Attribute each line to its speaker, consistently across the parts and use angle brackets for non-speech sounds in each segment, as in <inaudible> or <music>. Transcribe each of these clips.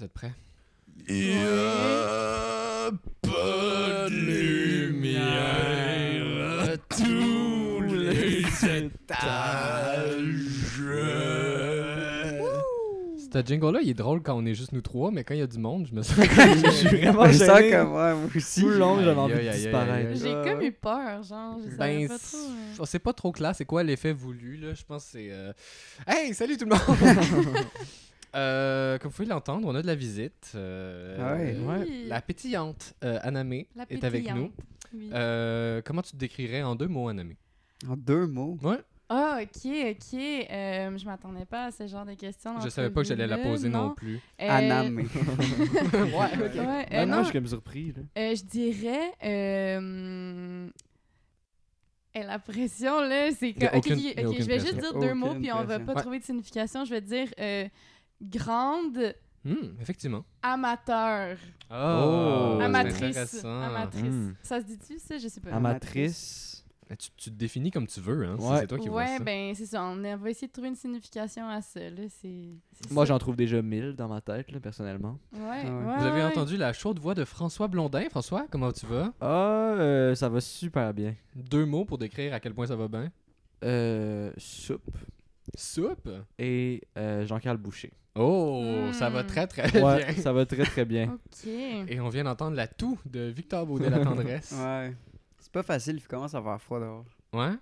Speaker 1: Vous êtes prêts
Speaker 2: Il y a pas de lumière à tous les <laughs> étages.
Speaker 1: Ce jingle-là, il est drôle quand on est juste nous trois, mais quand il y a du monde, je
Speaker 2: <laughs>
Speaker 1: me sens que
Speaker 3: Je suis <laughs> vraiment
Speaker 4: Je sens
Speaker 3: gêné.
Speaker 4: que ouais, moi aussi.
Speaker 3: Tout le long, j'avais envie
Speaker 1: Aïe, aïe,
Speaker 3: de
Speaker 1: aïe, aïe, aïe.
Speaker 3: disparaître.
Speaker 5: J'ai
Speaker 4: Euh,
Speaker 5: comme eu peur, genre, je
Speaker 1: Ben,
Speaker 5: savais pas trop. euh.
Speaker 1: c'est- c'est pas trop clair, c'est quoi l'effet voulu, là. Je pense que c'est... euh, Hey, salut tout le monde!
Speaker 2: <laughs>
Speaker 1: Euh, comme vous pouvez l'entendre, on a de la visite. euh,
Speaker 4: Ah ouais.
Speaker 1: euh,
Speaker 5: Oui.
Speaker 1: La pétillante euh, Anamé
Speaker 5: La
Speaker 1: est avec nous.
Speaker 5: pétillante, oui.
Speaker 1: Euh, comment tu te décrirais en deux mots, Anamé?
Speaker 4: En deux mots.
Speaker 1: Ouais,
Speaker 5: Ah, ok, ok. Euh, je m'attendais pas à ce genre de questions.
Speaker 1: je savais pas que j'allais la poser non, plus.
Speaker 5: Euh, <laughs>
Speaker 4: Anamé.
Speaker 1: ouais,
Speaker 5: ouais,
Speaker 1: ok.
Speaker 5: euh,
Speaker 3: Même moi,
Speaker 5: non,
Speaker 3: je suis comme surpris. là.
Speaker 5: euh, je dirais. euh, eh, la pression, là, c'est
Speaker 1: Y
Speaker 5: que.
Speaker 1: a
Speaker 5: Ok,
Speaker 1: aucune-
Speaker 5: ok,
Speaker 1: y a
Speaker 5: ok,
Speaker 1: aucune
Speaker 5: je vais
Speaker 1: pression.
Speaker 5: juste dire
Speaker 4: Y a
Speaker 5: deux mots,
Speaker 4: aucune
Speaker 5: puis on va
Speaker 4: pression.
Speaker 5: pas
Speaker 1: Ouais.
Speaker 5: trouver de signification. Je vais dire euh, grande
Speaker 1: Hmm, effectivement.
Speaker 5: amateur.
Speaker 3: Oh,
Speaker 1: c'est
Speaker 5: amatrice.
Speaker 1: intéressant.
Speaker 5: Amatrice.
Speaker 3: Hmm.
Speaker 5: Ça se dit-tu, ça? Je sais
Speaker 1: Euh,
Speaker 5: pas.
Speaker 3: Amatrice.
Speaker 1: Mais Ben, Tu, tu te définis comme tu veux, hein. c'est-
Speaker 3: Ouais.
Speaker 1: C'est toi qui vois
Speaker 5: ouais,
Speaker 1: ça.
Speaker 5: ben c'est ça. On va essayer de trouver une signification à ça. Là, c'est. c'est
Speaker 3: Moi,
Speaker 5: ça.
Speaker 3: j'en trouve déjà mille dans ma tête, là, personnellement.
Speaker 5: Ouais,
Speaker 4: Ah ouais.
Speaker 5: ouais,
Speaker 1: Vous avez
Speaker 5: ouais.
Speaker 1: entendu la chaude voix de François Blondin. François, comment tu vas?
Speaker 3: Ah, euh, ça va super bien.
Speaker 1: Deux mots pour décrire à quel point ça va bien.
Speaker 3: Euh, soupe
Speaker 1: Soupe.
Speaker 3: et euh, Jean-Carl Boucher.
Speaker 1: Oh,
Speaker 5: Mm.
Speaker 1: ça va très très
Speaker 3: Ouais,
Speaker 1: bien.
Speaker 3: ça va très
Speaker 1: <laughs>
Speaker 3: très bien.
Speaker 5: Ok.
Speaker 1: Et on vient d'entendre la toux de Victor Baudet la tendresse.
Speaker 4: Ouais. C'est pas facile, il commence à avoir froid dehors.
Speaker 1: ouais.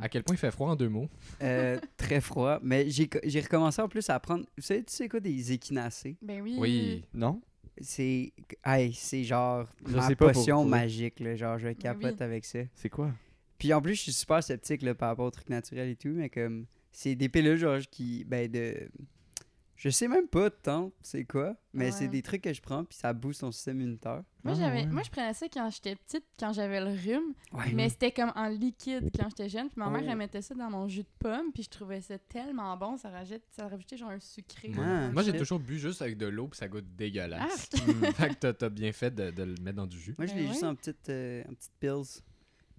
Speaker 1: À quel point il fait froid en deux mots.
Speaker 4: Euh, <laughs> très froid. Mais j'ai co- j'ai recommencé en plus à apprendre. Vous savez, tu sais quoi des équinacées?
Speaker 5: Ben oui.
Speaker 1: Oui.
Speaker 3: Non?
Speaker 4: C'est hey, c'est genre
Speaker 3: Je
Speaker 4: ma
Speaker 3: sais pas
Speaker 4: potion
Speaker 3: pourquoi.
Speaker 4: magique. Là, genre, je capote
Speaker 5: oui.
Speaker 4: avec ça.
Speaker 1: <laughs>
Speaker 3: C'est quoi?
Speaker 4: Puis en plus, je suis super sceptique là, par rapport aux trucs naturels et tout, mais comme c'est des pilules genre qui ben de je sais même pas tant c'est quoi, mais
Speaker 5: Ouais.
Speaker 4: c'est des trucs que je prends puis ça booste son système immunitaire.
Speaker 5: Moi,
Speaker 3: Ah,
Speaker 5: j'avais...
Speaker 3: ouais.
Speaker 5: Moi, je prenais ça quand j'étais petite, quand j'avais le rhume,
Speaker 4: Ouais.
Speaker 5: mais c'était comme en liquide quand j'étais jeune. Puis ma mère,
Speaker 4: Oh.
Speaker 5: elle mettait ça dans mon jus de pomme, puis je trouvais ça tellement bon, ça rajoute, ça rajoutait genre un sucré.
Speaker 4: Ouais. Ah,
Speaker 1: Moi, j'ai
Speaker 4: shit.
Speaker 1: toujours bu juste avec de l'eau puis ça goûte
Speaker 5: Ah,
Speaker 1: dégueulasse.
Speaker 3: Hmm.
Speaker 1: fait que t'as- t'as bien fait de, de le mettre dans du jus.
Speaker 4: Moi je
Speaker 5: Ben
Speaker 4: l'ai juste
Speaker 5: ouais.
Speaker 4: en petite euh, en petite pills.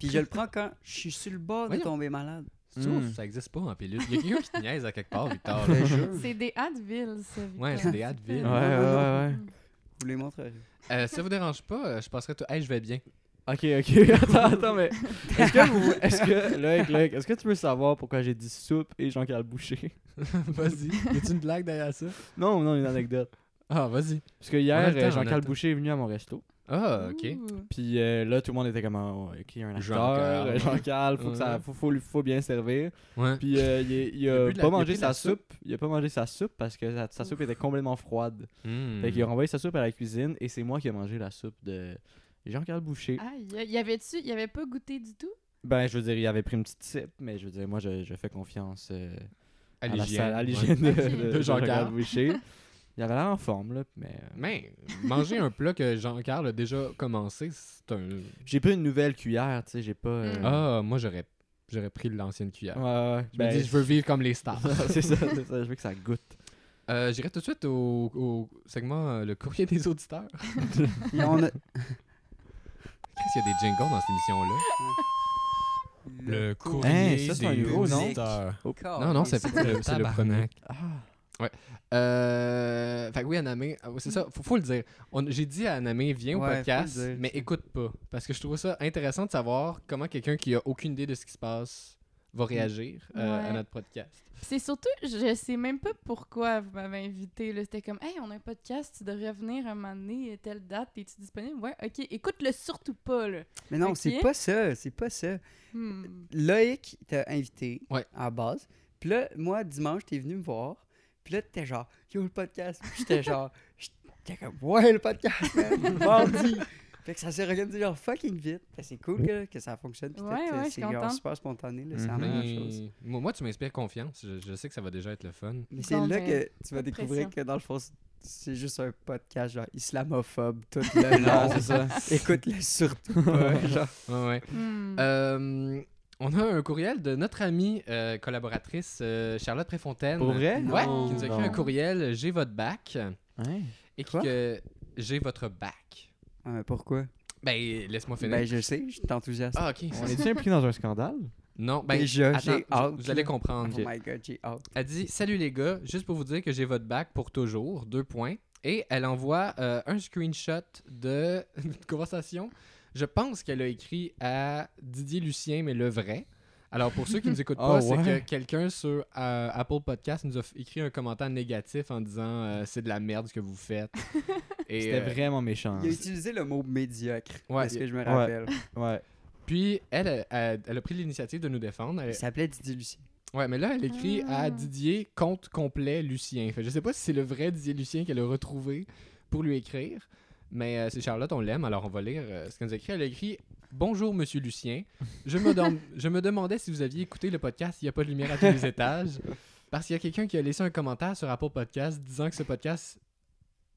Speaker 4: Puis je le prends quand je suis sur le bord de
Speaker 1: Voyons.
Speaker 4: tomber malade.
Speaker 1: C'est tout,
Speaker 3: Mm.
Speaker 1: Ça existe pas en pilule. Il y a quelqu'un qui te niaise à quelque part, Victor.
Speaker 4: Je te jure, je
Speaker 5: <laughs> C'est des Advil, ça. Victor.
Speaker 1: Ouais, c'est des Advil.
Speaker 3: Ouais,
Speaker 5: tellement
Speaker 3: ouais,
Speaker 5: bon.
Speaker 3: ouais. ouais.
Speaker 5: Mm.
Speaker 4: vous les montrerai.
Speaker 1: Euh, ça vous dérange pas, euh, je passerai tout. Hey, je vais bien.
Speaker 3: <laughs> Ok, ok, <laughs> attends,
Speaker 1: <laughs>
Speaker 3: attends, mais est-ce que vous, est-ce que, Loïc, Loïc, est-ce que tu veux savoir pourquoi j'ai dit soupe et Jean-Carl Boucher?
Speaker 1: vas-y. Y a une blague derrière ça?
Speaker 3: <laughs> Non, non, une anecdote.
Speaker 1: Ah, vas-y.
Speaker 3: Parce que
Speaker 1: On a le
Speaker 3: hier,
Speaker 1: temps,
Speaker 3: euh,
Speaker 1: on a
Speaker 3: Jean-Carl
Speaker 1: le temps.
Speaker 3: Boucher est venu à mon resto,
Speaker 1: Ah, ok.
Speaker 5: Ouh.
Speaker 3: puis euh, là, tout le monde était comme, oh, ok, un acteur,
Speaker 1: Jean-Carl.
Speaker 3: euh, Jean-Carl, faut que ça,
Speaker 1: Ouais.
Speaker 3: faut, faut, lui- faut bien servir.
Speaker 1: Ouais.
Speaker 3: Puis euh, il, est- il
Speaker 1: Il a
Speaker 3: a
Speaker 1: plus de la-
Speaker 3: pas
Speaker 1: il a
Speaker 3: mangé
Speaker 1: plus de la
Speaker 3: sa soupe. il a pas mangé sa soupe parce que sa, sa soupe était complètement froide.
Speaker 1: Hmm.
Speaker 3: Fait qu'il a renvoyé sa soupe à la cuisine et c'est moi qui ai mangé la soupe de Jean-Carl Boucher.
Speaker 5: Aïe, y avait-tu, y avait pas goûté du tout?
Speaker 3: Ben, je veux dire, il avait pris une petite sip, mais je veux dire, moi, je, je fais confiance euh,
Speaker 1: À
Speaker 3: à la
Speaker 1: l'hygiène,
Speaker 3: salle- à
Speaker 1: ouais.
Speaker 3: l'hygiène
Speaker 5: ouais.
Speaker 3: de,
Speaker 5: Ok.
Speaker 3: de-
Speaker 1: De
Speaker 3: de
Speaker 1: Jean-Carl.
Speaker 3: Jean-Carl Boucher. Il avait l'air en forme, là, mais... euh,
Speaker 1: Mais manger un plat que Jean-Carl a déjà commencé, c'est un.
Speaker 3: J'ai pas une nouvelle cuillère, tu sais, j'ai pas... euh,
Speaker 5: Mm.
Speaker 1: Ah, moi j'aurais j'aurais pris l'ancienne cuillère.
Speaker 3: Ouais, ouais, ouais,
Speaker 1: Je
Speaker 3: ben,
Speaker 1: me dis, je veux vivre comme les stars.
Speaker 3: <laughs> c'est ça, c'est ça, je veux que ça goûte.
Speaker 1: Euh, J'irai tout de suite au, au segment euh, Le courrier des auditeurs. <laughs>
Speaker 4: Et on a-
Speaker 1: Qu'est-ce qu'il y a des jingles dans cette émission-là
Speaker 4: Eh,
Speaker 1: Le courrier
Speaker 3: Hein, ça, c'est un gros, non?
Speaker 1: auditeurs.
Speaker 3: Oh.
Speaker 1: Non, non, c'est c'est le, c'est le
Speaker 3: Tabarnak.
Speaker 1: prenant.
Speaker 3: Ah,
Speaker 1: Euh, fait que oui, Anamé, ah, c'est ça, faut, faut le dire. On- J'ai dit à Anamé, viens au
Speaker 4: Ouais, faut le
Speaker 1: podcast,
Speaker 4: dire,
Speaker 1: mais
Speaker 4: ça.
Speaker 1: écoute pas. Parce que je trouve ça intéressant de savoir comment quelqu'un qui a aucune idée de ce qui se passe va réagir euh,
Speaker 5: Ouais.
Speaker 1: à notre podcast.
Speaker 5: Puis C'est surtout, je sais même pas pourquoi vous m'avez invité. là. C'était comme, hey, on a un podcast, tu devrais venir un moment donné, euh, telle date, es-tu disponible? Ouais, ok, écoute-le surtout pas, là.
Speaker 4: Mais non,
Speaker 5: Ok.
Speaker 4: c'est pas ça, c'est pas ça.
Speaker 5: Hmm.
Speaker 4: Loïc t'a invité
Speaker 1: Ouais.
Speaker 4: à la base. Puis là, moi, dimanche, t'es venu me voir. Puis là, t'étais genre, yo, le podcast. Puis
Speaker 3: <laughs>
Speaker 4: j'étais genre, j'étais comme, ouais, le podcast, man, mardi. Fait que ça s'est organisé genre fucking vite. Fait que c'est cool que, que ça fonctionne. Puis
Speaker 5: Ouais,
Speaker 4: tout,
Speaker 5: ouais,
Speaker 4: euh,
Speaker 5: je
Speaker 4: c'est
Speaker 5: suis
Speaker 4: genre
Speaker 5: contente.
Speaker 4: super spontané, là, c'est la
Speaker 3: Mhm.
Speaker 4: meilleure
Speaker 1: Mais-
Speaker 4: chose.
Speaker 1: Moi, moi, tu m'inspires confiance. Je, je sais que ça va déjà être le fun.
Speaker 4: Mais c'est
Speaker 5: Bon,
Speaker 4: là
Speaker 5: ben,
Speaker 4: que tu vas
Speaker 5: de
Speaker 4: découvrir
Speaker 5: pression.
Speaker 4: que dans le fond, c'est- c'est juste un podcast genre islamophobe, tout
Speaker 3: <laughs>
Speaker 4: le
Speaker 3: non,
Speaker 4: long.
Speaker 3: c'est
Speaker 1: <laughs>
Speaker 3: ça.
Speaker 4: Écoute-le surtout pas.
Speaker 3: <laughs>
Speaker 4: genre.
Speaker 1: Ouais, ouais.
Speaker 5: Hmm.
Speaker 1: Euh, on a un courriel de notre amie euh, collaboratrice euh, Charlotte Préfontaine.
Speaker 3: Pour vrai?
Speaker 1: Ouais,
Speaker 5: Non.
Speaker 1: qui nous a
Speaker 3: Non.
Speaker 1: écrit un courriel J'ai votre bac.
Speaker 3: Hein?
Speaker 1: Et
Speaker 4: Quoi?
Speaker 1: que j'ai votre bac.
Speaker 4: Ah, mais pourquoi?
Speaker 1: Ben, laisse-moi finir.
Speaker 4: Ben, je sais, je suis enthousiaste.
Speaker 1: Ah, ok.
Speaker 3: On est-tu pris dans un scandale?
Speaker 1: Non, ben,
Speaker 4: Déjà,
Speaker 1: attends,
Speaker 4: j'ai
Speaker 1: vous-
Speaker 4: hâte,
Speaker 1: vous
Speaker 4: là.
Speaker 1: allez comprendre.
Speaker 4: Oh my god, j'ai hâte.
Speaker 1: Elle dit Salut les gars, juste pour vous dire que j'ai votre bac pour toujours. Deux points. Et elle envoie euh, un screenshot de <laughs> une conversation. Je pense qu'elle a écrit à Didier Lucien, mais le vrai. Alors, pour ceux qui ne
Speaker 4: <laughs>
Speaker 1: nous écoutent
Speaker 4: Ah,
Speaker 3: Oh,
Speaker 1: pas, c'est
Speaker 3: ouais.
Speaker 1: que quelqu'un sur euh, Apple Podcast nous a f- écrit un commentaire négatif en disant euh, c'est de la merde ce que vous faites.
Speaker 4: <laughs>
Speaker 1: Et,
Speaker 3: C'était
Speaker 1: euh,
Speaker 3: vraiment méchant.
Speaker 4: Il a utilisé le mot médiocre.
Speaker 1: Ouais.
Speaker 4: est ce que je me rappelle.
Speaker 3: Ouais.
Speaker 1: Puis, elle, elle, elle- elle a pris l'initiative de nous défendre. Elle-
Speaker 4: Il s'appelait Didier Lucien.
Speaker 1: Ouais, mais là, elle écrit à
Speaker 5: Ah.
Speaker 1: Didier compte complet Lucien. Fait, que je sais pas si c'est le vrai Didier Lucien qu'elle a retrouvé pour lui écrire, mais euh, c'est Charlotte, on l'aime, alors on va lire euh, ce qu'elle nous écrit. Elle a écrit Bonjour, monsieur Lucien. Je me, dem- je me demandais si vous aviez écouté le podcast Il n'y a pas de lumière à tous les étages, parce qu'il y a quelqu'un qui a laissé un commentaire sur Apple Podcast disant que ce podcast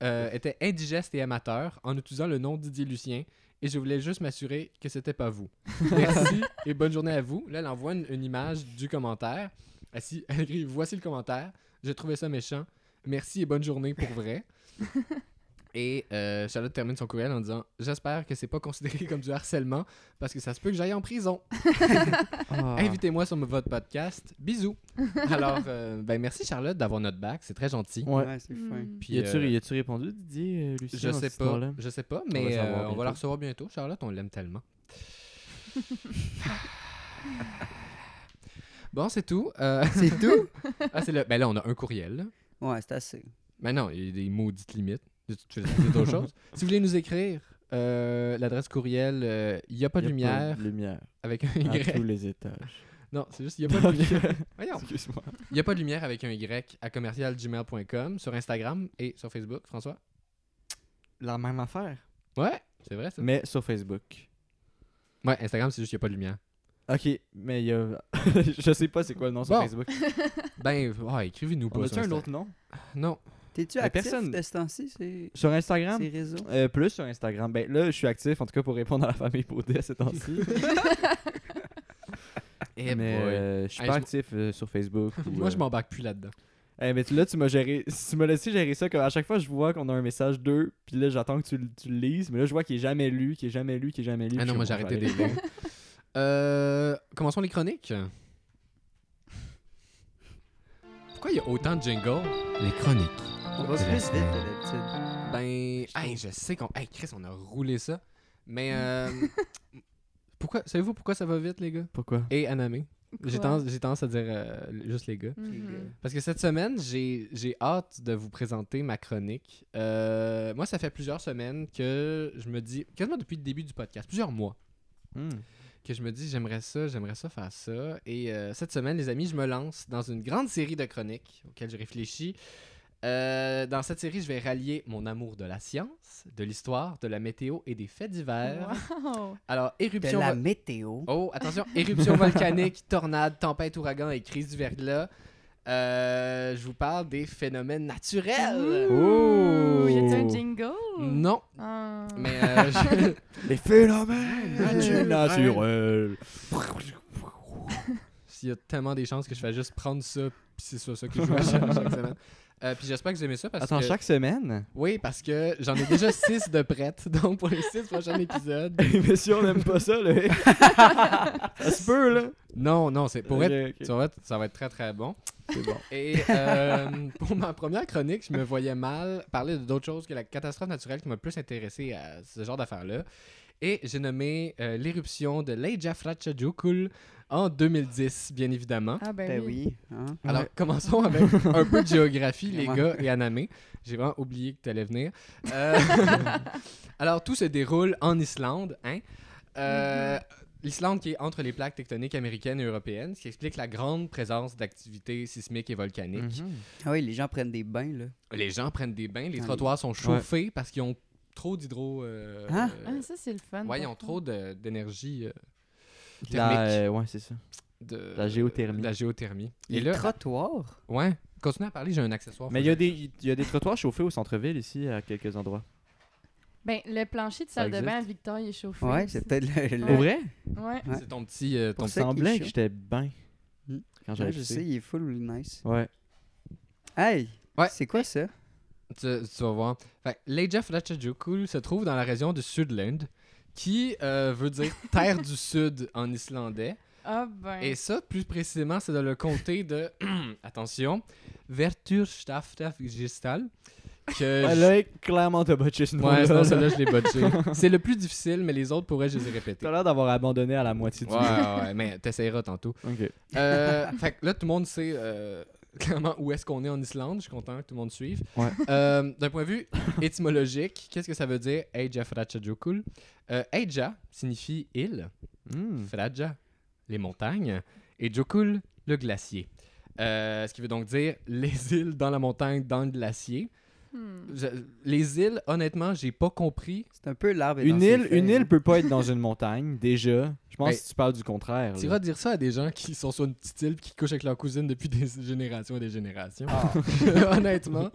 Speaker 1: euh, était indigeste et amateur en utilisant le nom Didier Lucien. Et je voulais juste m'assurer que c'était pas vous. <laughs> Merci et bonne journée à vous. Là, elle envoie une, une image du commentaire. Elle, si- elle écrit Voici le commentaire. J'ai trouvé ça méchant. Merci et bonne journée pour vrai. Et euh, Charlotte termine son courriel en disant J'espère que c'est pas considéré comme du harcèlement parce que ça se peut que j'aille en prison.
Speaker 3: Ah.
Speaker 1: Invitez-moi sur votre podcast. Bisous. Alors, euh, ben merci Charlotte d'avoir notre bac. C'est très gentil.
Speaker 3: Ouais.
Speaker 4: c'est fin.
Speaker 5: Hmm.
Speaker 1: Puis,
Speaker 3: Y a-tu
Speaker 1: euh,
Speaker 3: y a-tu répondu, Didier, euh, Lucien,
Speaker 1: je
Speaker 3: dans
Speaker 1: sais
Speaker 3: cette
Speaker 1: pas.
Speaker 3: histoire-là?
Speaker 1: Je sais pas,
Speaker 3: On va
Speaker 1: mais euh, on va,
Speaker 3: savoir bientôt.
Speaker 1: la recevoir bientôt. Charlotte, on l'aime
Speaker 3: <laughs>
Speaker 1: tellement. bon, c'est tout.
Speaker 3: <laughs>
Speaker 1: Euh,
Speaker 4: <laughs> C'est tout?
Speaker 1: ah, c'est le. Ben là, on a un courriel. là.
Speaker 4: Ouais, c'est assez.
Speaker 1: Mais non, il y a des maudites limites. De toute façon, c'est autre
Speaker 3: <laughs>
Speaker 1: chose. Si vous voulez nous écrire, euh, l'adresse courriel, il n'y a pas de
Speaker 3: Y a Ah,
Speaker 1: lumière
Speaker 3: <laughs> lumière.
Speaker 1: avec un
Speaker 3: À tous
Speaker 1: Y.
Speaker 3: les étages.
Speaker 1: <laughs> Non, c'est
Speaker 3: <laughs>
Speaker 1: juste, il n'y a pas de lumière. Voyons.
Speaker 3: Excuse-moi.
Speaker 1: Il n'y a pas de lumière avec un Y à commercialgmail.com sur Instagram et sur Facebook, François.
Speaker 3: La même affaire.
Speaker 1: Ouais, c'est vrai ça.
Speaker 3: Mais sur Facebook.
Speaker 1: Ouais, Instagram, c'est juste, il n'y a pas de lumière.
Speaker 3: Ok, mais il y a. <laughs> je sais pas c'est quoi le nom sur
Speaker 1: Bon.
Speaker 3: Facebook.
Speaker 1: Ben, oh, écrivez-nous pas.
Speaker 3: On
Speaker 1: sur
Speaker 3: a-tu un
Speaker 1: Insta-
Speaker 3: autre nom
Speaker 1: Non.
Speaker 4: T'es-tu
Speaker 3: Mais
Speaker 4: actif
Speaker 3: personne-
Speaker 4: de ce temps-ci, ces,
Speaker 3: Sur Instagram
Speaker 4: ces réseaux?
Speaker 3: Euh, Plus sur Instagram. Ben là, je suis actif en tout cas pour répondre à la famille Baudet ces temps-ci.
Speaker 1: Eh
Speaker 3: mais
Speaker 1: boy.
Speaker 3: euh, je suis
Speaker 1: Hey,
Speaker 3: pas
Speaker 1: je m-
Speaker 3: actif euh, sur
Speaker 1: <laughs>
Speaker 3: Facebook. ou,
Speaker 1: Moi, je
Speaker 3: euh,
Speaker 1: m'embarque plus là-dedans.
Speaker 3: Eh, mais tu- là, tu m'as géré. <laughs> Tu m'as laissé gérer ça. Comme à chaque fois, je vois qu'on a un message 2, puis là, j'attends que tu, le- tu le lises. Mais là, je vois qu'il est jamais lu, qu'il est jamais lu, qu'il est jamais lu.
Speaker 1: Ah
Speaker 3: puis
Speaker 1: non,
Speaker 3: je
Speaker 1: moi,
Speaker 3: sais
Speaker 1: j'ai
Speaker 3: pas,
Speaker 1: arrêté
Speaker 3: je vais
Speaker 1: des
Speaker 3: aller-
Speaker 1: liens.
Speaker 3: <laughs>
Speaker 1: Euh, commençons les chroniques. Pourquoi il y a autant de jingles Les chroniques.
Speaker 4: On va
Speaker 1: C'est
Speaker 4: plus
Speaker 1: la
Speaker 4: vite que
Speaker 1: semaine.
Speaker 4: d'habitude.
Speaker 1: Ben,
Speaker 4: Je
Speaker 1: hey, je sais qu'on. Hey, Chris, on a roulé ça. Mais <laughs> euh, pourquoi savez-vous pourquoi ça va vite, les gars
Speaker 3: <laughs> Pourquoi
Speaker 1: Et Anamé. J'ai
Speaker 5: Quoi?
Speaker 1: tendance, j'ai tendance à dire euh, juste les gars.
Speaker 5: Mhm.
Speaker 1: Parce que cette semaine, j'ai j'ai hâte de vous présenter ma chronique. Euh, moi, ça fait plusieurs semaines que je me dis, quasiment depuis le début du podcast, plusieurs mois,
Speaker 3: Hmm.
Speaker 1: que je me dis j'aimerais ça, j'aimerais ça faire ça. Et euh, cette semaine, les amis, je me lance dans une grande série de chroniques auxquelles je réfléchis. Euh, dans cette série, je vais rallier mon amour de la science, de l'histoire, de la météo et des faits divers.
Speaker 5: Wow.
Speaker 1: Alors,
Speaker 4: De
Speaker 1: éruption.
Speaker 4: la
Speaker 1: vo-
Speaker 4: météo.
Speaker 1: Oh, attention, éruption volcanique, <laughs> tornade, tempête, ouragan et crise du verglas. Euh, je vous parle des phénomènes naturels.
Speaker 3: Oh.
Speaker 5: Ouh, Y a-tu un jingle?
Speaker 1: Non,
Speaker 5: Ah.
Speaker 1: mais euh, <laughs> je-
Speaker 3: Les phénomènes
Speaker 1: Naturels.
Speaker 3: naturels.
Speaker 1: il y a tellement des chances que je vais juste prendre ça, puis c'est ça, ça que je joue à chaque,
Speaker 3: <laughs>
Speaker 1: chaque semaine. Euh, puis j'espère que vous aimez ça parce
Speaker 3: Attends,
Speaker 1: que
Speaker 3: chaque semaine <laughs>
Speaker 1: oui parce que j'en ai déjà 6 de prêtes <laughs> donc pour les 6 prochains épisodes
Speaker 3: Mais si on aime pas ça, là. ça se peut, là. <laughs>
Speaker 1: non non c'est pour être
Speaker 3: Ok, ok.
Speaker 1: ça va être, ça va être très très bon
Speaker 3: C'est bon.
Speaker 1: Et euh, <laughs> pour ma première chronique, je me voyais mal parler de d'autres choses que la catastrophe naturelle qui m'a plus intéressé à ce genre d'affaires-là. Et j'ai nommé euh, l'éruption de l'Ejafrachajukul en 2010, bien évidemment.
Speaker 5: Ah ben,
Speaker 4: Ben
Speaker 5: oui.
Speaker 4: oui. hein.
Speaker 1: Alors, commençons avec un peu de géographie, les
Speaker 4: Vraiment.
Speaker 1: gars, et Anamé. J'ai vraiment oublié que tu allais venir. Euh, <laughs> Alors, tout se déroule en Islande. Hein? Euh, L'Islande qui est entre les plaques tectoniques américaines et européennes, ce qui explique la grande présence d'activités sismiques et volcaniques.
Speaker 3: Mhm. Mm-hmm.
Speaker 4: Ah oui, les gens prennent des bains, là.
Speaker 1: Les gens prennent des bains, les
Speaker 4: Ah,
Speaker 1: trottoirs sont chauffés parce qu'ils ont trop d'hydro. euh,
Speaker 4: Hein?
Speaker 1: euh,
Speaker 5: Ah, mais ça, c'est le fun.
Speaker 1: ouais, ils
Speaker 5: par
Speaker 1: ont trop de- d'énergie euh,
Speaker 3: La,
Speaker 1: thermique.
Speaker 3: euh, ouais, c'est ça.
Speaker 1: de,
Speaker 3: la géothermie.
Speaker 1: la géothermie.
Speaker 4: Les
Speaker 1: Et là,
Speaker 4: trottoirs.
Speaker 1: ouais, continue à parler, j'ai un accessoire.
Speaker 3: Mais il
Speaker 1: faut
Speaker 3: y, a
Speaker 1: que
Speaker 3: des- il y a des trottoirs chauffés au centre-ville ici, à quelques endroits.
Speaker 5: Ben, le plancher de
Speaker 3: Ça
Speaker 5: salle de bain à
Speaker 3: existe?
Speaker 5: Victor, il est chauffé.
Speaker 4: Ouais,
Speaker 5: aussi.
Speaker 4: c'est peut-être le... le-
Speaker 5: Ouais.
Speaker 3: Au vrai
Speaker 5: Ouais.
Speaker 1: je- C'est ton petit. euh, ton petit-
Speaker 4: Pour ça
Speaker 3: Il
Speaker 4: qu'il
Speaker 3: semblait
Speaker 4: est
Speaker 3: que
Speaker 4: chaud.
Speaker 3: j'étais bien
Speaker 4: Mm.
Speaker 3: quand
Speaker 4: Ouais,
Speaker 3: j'avais
Speaker 4: je sais, il est full nice.
Speaker 3: Ouais.
Speaker 4: Hey!
Speaker 1: Ouais.
Speaker 4: C'est quoi ça?
Speaker 1: tu, tu vas voir. Fait, Leijafrachajukul se trouve dans la région de Sudland, qui euh, veut
Speaker 5: <laughs>
Speaker 1: dire terre du sud en islandais.
Speaker 5: Ah ben.
Speaker 1: Et ça, plus précisément, c'est <clears throat> dans le comté de, attention, Verturstaftagistal, que
Speaker 3: Ouais,
Speaker 1: je-
Speaker 3: Ah, là, clairement, t'as botché ce
Speaker 1: Ouais,
Speaker 3: nom-là.
Speaker 1: non,
Speaker 3: là.
Speaker 1: celle-là, je l'ai <laughs> botché. C'est le plus difficile, mais les autres, pour elle, je les ai répétés.
Speaker 3: T'as l'air d'avoir abandonné à la moitié
Speaker 1: Ouais, ouais, mais t'essayeras tantôt.
Speaker 3: du Ok.
Speaker 1: Euh, fait que là, tout le monde sait euh, clairement où est-ce qu'on est en Islande. Je suis content que tout le monde suive.
Speaker 3: Ouais.
Speaker 1: Euh, D'un point de vue étymologique, qu'est-ce que ça veut dire Eija Frajajokul euh, Eija signifie île,
Speaker 3: Hmm.
Speaker 1: Fraja, les montagnes, et Jokul, le glacier. Euh, ce qui veut donc dire les îles dans la montagne, dans le glacier.
Speaker 5: Hmm.
Speaker 1: Je- les îles, honnêtement, j'ai pas compris.
Speaker 4: C'est un peu l'arbre. est dans
Speaker 3: Une
Speaker 4: ses
Speaker 3: île,
Speaker 4: feuilles,
Speaker 3: une
Speaker 4: hein.
Speaker 3: île peut pas être dans une montagne, déjà. Je pense
Speaker 1: Ben,
Speaker 3: que tu parles du contraire. là.
Speaker 1: Tu iras dire ça à des gens qui sont sur une petite île pis qui couchent avec leur cousine depuis des <laughs> générations et des générations.
Speaker 4: Ah.
Speaker 1: <laughs> Honnêtement.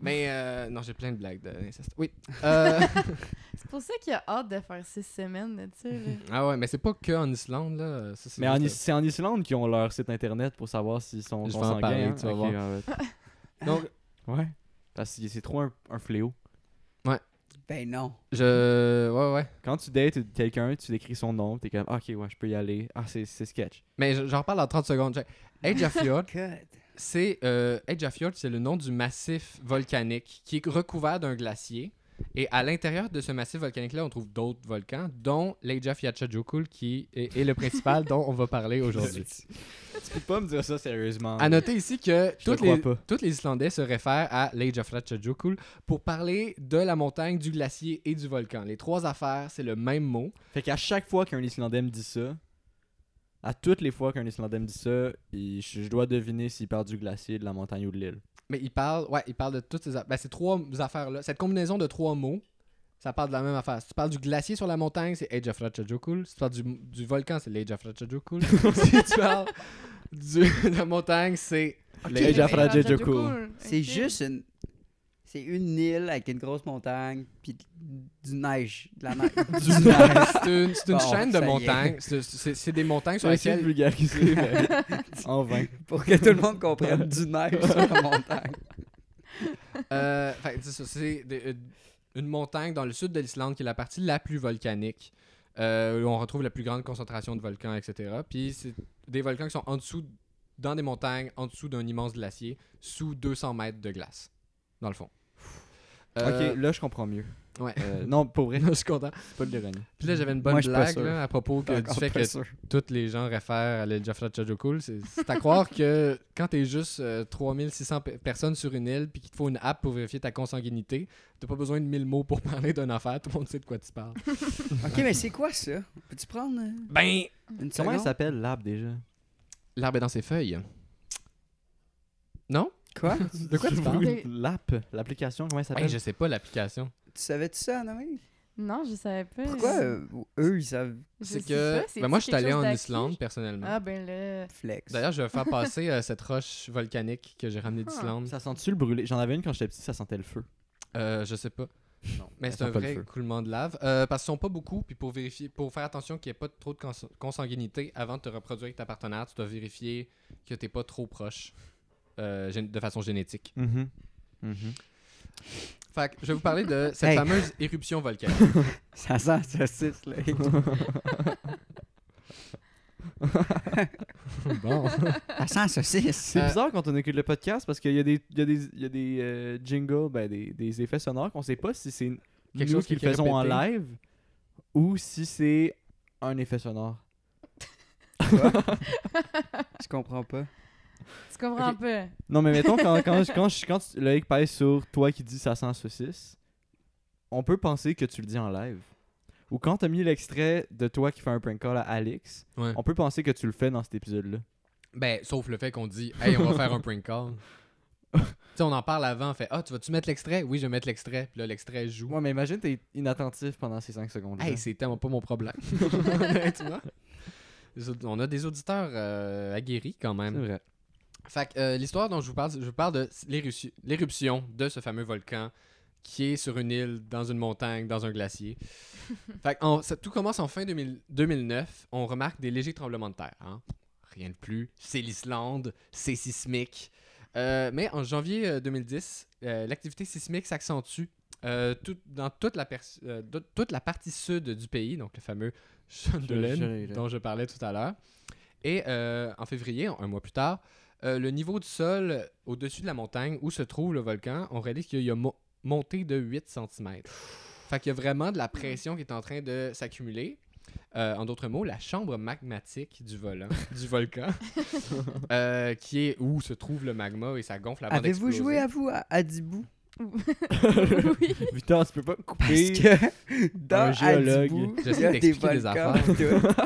Speaker 1: Mais euh, non, j'ai plein de blagues d'inceste. Oui. <laughs> Euh,
Speaker 5: C'est pour ça qu'il a hâte de faire six semaines, tu
Speaker 1: <laughs>
Speaker 5: sais. là.
Speaker 1: ah ouais, mais c'est pas que en Islande, là. Ça, c'est
Speaker 3: Mais en Is-
Speaker 1: juste-
Speaker 3: c'est en Islande qu'ils ont leur site internet pour savoir s'ils sont
Speaker 1: Je vais en
Speaker 3: consanguins.
Speaker 1: parler,
Speaker 3: hein.
Speaker 1: tu vas
Speaker 3: Ok,
Speaker 1: voir.
Speaker 3: ouais,
Speaker 1: Donc,
Speaker 3: ouais. Ouais. Parce que c'est trop un, un fléau.
Speaker 4: Ben non.
Speaker 1: je. Ouais, ouais.
Speaker 3: Quand tu dates quelqu'un, tu décris son nom, t'es comme, Ah, ok, ouais, je peux y aller. Ah, c'est c'est sketch.
Speaker 1: Mais je- j'en parle en 30 secondes. Jack. Eyjafjord,
Speaker 4: God.
Speaker 1: c'est. euh, Eyjafjord, c'est le nom du massif volcanique qui est recouvert d'un glacier. Et à l'intérieur de ce massif volcanique-là, on trouve d'autres volcans, dont l'Eyjafjallajökull, qui est- est le <laughs> principal dont on va parler aujourd'hui.
Speaker 3: Tu peux pas me dire ça sérieusement.
Speaker 4: Ah,
Speaker 1: À noter ici que
Speaker 3: Je te
Speaker 1: toutes
Speaker 3: crois
Speaker 1: les,
Speaker 3: pas.
Speaker 1: toutes les Islandais se réfèrent à l'Eyjafjallajökull pour parler de la montagne, du glacier et du volcan. Les trois affaires, c'est le même mot.
Speaker 3: Fait qu'à chaque fois qu'un Islandais me dit ça, à toutes les fois qu'un Islandais me dit ça, il- je, je dois deviner s'il part du glacier, de la montagne ou de l'île.
Speaker 1: Mais ils parlent, ouais, ils parlent de toutes ces, a- ben, ces trois affaires-là. Cette combinaison de trois mots, ça parle de la même affaire. Si tu parles du glacier sur la montagne, c'est Eyjafjallajökull. Si tu parles du, du volcan, c'est
Speaker 4: <laughs>
Speaker 1: l'Eyjafjallajökull. si tu parles du- de la montagne, c'est
Speaker 4: <laughs>
Speaker 3: Les
Speaker 1: l'Eyjafjallajökull.
Speaker 3: Eyjafjallajökull.
Speaker 5: Eyjafjallajökull,
Speaker 4: C'est
Speaker 5: ben, ok.
Speaker 4: juste une. C'est une île avec une grosse montagne, puis d- du neige. De
Speaker 1: <laughs>
Speaker 4: la neige.
Speaker 1: Du- C'est une, c'est une
Speaker 4: Bon,
Speaker 1: chaîne de
Speaker 4: ça y est.
Speaker 1: montagnes. C'est- C'est c'est des montagnes sur
Speaker 3: J'ai essayé de
Speaker 1: lesquelles
Speaker 3: vulgariser, mais en vain.
Speaker 4: <laughs> Pour que tout le monde comprenne du neige sur la montagne.
Speaker 1: Euh, fait que c'est ça, c'est des- euh, une montagne dans le sud de l'Islande qui est la partie la plus volcanique, euh, où on retrouve la plus grande concentration de volcans, etc. Puis c'est des volcans qui sont en dessous, dans des montagnes, en dessous d'un immense glacier, sous 200 mètres de glace, dans le fond. Euh,
Speaker 3: Ok, là je comprends mieux.
Speaker 1: Ouais.
Speaker 3: Euh, non, pour vrai,
Speaker 1: <laughs> je suis content.
Speaker 3: c'est pas de l'ironie.
Speaker 1: Puis là, j'avais une bonne
Speaker 4: Moi, je suis pas
Speaker 1: blague
Speaker 4: sûr.
Speaker 1: là, à propos que, du
Speaker 4: Encore
Speaker 1: fait
Speaker 4: pas
Speaker 1: que
Speaker 4: sûr.
Speaker 1: toutes les gens réfèrent à l'Ejafrachajokoul. C'est c'est à croire que quand t'es juste euh, 3600 pe- personnes sur une île puis qu'il te faut une app pour vérifier ta consanguinité, t'as pas besoin de 1000 mots pour <laughs> parler d'une affaire. Tout le monde sait de quoi tu parles.
Speaker 4: <laughs> Ok, mais c'est quoi ça? Peux-tu prendre euh,
Speaker 1: Ben,
Speaker 4: une
Speaker 3: Comment il
Speaker 4: seconde?
Speaker 3: s'appelle l'arbre déjà
Speaker 1: l'arbre est dans ses feuilles. Non?
Speaker 4: Quoi?
Speaker 1: <laughs> De quoi tu parles?
Speaker 5: parles?
Speaker 3: L'app, l'application, comment elle s'appelle
Speaker 1: Hey, je sais pas l'application.
Speaker 4: Tu savais-tu ça, Anna-Marie?
Speaker 5: Non, je savais pas.
Speaker 4: <laughs> Pourquoi euh, eux, ils savent
Speaker 5: Je
Speaker 1: C'est
Speaker 5: sais
Speaker 1: que.
Speaker 5: pas, c'est-tu
Speaker 1: ben moi, je suis
Speaker 5: quelque
Speaker 1: allé
Speaker 5: chose
Speaker 1: en
Speaker 5: d'acquis?
Speaker 1: Islande personnellement.
Speaker 5: Ah, ben là.
Speaker 4: flex?
Speaker 1: D'ailleurs, je vais faire passer euh, cette roche volcanique que j'ai ramenée
Speaker 5: Ah.
Speaker 1: d'Islande.
Speaker 3: Ça sent-tu le brûlé J'en avais une quand j'étais petit, ça sentait le feu.
Speaker 1: Euh, je sais pas.
Speaker 3: Non,
Speaker 1: Mais c'est un vrai coulement de lave. Euh, parce qu'ils sont pas beaucoup, puis pour vérifier, pour faire attention qu'il n'y ait pas trop de cons- consanguinité, avant de te reproduire avec ta partenaire, tu dois vérifier que t'es pas trop proche euh, gén- de façon génétique.
Speaker 3: Mm-hmm.
Speaker 1: Fait que je vais vous parler
Speaker 3: <laughs>
Speaker 1: de cette
Speaker 4: Hey.
Speaker 1: fameuse éruption volcanique.
Speaker 4: <laughs> Ça sent la saucisse, là.
Speaker 1: <laughs> bon.
Speaker 4: Ça sent la saucisse.
Speaker 3: C'est
Speaker 1: Euh,
Speaker 3: bizarre quand on écoute le podcast parce qu'il y a des, il y a des, il y a des euh, jingles, ben, des, des effets sonores qu'on sait pas si c'est nous
Speaker 1: chose
Speaker 3: qui
Speaker 1: qui
Speaker 3: le
Speaker 1: est
Speaker 3: faisons en
Speaker 1: répété.
Speaker 3: live ou si c'est un effet sonore.
Speaker 4: Je comprends pas.
Speaker 5: Tu comprends
Speaker 1: Ok. <laughs>
Speaker 5: pas.
Speaker 3: Non, mais mettons, quand, quand, je- quand, je- quand tu- Loïc pèse sur toi qui dis ça sent la saucisse, on peut penser que tu le dis en live. Ou quand t'as mis l'extrait de toi qui fait un prank call à Alex,
Speaker 1: Ouais.
Speaker 3: on peut penser que tu le fais dans cet épisode-là.
Speaker 1: Ben, sauf le fait qu'on dit, hey, on va faire un prank
Speaker 3: <laughs>
Speaker 1: call. tu sais, on en parle avant, on fait, ah, tu vas-tu mettre l'extrait? Oui, je vais mettre l'extrait, puis là, l'extrait joue.
Speaker 3: Ouais, mais imagine t'es inattentif pendant ces 5 secondes.
Speaker 1: Hey, c'est tellement pas mon
Speaker 3: <laughs>
Speaker 1: problème. <laughs> Honnêtement. Les aud- On a des auditeurs euh, aguerris quand
Speaker 3: c'est
Speaker 1: même. <laughs>
Speaker 3: vrai.
Speaker 1: Fait que euh, l'histoire dont je vous parle, je vous parle de l'éruti- l'éruption de ce fameux volcan qui est sur une île, dans une montagne, dans un glacier. fait que en- ça- tout commence en fin 2000 2009. On remarque des légers tremblements de terre. hein. Rien de plus. C'est l'Islande. C'est sismique. Euh, mais en janvier euh, 2010, euh, l'activité sismique s'accentue euh, tout- dans toute la, pers- euh, de- toute la partie sud du pays, donc le fameux
Speaker 3: Schönlein,
Speaker 1: Schönlein
Speaker 3: là.
Speaker 1: dont je parlais tout à l'heure. Et euh, en février, un mois plus tard, euh, le niveau du sol euh, au-dessus de la montagne où se trouve le volcan, on réalise qu'il y a mo- monté de 8 cm. Fait qu'il y a vraiment de la pression qui est en train de s'accumuler. Euh, en d'autres mots, la chambre magmatique du volant, <laughs> du volcan, euh, qui est où se trouve le magma et ça gonfle avant
Speaker 4: Avez-vous
Speaker 1: d'exploser.
Speaker 4: joué à vous à, à Dibou?
Speaker 5: oui.
Speaker 3: Victor, tu peux pas me
Speaker 4: Parce
Speaker 3: couper.
Speaker 4: que
Speaker 3: un
Speaker 4: <laughs> dans
Speaker 3: géologue.
Speaker 4: Adibou,
Speaker 1: J'essaie
Speaker 4: il y a des
Speaker 1: d'expliquer des
Speaker 4: volcans.
Speaker 1: <laughs>
Speaker 4: tout. En tout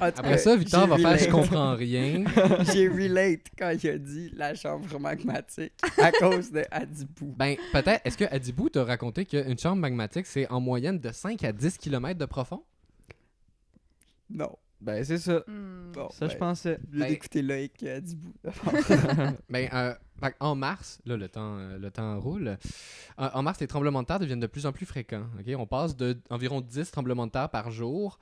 Speaker 1: Après
Speaker 4: cas,
Speaker 1: ça, Victor
Speaker 4: Euh, j'ai
Speaker 1: va faire « je
Speaker 4: relate.
Speaker 1: comprends rien
Speaker 4: <laughs> J'ai relate quand il a dit la chambre magmatique à
Speaker 1: <laughs>
Speaker 4: cause de Adibou. ».
Speaker 1: Ben, peut-être, est-ce que Adibou t'a raconté qu'une chambre magmatique, c'est en moyenne de 5 à 10 km de profond?
Speaker 4: Non.
Speaker 3: Ben, c'est ça.
Speaker 5: Hmm.
Speaker 4: Bon,
Speaker 3: Ça, je
Speaker 4: ben,
Speaker 3: pensais.
Speaker 4: Je vais
Speaker 1: Ben-
Speaker 4: écouter Loïc
Speaker 1: <laughs>
Speaker 4: euh, Adibou.
Speaker 1: Ben, euh, fait que en mars, là, le temps, euh, le temps roule. Euh, en mars, les tremblements de terre deviennent de plus en plus fréquents. ok? On passe de environ 10 tremblements de terre par jour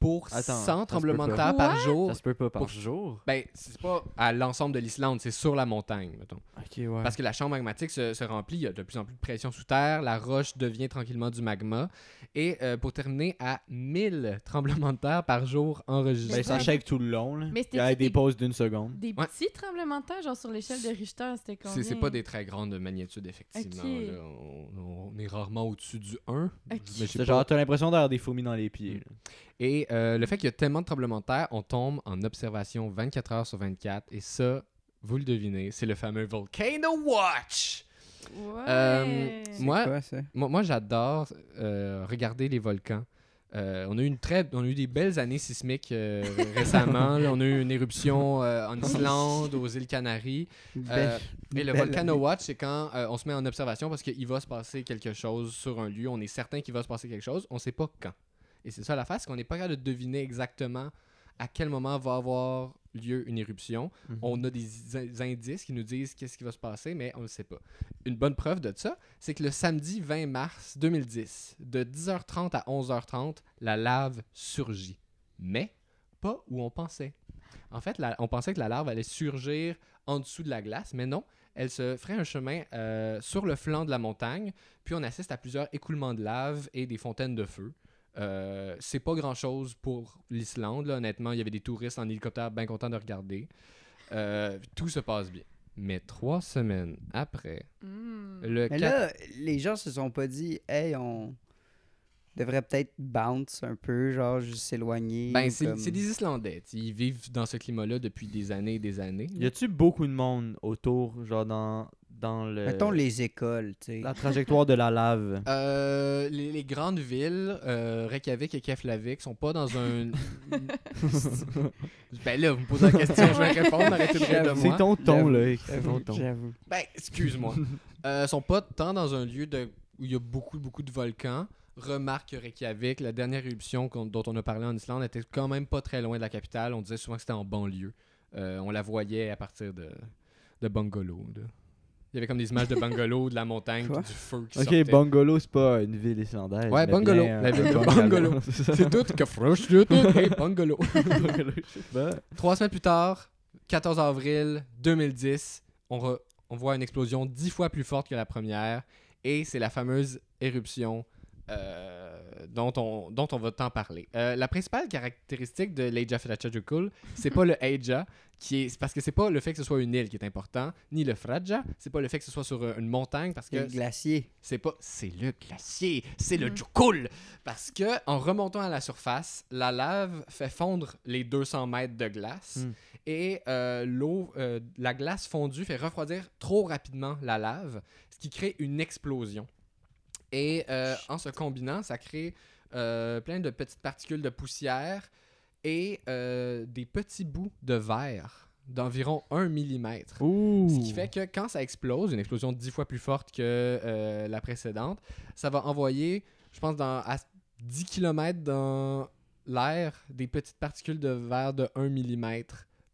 Speaker 1: pour
Speaker 3: Attends, ça se
Speaker 1: 100
Speaker 3: peut
Speaker 1: tremblements de
Speaker 3: pas.
Speaker 1: terre par jour.
Speaker 3: Ça se peut pas par
Speaker 1: Pour-
Speaker 3: jour.
Speaker 1: Ben, c'est pas à l'ensemble de l'Islande, c'est sur la montagne, mettons.
Speaker 3: Ok, ouais.
Speaker 1: Parce que la chambre magmatique se, se remplit, il y a de plus en plus de pression sous terre, la roche devient tranquillement du magma. Et euh, pour terminer, à 1000 tremblements de terre par jour
Speaker 3: Ben,
Speaker 1: enregistrés.
Speaker 3: ça shake tout le long, là.
Speaker 5: Mais
Speaker 3: Il y a
Speaker 5: c'était-
Speaker 3: des pauses d'une seconde.
Speaker 5: Des
Speaker 1: Ouais.
Speaker 5: petits tremblements de terre, genre sur l'échelle de Richter, c'était combien?
Speaker 1: C'est- C'est pas des très grandes magnitudes, effectivement.
Speaker 5: Ok.
Speaker 1: là. On, on est rarement au-dessus du 1.
Speaker 5: Ok.
Speaker 1: mais je sais
Speaker 3: C'est
Speaker 1: pas.
Speaker 3: genre, t'as l'impression d'avoir des fourmis dans les pieds. là.
Speaker 1: Et euh, le fait qu'il y a tellement de tremblements de terre, on tombe en observation 24 heures sur 24. Et ça, vous le devinez, c'est le fameux Volcano Watch.
Speaker 5: Ouais.
Speaker 1: Euh, Moi,
Speaker 4: Quoi, ça?
Speaker 1: Moi, moi, j'adore euh, regarder les volcans. Euh, on a eu une très, on a eu des belles années sismiques euh, récemment. là. on a eu une éruption euh,
Speaker 5: <laughs>
Speaker 1: en Islande, aux îles Canaries. Euh,
Speaker 4: Belle-
Speaker 1: et le
Speaker 4: belle
Speaker 1: Volcano
Speaker 4: année.
Speaker 1: Watch, c'est quand euh, on se met en observation parce qu'il va se passer quelque chose sur un lieu. On est certain qu'il va se passer quelque chose. On sait pas quand. Et c'est ça la face, qu'on n'est pas capable de deviner exactement à quel moment va avoir lieu une éruption.
Speaker 3: Mhm.
Speaker 1: On a des in- indices qui nous disent qu'est-ce qui va se passer, mais on ne sait pas. Une bonne preuve de ça, c'est que le samedi 20 mars 2010, de 10h30 à 11h30, la lave surgit. Mais pas où on pensait. En fait, la- on pensait que la lave allait surgir en dessous de la glace, mais non. Elle se ferait un chemin euh, sur le flanc de la montagne, puis on assiste à plusieurs écoulements de lave et des fontaines de feu. Euh, c'est pas grand chose pour l'Islande, là, honnêtement. Il y avait des touristes en hélicoptère bien contents de regarder. Euh, tout se passe bien. Mais trois semaines après,
Speaker 5: Hmm.
Speaker 1: le
Speaker 4: Mais
Speaker 1: 4
Speaker 4: là, les gens se sont pas dit, hey, on devrait peut-être bounce un peu, genre juste s'éloigner.
Speaker 1: Ben,
Speaker 4: ou
Speaker 1: c'est
Speaker 4: comme-
Speaker 1: c'est des Islandais. t'sais, Ils vivent dans ce climat-là depuis des années et des années.
Speaker 3: Y a-tu beaucoup de monde autour, genre dans, dans le.
Speaker 4: Mettons les écoles, tu sais.
Speaker 3: La trajectoire de la lave.
Speaker 1: <laughs> Euh, les, les grandes villes, euh, Reykjavik et Keflavik, sont pas dans
Speaker 3: <laughs>
Speaker 1: un. ben là, vous me posez la question, je vais répondre, arrêtez de rire de
Speaker 3: C'est
Speaker 1: moi.
Speaker 3: ton ton,
Speaker 4: J'avoue,
Speaker 3: là. C'est ton
Speaker 4: J'avoue,
Speaker 3: ton.
Speaker 4: J'avoue.
Speaker 1: Ben, excuse-moi. Euh, sont pas tant dans un lieu de... où il y a beaucoup, beaucoup de volcans. Remarque que Reykjavik, la dernière éruption qu'on- dont on a parlé en Islande était quand même pas très loin de la capitale. On disait souvent que c'était en banlieue. Euh, on la voyait à partir de, de bungalows. là. Il y avait comme des images de bungalows, de la montagne, puis
Speaker 4: Quoi?
Speaker 1: du feu qui sortait.
Speaker 3: Ok, Bungalow, c'est pas une ville islandaise.
Speaker 1: Ouais,
Speaker 3: mais
Speaker 1: Bungalow,
Speaker 3: bien,
Speaker 1: la
Speaker 3: un
Speaker 1: ville de Bungalow.
Speaker 3: <laughs> c'est ça.
Speaker 1: C'est tout que Frosh, tout, tout, et bungalow.
Speaker 3: Bungalow, je sais pas.
Speaker 1: <laughs> Trois semaines plus tard, 14 avril 2010, on, re- on voit une explosion dix fois plus forte que la première. Et c'est la fameuse éruption euh, dont, on, dont on va tant parler. Euh, la principale caractéristique de l'Eija Fratchajukul, c'est pas le Eija, qui est, c'est parce que c'est pas le fait que ce soit une île qui est important, ni le Fradja, c'est pas le fait que ce soit sur euh, une montagne, parce
Speaker 4: Il y a
Speaker 1: que
Speaker 4: le glacier.
Speaker 1: c'est pas c'est le glacier, c'est le
Speaker 5: Mm.
Speaker 1: Jukul parce que en remontant à la surface, la lave fait fondre les 200 mètres de glace
Speaker 3: Mm.
Speaker 1: et euh, l'eau, euh, la glace fondue fait refroidir trop rapidement la lave, ce qui crée une explosion. Et euh, en se combinant, ça crée euh, plein de petites particules de poussière et euh, des petits bouts de verre d'environ 1 millimètre.
Speaker 3: Ouh.
Speaker 1: Ce qui fait que quand ça explose, une explosion dix fois plus forte que euh, la précédente, ça va envoyer, je pense, dans, à 10 km dans l'air, des petites particules de verre de 1 mm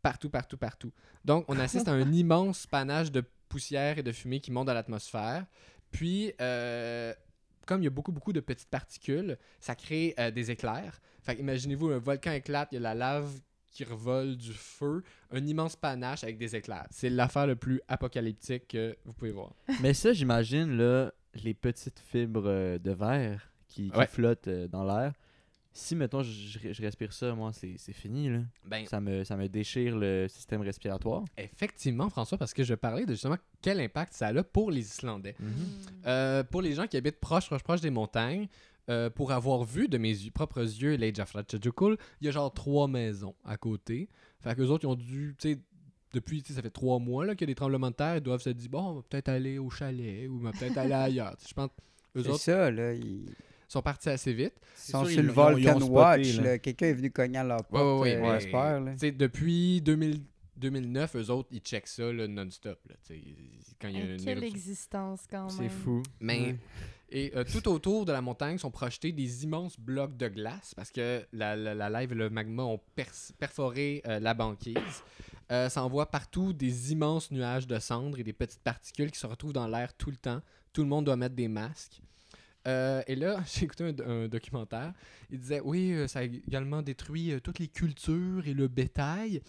Speaker 1: partout, partout, partout. Donc, on assiste à un immense panache de poussière et de fumée qui monte dans l'atmosphère. Puis, euh, comme il y a beaucoup, beaucoup de petites particules, ça crée euh, des éclairs. Fait que imaginez-vous, un volcan éclate, il y a la lave qui revole du feu, un immense panache avec des éclairs. C'est l'affaire le plus apocalyptique que vous pouvez voir.
Speaker 3: Mais ça, j'imagine, là, les petites fibres euh, de verre qui, qui
Speaker 1: Ouais.
Speaker 3: flottent euh, dans l'air. si, mettons, je, je- je respire ça, moi, c'est c'est fini, là.
Speaker 1: Ben,
Speaker 3: Ça me, ça me déchire le système respiratoire.
Speaker 1: effectivement, François, parce que je parlais de justement quel impact ça a pour les Islandais.
Speaker 3: Mhm.
Speaker 5: Hmm.
Speaker 1: Euh, pour les gens qui habitent proche, proche, proche des montagnes, euh, pour avoir vu de mes yeux- propres yeux les Jafratchadjukul, il y a genre trois maisons à côté. Fait qu'eux autres, ils ont dû, tu sais, depuis, tu sais, ça fait trois mois là, qu'il y a des tremblements de terre, ils doivent se dire, bon, on va peut-être aller au chalet ou on va peut-être aller ailleurs. Tu sais, Je pense eux
Speaker 4: C'est
Speaker 1: autres
Speaker 4: ça, là. Ils
Speaker 1: sont partis assez vite.
Speaker 3: C'est
Speaker 4: sont
Speaker 3: sûr,
Speaker 4: sur
Speaker 3: ils
Speaker 4: le
Speaker 3: l'ont- ils l'ont
Speaker 4: Volcan
Speaker 3: spoté,
Speaker 4: Watch,
Speaker 3: là.
Speaker 4: là. Quelqu'un est venu cogner à leur porte,
Speaker 1: ouais,
Speaker 4: euh,
Speaker 1: ouais, mais-
Speaker 4: j'espère, là.
Speaker 1: Tu sais, depuis 2000 2009, eux autres, ils checkent ça là, non-stop. là, tu sais, ils- Quand il y a
Speaker 5: Hey,
Speaker 1: une
Speaker 5: quelle
Speaker 1: éruption.
Speaker 5: existence quand
Speaker 1: Oh,
Speaker 5: même.
Speaker 3: C'est fou.
Speaker 1: Mais
Speaker 4: Ouais.
Speaker 1: et euh, tout autour de la montagne sont projetés des immenses blocs de glace parce que la, la, la lave et le magma ont pers- perforé euh, la banquise. Euh, ça envoie partout des immenses nuages de cendres et des petites particules qui se retrouvent dans l'air tout le temps. Tout le monde doit mettre des masques. Euh, et là, <laughs> j'ai écouté un, un documentaire. Il disait oui, euh, ça a également détruit euh, toutes les cultures et le bétail.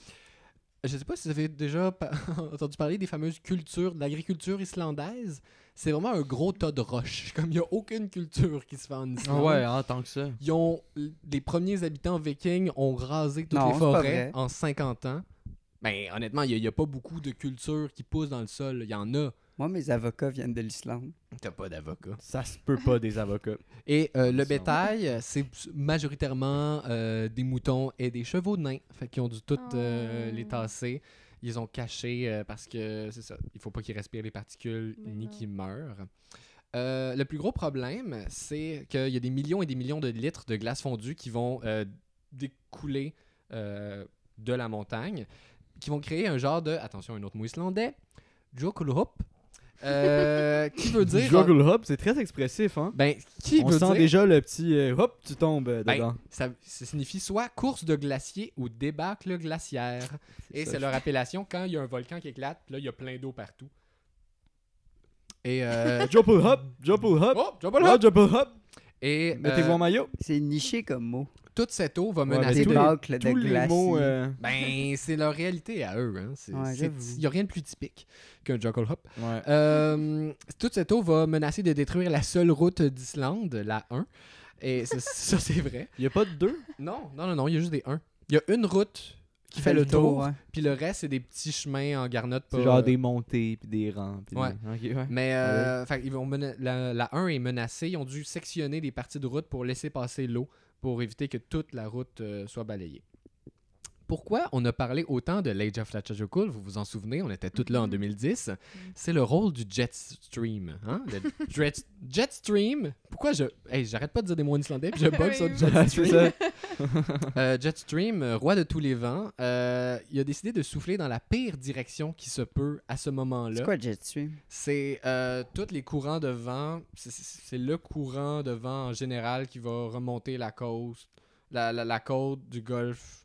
Speaker 1: Je ne sais pas si vous avez déjà pa- <laughs> entendu parler des fameuses cultures de l'agriculture islandaise. C'est vraiment un gros tas de roches. <laughs> Comme il n'y a aucune culture qui se fait en Islande.
Speaker 3: Ah ouais, en tant que ça.
Speaker 1: Ils ont, les premiers habitants vikings ont rasé toutes
Speaker 4: Non,
Speaker 1: les
Speaker 4: c'est pas
Speaker 1: forêts
Speaker 4: vrai.
Speaker 1: en 50 ans. Ben, honnêtement, il n'y a, pas beaucoup de cultures qui poussent dans le sol. là. Il y en a.
Speaker 4: Moi, mes avocats viennent de l'Islande.
Speaker 1: T'as pas d'avocat.
Speaker 3: Ça se peut pas des avocats.
Speaker 1: Et euh, le
Speaker 3: Ensemble.
Speaker 1: bétail, euh, c'est majoritairement euh, des moutons et des chevaux de nains. Fait qu'ils ont dû tout euh,
Speaker 5: Oh.
Speaker 1: les tasser. Ils ont caché euh, parce que c'est ça. Il faut pas qu'ils respirent les particules
Speaker 5: Mais
Speaker 1: ni
Speaker 5: non.
Speaker 1: qu'ils meurent. Euh, le plus gros problème, c'est qu'il y a des millions et des millions de litres de glace fondue qui vont euh, découler euh, de la montagne, qui vont créer un genre de, attention, un autre mot islandais, Jokulhop, euh, qui
Speaker 3: <laughs>
Speaker 1: veut dire...
Speaker 3: Juggle hop, c'est très expressif, hein.
Speaker 1: Ben, qui
Speaker 3: On
Speaker 1: veut
Speaker 3: sent
Speaker 1: dire...
Speaker 3: déjà le petit euh, hop, tu tombes euh,
Speaker 1: Ben,
Speaker 3: dedans.
Speaker 1: ça, ça signifie soit course de glacier ou débâcle glaciaire. Et
Speaker 3: ça,
Speaker 1: c'est
Speaker 3: je-
Speaker 1: leur appellation quand il y a un volcan qui éclate, puis là, il y a plein d'eau partout. Et.
Speaker 3: <laughs>
Speaker 1: euh,
Speaker 3: Jumple hop, jumple hop,
Speaker 1: oh, Jabal
Speaker 3: oh,
Speaker 1: Hut!
Speaker 3: jumple hop.
Speaker 1: Et euh,
Speaker 3: Mettez-vous en maillot.
Speaker 4: C'est niché comme mot.
Speaker 1: toute cette eau va
Speaker 3: Ouais,
Speaker 1: menacer.
Speaker 4: Des
Speaker 3: mais tous
Speaker 1: de-
Speaker 3: les-
Speaker 4: bâcles de
Speaker 3: Tous les
Speaker 4: glacier.
Speaker 3: mots. euh,
Speaker 1: Ben, c'est leur réalité à eux. hein. C'est-
Speaker 4: Ouais,
Speaker 1: c'est- Il
Speaker 4: j'avoue.
Speaker 1: n'y a rien de plus typique qu'un Juggle Hop.
Speaker 3: Ouais.
Speaker 1: Euh, toute cette eau va menacer de détruire la seule route d'Islande, la 1. Et ça, ça, c'est vrai.
Speaker 3: <laughs> Y a pas de deux
Speaker 1: Non, non, non, non, il y a juste des 1. Il y a une route qui fait, le tour.
Speaker 4: hein.
Speaker 1: Puis le reste, c'est des petits chemins en garnotte. pas-
Speaker 3: C'est genre des Ah montées puis des rangs. puis
Speaker 1: Ouais.
Speaker 3: des- Ok, euh, ouais.
Speaker 1: Mais euh, fait, ils vont mena- la, la 1 est menacée. Ils ont dû sectionner des parties de route pour laisser passer l'eau, pour éviter que toute la route euh, soit balayée. Pourquoi on a parlé autant de l'Age of Tlatelolco? Vous vous en souvenez, on était toutes là en 2010. C'est le rôle du jet stream. hein? Le jet, jet stream. Pourquoi je. Hey, j'arrête pas de dire des mots en islandais puis je bug sur
Speaker 5: Oui,
Speaker 1: jet
Speaker 3: <laughs> C'est
Speaker 1: stream.
Speaker 3: ça.
Speaker 1: Euh, Jetstream, euh, roi de tous les vents, euh, il a décidé de souffler dans la pire direction qui se peut à ce
Speaker 4: C'est
Speaker 1: moment-là.
Speaker 4: quoi Jetstream?
Speaker 1: C'est euh, tous les courants de vent, c'est- c'est c'est le courant de vent en général qui va remonter la côte, la, la- la côte du golfe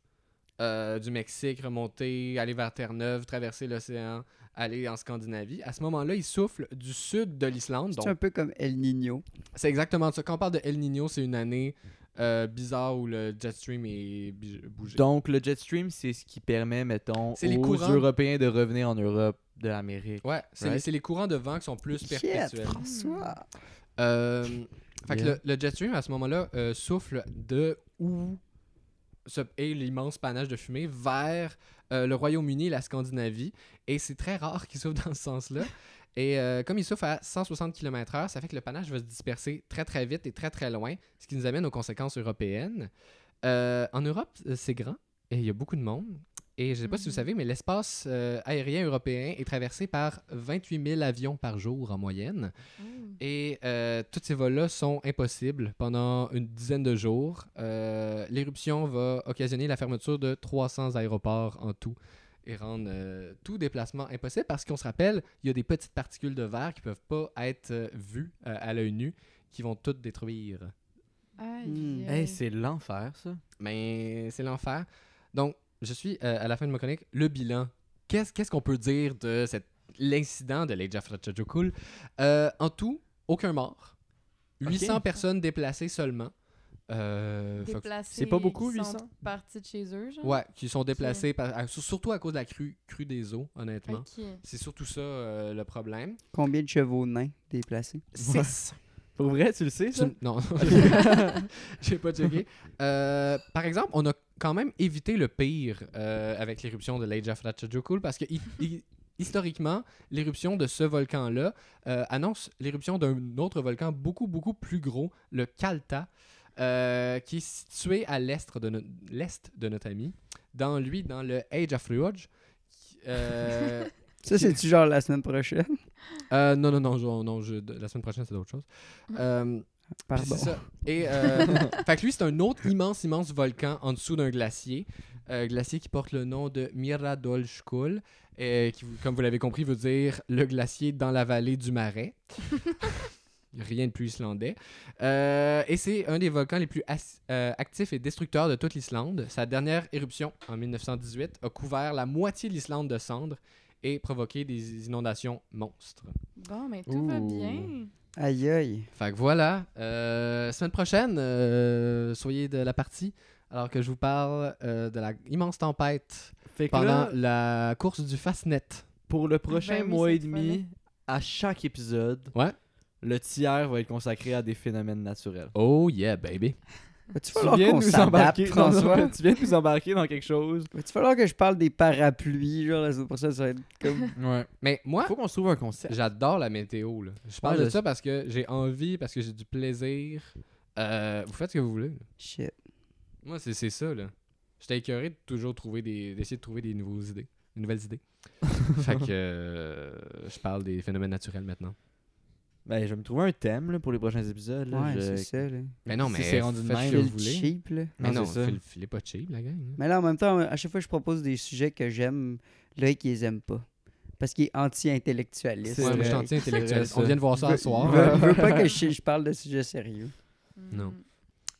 Speaker 1: euh, du Mexique, remonter, aller vers Terre-Neuve, traverser l'océan, aller en Scandinavie. À ce moment-là, il souffle du sud de l'Islande,
Speaker 4: C'est
Speaker 1: donc
Speaker 4: un peu comme El Niño.
Speaker 1: c'est exactement ça. Quand on parle de El Niño, c'est une année euh, bizarre où le Jetstream est bi- bougé.
Speaker 3: Donc, le jet stream, c'est ce qui permet, mettons,
Speaker 1: C'est les
Speaker 3: aux
Speaker 1: courants.
Speaker 3: Européens de revenir en Europe, de l'Amérique.
Speaker 1: Ouais, c'est
Speaker 3: Right?
Speaker 1: les- c'est les courants de vent qui sont plus
Speaker 4: Shit,
Speaker 1: perpétuels.
Speaker 4: François!
Speaker 1: Euh, Fait que
Speaker 3: Yeah.
Speaker 1: le, le jet stream, à ce moment-là, euh, souffle de où se, et l'immense panache de fumée vers euh, le Royaume-Uni et la Scandinavie. Et c'est très rare qu'il souffle dans ce sens-là. Et euh, comme il souffle à 160 km/h, ça fait que le panache va se disperser très très vite et très très loin, ce qui nous amène aux conséquences européennes. Euh, en Europe, euh, c'est grand et il y a beaucoup de monde. Et je ne sais pas si vous
Speaker 5: Mhm.
Speaker 1: savez, mais l'espace euh, aérien européen est traversé par 28 000 avions par jour en moyenne.
Speaker 5: Mm.
Speaker 1: Et euh, tous ces vols-là sont impossibles pendant une dizaine de jours. Euh, L'éruption va occasionner la fermeture de 300 aéroports en tout et rendre euh, tout déplacement impossible parce qu'on se rappelle, il y a des petites particules de verre qui peuvent pas être euh, vues euh, à l'œil nu qui vont toutes détruire.
Speaker 5: Aïe,
Speaker 4: Mm.
Speaker 5: aïe.
Speaker 3: Hey, c'est l'enfer, ça.
Speaker 1: Mais c'est l'enfer. Donc, je suis euh, à la fin de ma chronique. Le bilan. Qu'est-ce qu'est-ce qu'on peut dire de cet l'incident de Lake Jafrachajokul? Euh, en tout, aucun mort. 800 personnes déplacées seulement. Euh, fait que-
Speaker 5: Déplacés,
Speaker 3: c'est pas beaucoup,
Speaker 5: ils
Speaker 3: 800?
Speaker 5: sont partis de chez eux, genre.
Speaker 1: ouais, qui sont déplacées, par- à- surtout à cause de la crue, crue des eaux, honnêtement.
Speaker 5: Ok.
Speaker 1: C'est surtout ça euh, le problème.
Speaker 4: Combien de chevaux nains déplacés?
Speaker 1: Six.
Speaker 3: Pour vrai, tu le sais,
Speaker 1: Tu
Speaker 3: ça?
Speaker 1: m- Non, <laughs> j'ai pas checké. Euh, par exemple, on a quand même évité le pire euh, avec l'éruption de Lake Jafrachajokul parce que hi- hi- historiquement, l'éruption de ce volcan-là euh, annonce l'éruption d'un autre volcan beaucoup, beaucoup plus gros, le Kalta, euh, qui est situé à l'est de, no- l'est de notre ami, dans lui, dans le Ejafruaj. qui- Euh,
Speaker 3: <laughs>
Speaker 4: Ça, c'est-tu genre la semaine prochaine?
Speaker 1: euh, non, non, non, je- non je- la semaine prochaine, c'est d'autres choses. Euh, puis
Speaker 4: Pardon.
Speaker 1: c'est ça. Et euh, fait que lui, c'est un autre immense, immense volcan en dessous d'un glacier. Euh, glacier qui porte le nom de Miradolskul, euh, qui, comme vous l'avez compris, veut dire le glacier dans la vallée du marais. Rien de plus islandais. Euh, et c'est un des volcans les plus as- euh, actifs et destructeurs de toute l'Islande. Sa dernière éruption, en 1918, a couvert la moitié de l'Islande de cendres et provoqué des inondations monstres.
Speaker 5: Bon, mais tout va
Speaker 1: Ouh.
Speaker 5: bien.
Speaker 4: Aïe aïe.
Speaker 1: Fait que voilà. Euh, semaine prochaine, euh, soyez de la partie. Alors que je vous parle euh, de la immense tempête
Speaker 3: Fait que
Speaker 1: pendant
Speaker 3: là,
Speaker 1: la course du Fastnet.
Speaker 3: pour le prochain
Speaker 5: Ben oui,
Speaker 3: mois et
Speaker 5: cette fois-là.
Speaker 3: demi, à chaque épisode,
Speaker 1: Ouais.
Speaker 3: le tiers va être consacré à des phénomènes naturels.
Speaker 1: Oh yeah, baby.
Speaker 4: Va-tu
Speaker 3: Tu
Speaker 4: falloir
Speaker 3: viens, de
Speaker 4: qu'on
Speaker 3: nous
Speaker 4: s'adapte,
Speaker 3: embarquer dans,
Speaker 4: François?
Speaker 3: <laughs> tu viens de nous embarquer dans quelque chose.
Speaker 4: Va-tu falloir que je parle des parapluies, genre la semaine prochaine, ça va être
Speaker 3: <laughs>
Speaker 4: comme...
Speaker 3: Ouais.
Speaker 1: Mais moi,
Speaker 3: Faut qu'on se trouve un concept.
Speaker 1: j'adore la météo. là. Je parle
Speaker 3: Ouais,
Speaker 1: de
Speaker 3: je-
Speaker 1: ça parce que j'ai envie, parce que j'ai du plaisir. Euh, vous faites ce que vous voulez. là.
Speaker 4: Shit.
Speaker 1: Moi, c'est c'est ça. là. J'étais écœuré de toujours trouver des. d'essayer de trouver des nouveaux idées. Des nouvelles
Speaker 3: <laughs>
Speaker 1: idées. fait que euh, je parle des phénomènes naturels maintenant.
Speaker 3: Ben, je vais me trouver un thème là, pour les prochains épisodes. là.
Speaker 4: Ouais,
Speaker 3: Je-
Speaker 4: c'est ça, là.
Speaker 1: Mais non,
Speaker 3: Si
Speaker 1: mais
Speaker 3: c'est rendu de
Speaker 1: faites
Speaker 3: même,
Speaker 1: ce
Speaker 4: C'est
Speaker 1: que
Speaker 3: je
Speaker 1: vous
Speaker 4: le
Speaker 1: voulez.
Speaker 4: cheap, là.
Speaker 1: Mais
Speaker 3: Non,
Speaker 1: non,
Speaker 3: c'est ça.
Speaker 1: Phil, Phil est pas cheap, la gang. hein.
Speaker 4: Mais là, en même temps, à chaque fois, je propose des sujets que j'aime, Loïc, il les aime pas. Parce qu'il est anti-intellectualiste.
Speaker 3: C'est
Speaker 1: Ouais, moi,
Speaker 3: vrai.
Speaker 1: je suis anti-intellectuel.
Speaker 3: C'est vrai,
Speaker 1: On vient de voir
Speaker 4: Il
Speaker 1: ça
Speaker 4: veut,
Speaker 1: ce soir.
Speaker 4: il veut- il veut pas
Speaker 1: <laughs>
Speaker 4: que je, je parle de sujets sérieux.
Speaker 1: Non.
Speaker 5: Mm.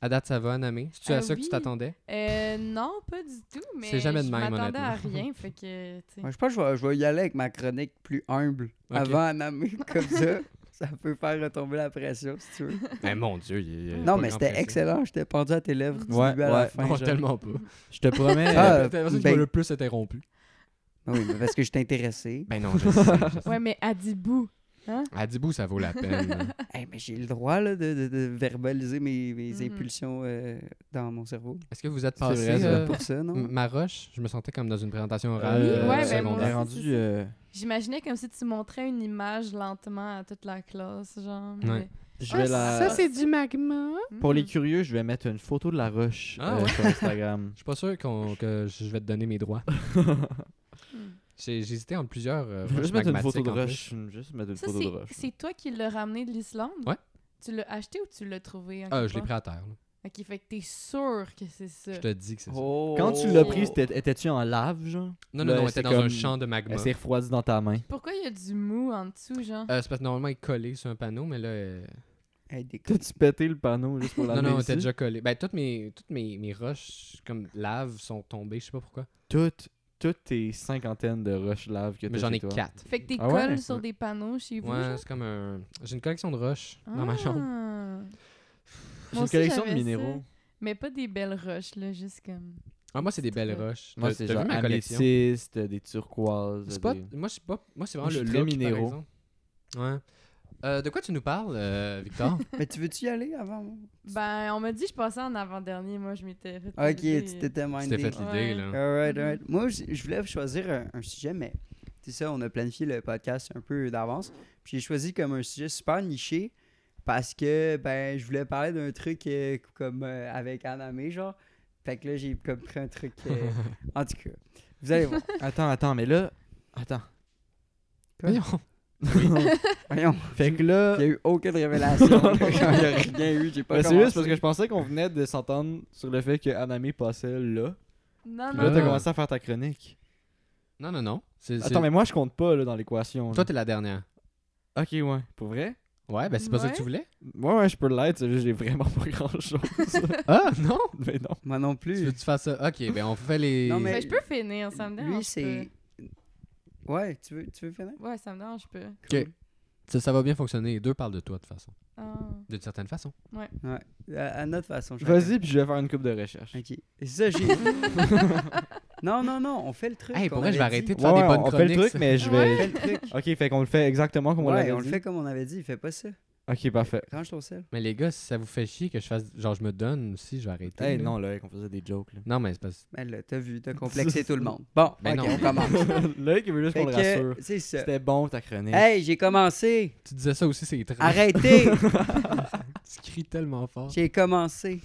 Speaker 1: À date, ça va, Anamé. C'est-tu
Speaker 5: Euh,
Speaker 1: à ça que
Speaker 5: oui.
Speaker 1: tu t'attendais?
Speaker 5: Euh, non, pas du tout, mais
Speaker 1: C'est jamais de
Speaker 5: je
Speaker 1: même,
Speaker 5: m'attendais à
Speaker 1: honnêtement.
Speaker 5: rien, fait que, tu sais.
Speaker 4: Ouais, je pense que je vais, je vais y aller avec ma chronique plus humble.
Speaker 1: Ok.
Speaker 4: Avant Anamé, comme ça, <laughs> ça peut faire retomber la pression, si tu veux.
Speaker 1: Mais mon Dieu, il y a
Speaker 4: Non,
Speaker 1: pas
Speaker 4: mais
Speaker 1: grand
Speaker 4: c'était
Speaker 1: plaisir.
Speaker 4: excellent. J'étais pendu à tes lèvres du
Speaker 3: Ouais,
Speaker 4: début à la
Speaker 3: ouais.
Speaker 4: fin.
Speaker 1: Non,
Speaker 4: genre.
Speaker 1: tellement pas.
Speaker 3: Je te promets.
Speaker 4: Ah,
Speaker 1: T'as l'impression qu'il
Speaker 4: ben-
Speaker 1: m'a le plus interrompu.
Speaker 4: Ah Oui, mais parce que je
Speaker 1: <laughs>
Speaker 4: t'intéressais.
Speaker 1: Ben non, je sais.
Speaker 5: Ouais, mais à 10 bouts.
Speaker 1: <laughs> À Dibou, ça vaut la peine.
Speaker 4: Hey, mais j'ai le droit là, de, de- de verbaliser mes, mes
Speaker 5: Mhm.
Speaker 4: impulsions euh, dans mon cerveau.
Speaker 1: Est-ce que vous êtes
Speaker 3: C'est vrai,
Speaker 1: passé
Speaker 3: ça.
Speaker 1: euh,
Speaker 4: Pour ça, non?
Speaker 1: M- Maroche? Je me sentais comme dans une présentation orale
Speaker 3: Euh,
Speaker 1: euh,
Speaker 5: ouais, ben,
Speaker 3: on est
Speaker 1: secondaire.
Speaker 5: moi aussi, c'est
Speaker 3: rendu. euh,
Speaker 5: J'imaginais comme si tu montrais une image lentement à toute la classe, genre. mais-
Speaker 1: Ouais.
Speaker 3: Je vais la...
Speaker 5: ça, c'est
Speaker 1: du magma.
Speaker 3: Pour les
Speaker 5: Mm.
Speaker 3: curieux, je vais mettre une photo de la roche
Speaker 1: Ah
Speaker 3: euh,
Speaker 1: ouais. <laughs>
Speaker 3: sur Instagram.
Speaker 1: Je suis pas sûr qu'on- que je vais te donner mes
Speaker 5: <laughs>
Speaker 1: droits. J'ai j'ai hésité entre plusieurs. euh,
Speaker 3: je vais
Speaker 1: roches
Speaker 3: juste mettre une photo
Speaker 1: magmatiques,
Speaker 3: de
Speaker 1: en plus.
Speaker 3: roche. Je vais Juste mettre une
Speaker 5: Ça,
Speaker 3: photo de
Speaker 5: c'est-
Speaker 3: roche.
Speaker 5: c'est toi qui l'as ramené de l'Islande?
Speaker 1: Ouais.
Speaker 5: Tu l'as acheté ou tu l'as trouvé? en
Speaker 1: Ah,
Speaker 5: quelque
Speaker 1: je l'ai
Speaker 5: part?
Speaker 1: pris à terre. là.
Speaker 5: Ok, fait que t'es sûr que c'est ça.
Speaker 1: Je te dis que c'est ça.
Speaker 3: Quand tu l'as
Speaker 5: Oh.
Speaker 3: pris, c'était- étais-tu en lave, genre?
Speaker 1: Non, non,
Speaker 3: Là,
Speaker 1: non, on
Speaker 3: c'est
Speaker 1: était dans
Speaker 3: comme-
Speaker 1: un champ de magma.
Speaker 3: Elle s'est refroidie dans ta main.
Speaker 5: Pourquoi il y a du mou en dessous, genre?
Speaker 1: Euh, c'est parce que normalement, il est collé sur un panneau, mais là. euh,
Speaker 4: Hey, des coups.
Speaker 3: T'as-tu pété le panneau juste pour
Speaker 1: Non,
Speaker 3: l'amener
Speaker 1: non, on
Speaker 3: ici?
Speaker 1: était déjà collé. Ben, toutes mes, toutes mes, mes roches, comme lave, sont tombées, je sais pas pourquoi.
Speaker 3: Toutes, toutes tes cinquantaines de roches lave que t'as
Speaker 1: Mais j'en
Speaker 3: chez
Speaker 1: ai
Speaker 3: toi.
Speaker 1: quatre.
Speaker 5: Fait que t'es
Speaker 3: Ah ouais?
Speaker 5: colles sur des panneaux chez vous,
Speaker 1: Ouais,
Speaker 5: genre?
Speaker 1: c'est comme un. J'ai une collection de roches dans ma
Speaker 5: Ah.
Speaker 1: chambre.
Speaker 3: J'ai
Speaker 5: Moi
Speaker 3: une
Speaker 5: aussi,
Speaker 3: collection de
Speaker 5: j'avais
Speaker 3: minéraux.
Speaker 5: ça. Mais pas des belles roches, là, juste comme...
Speaker 1: Ah, moi, c'est des belles
Speaker 5: Très-
Speaker 1: roches.
Speaker 3: Moi,
Speaker 1: T'as-
Speaker 3: c'est
Speaker 1: t'as
Speaker 3: genre
Speaker 1: vu ma collection.
Speaker 3: améthyste, des turquoises.
Speaker 1: C'est pas... <laughs>
Speaker 3: des-
Speaker 1: Moi, c'est pas... moi, c'est
Speaker 3: Moi,
Speaker 1: vraiment
Speaker 3: je
Speaker 1: le
Speaker 3: suis très
Speaker 1: look, par
Speaker 3: minéraux.
Speaker 1: exemple. Ouais. Euh, de quoi tu nous parles, euh,
Speaker 3: <laughs>
Speaker 1: Victor
Speaker 4: <laughs> Mais tu veux-tu y aller avant moi?
Speaker 5: Ben, on m'a dit que je passais en avant-dernier. Moi, je m'étais fait...
Speaker 4: Ok, tu
Speaker 5: aider.
Speaker 4: t'étais
Speaker 1: Tu t'es
Speaker 4: mindé.
Speaker 1: fait l'idée,
Speaker 5: Ouais.
Speaker 1: là.
Speaker 5: Mm-hmm.
Speaker 4: Alright, alright. Moi, je je voulais choisir un, un sujet, mais c'est ça, on a planifié le podcast un peu d'avance. Puis j'ai choisi comme un sujet super niché parce que ben je voulais parler d'un truc euh, comme euh, avec Anamé, genre. Fait que là, j'ai comme pris un truc.
Speaker 3: <laughs>
Speaker 4: euh, en tout cas, vous allez voir.
Speaker 3: Attends, attends, mais là... Attends.
Speaker 1: Voyons.
Speaker 4: <laughs> Voyons,
Speaker 3: fait que là...
Speaker 4: il n'y a eu aucune
Speaker 3: <laughs>
Speaker 4: révélation. là, genre, Il n'y a rien eu, j'ai pas
Speaker 3: Ben, c'est juste parce
Speaker 4: commencé.
Speaker 3: que je pensais qu'on venait de s'entendre sur le fait que Anami passait là.
Speaker 5: Non,
Speaker 3: Puis
Speaker 5: non,
Speaker 3: Là, t'as
Speaker 1: Ah.
Speaker 5: non.
Speaker 3: commencé à faire ta chronique.
Speaker 1: Non, non, non. C'est- c'est-
Speaker 3: Attends, mais moi, je compte pas là, dans l'équation. là.
Speaker 1: Toi, t'es la dernière.
Speaker 3: Ok, ouais. Pour vrai?
Speaker 1: Ouais, ben c'est pas ça que
Speaker 5: Ouais.
Speaker 1: tu voulais.
Speaker 3: Ouais, ouais, je peux l'être, c'est juste que j'ai vraiment <laughs> pas grand chose.
Speaker 1: Ah, <laughs> non
Speaker 3: mais non.
Speaker 4: Moi non
Speaker 1: Tu
Speaker 4: plus.
Speaker 1: veux que tu fasses ça Ok, ben on fait les.
Speaker 4: Non, mais-
Speaker 5: Ben, je peux finir, ça me dérange
Speaker 4: Lui, c'est.
Speaker 5: pas.
Speaker 4: Ouais, tu veux, tu veux finir?
Speaker 5: Ouais, ça me dérange pas.
Speaker 1: Ok. Ça, ça va bien fonctionner. Les deux parlent de toi, de toute façon.
Speaker 5: Ah.
Speaker 1: D'une certaine façon.
Speaker 4: À, à notre façon. chacun.
Speaker 3: <laughs> Vas-y, puis je vais faire une coupe de recherche.
Speaker 4: Ok. Et ça,
Speaker 3: <laughs>
Speaker 4: j'ai. <laughs> non, non, non, on fait le truc.
Speaker 1: Hey, pour
Speaker 4: qu'on
Speaker 1: vrai, Ah, je vais
Speaker 4: avait
Speaker 1: arrêter
Speaker 4: dit.
Speaker 1: de faire des
Speaker 3: on-
Speaker 1: bonnes
Speaker 3: on fait le
Speaker 1: chroniques,
Speaker 3: truc,
Speaker 1: ça.
Speaker 3: mais je
Speaker 4: On
Speaker 3: vais.
Speaker 4: fait le truc.
Speaker 3: Ok, fait qu'on le fait exactement comme <laughs> on
Speaker 4: Ouais,
Speaker 3: l'avait
Speaker 4: on le
Speaker 3: dit.
Speaker 4: fait comme on avait dit, il fait pas ça.
Speaker 3: Ok, parfait.
Speaker 4: Quand je suis au sel.
Speaker 1: Mais les gars, si ça vous fait chier que je fasse. Genre, je me donne aussi, je vais arrêter.
Speaker 3: Hey,
Speaker 1: là.
Speaker 3: non, Loïc, on faisait des jokes. Là.
Speaker 1: Non, mais c'est parce
Speaker 4: Ben là, t'as vu, t'as complexé tout le monde. Bon,
Speaker 1: Ben
Speaker 4: ok,
Speaker 1: non. <laughs>
Speaker 4: on commence.
Speaker 3: <laughs> Loïc, il veut juste
Speaker 4: Fait
Speaker 3: qu'on le rassure.
Speaker 4: que, c'est ça.
Speaker 3: C'était bon ta chronique.
Speaker 4: Hey, j'ai commencé.
Speaker 1: que tu disais ça aussi, c'est très.
Speaker 3: <laughs>
Speaker 4: Arrêtez.
Speaker 1: <laughs> Tu cries tellement
Speaker 4: <laughs>
Speaker 1: fort.
Speaker 4: J'ai commencé.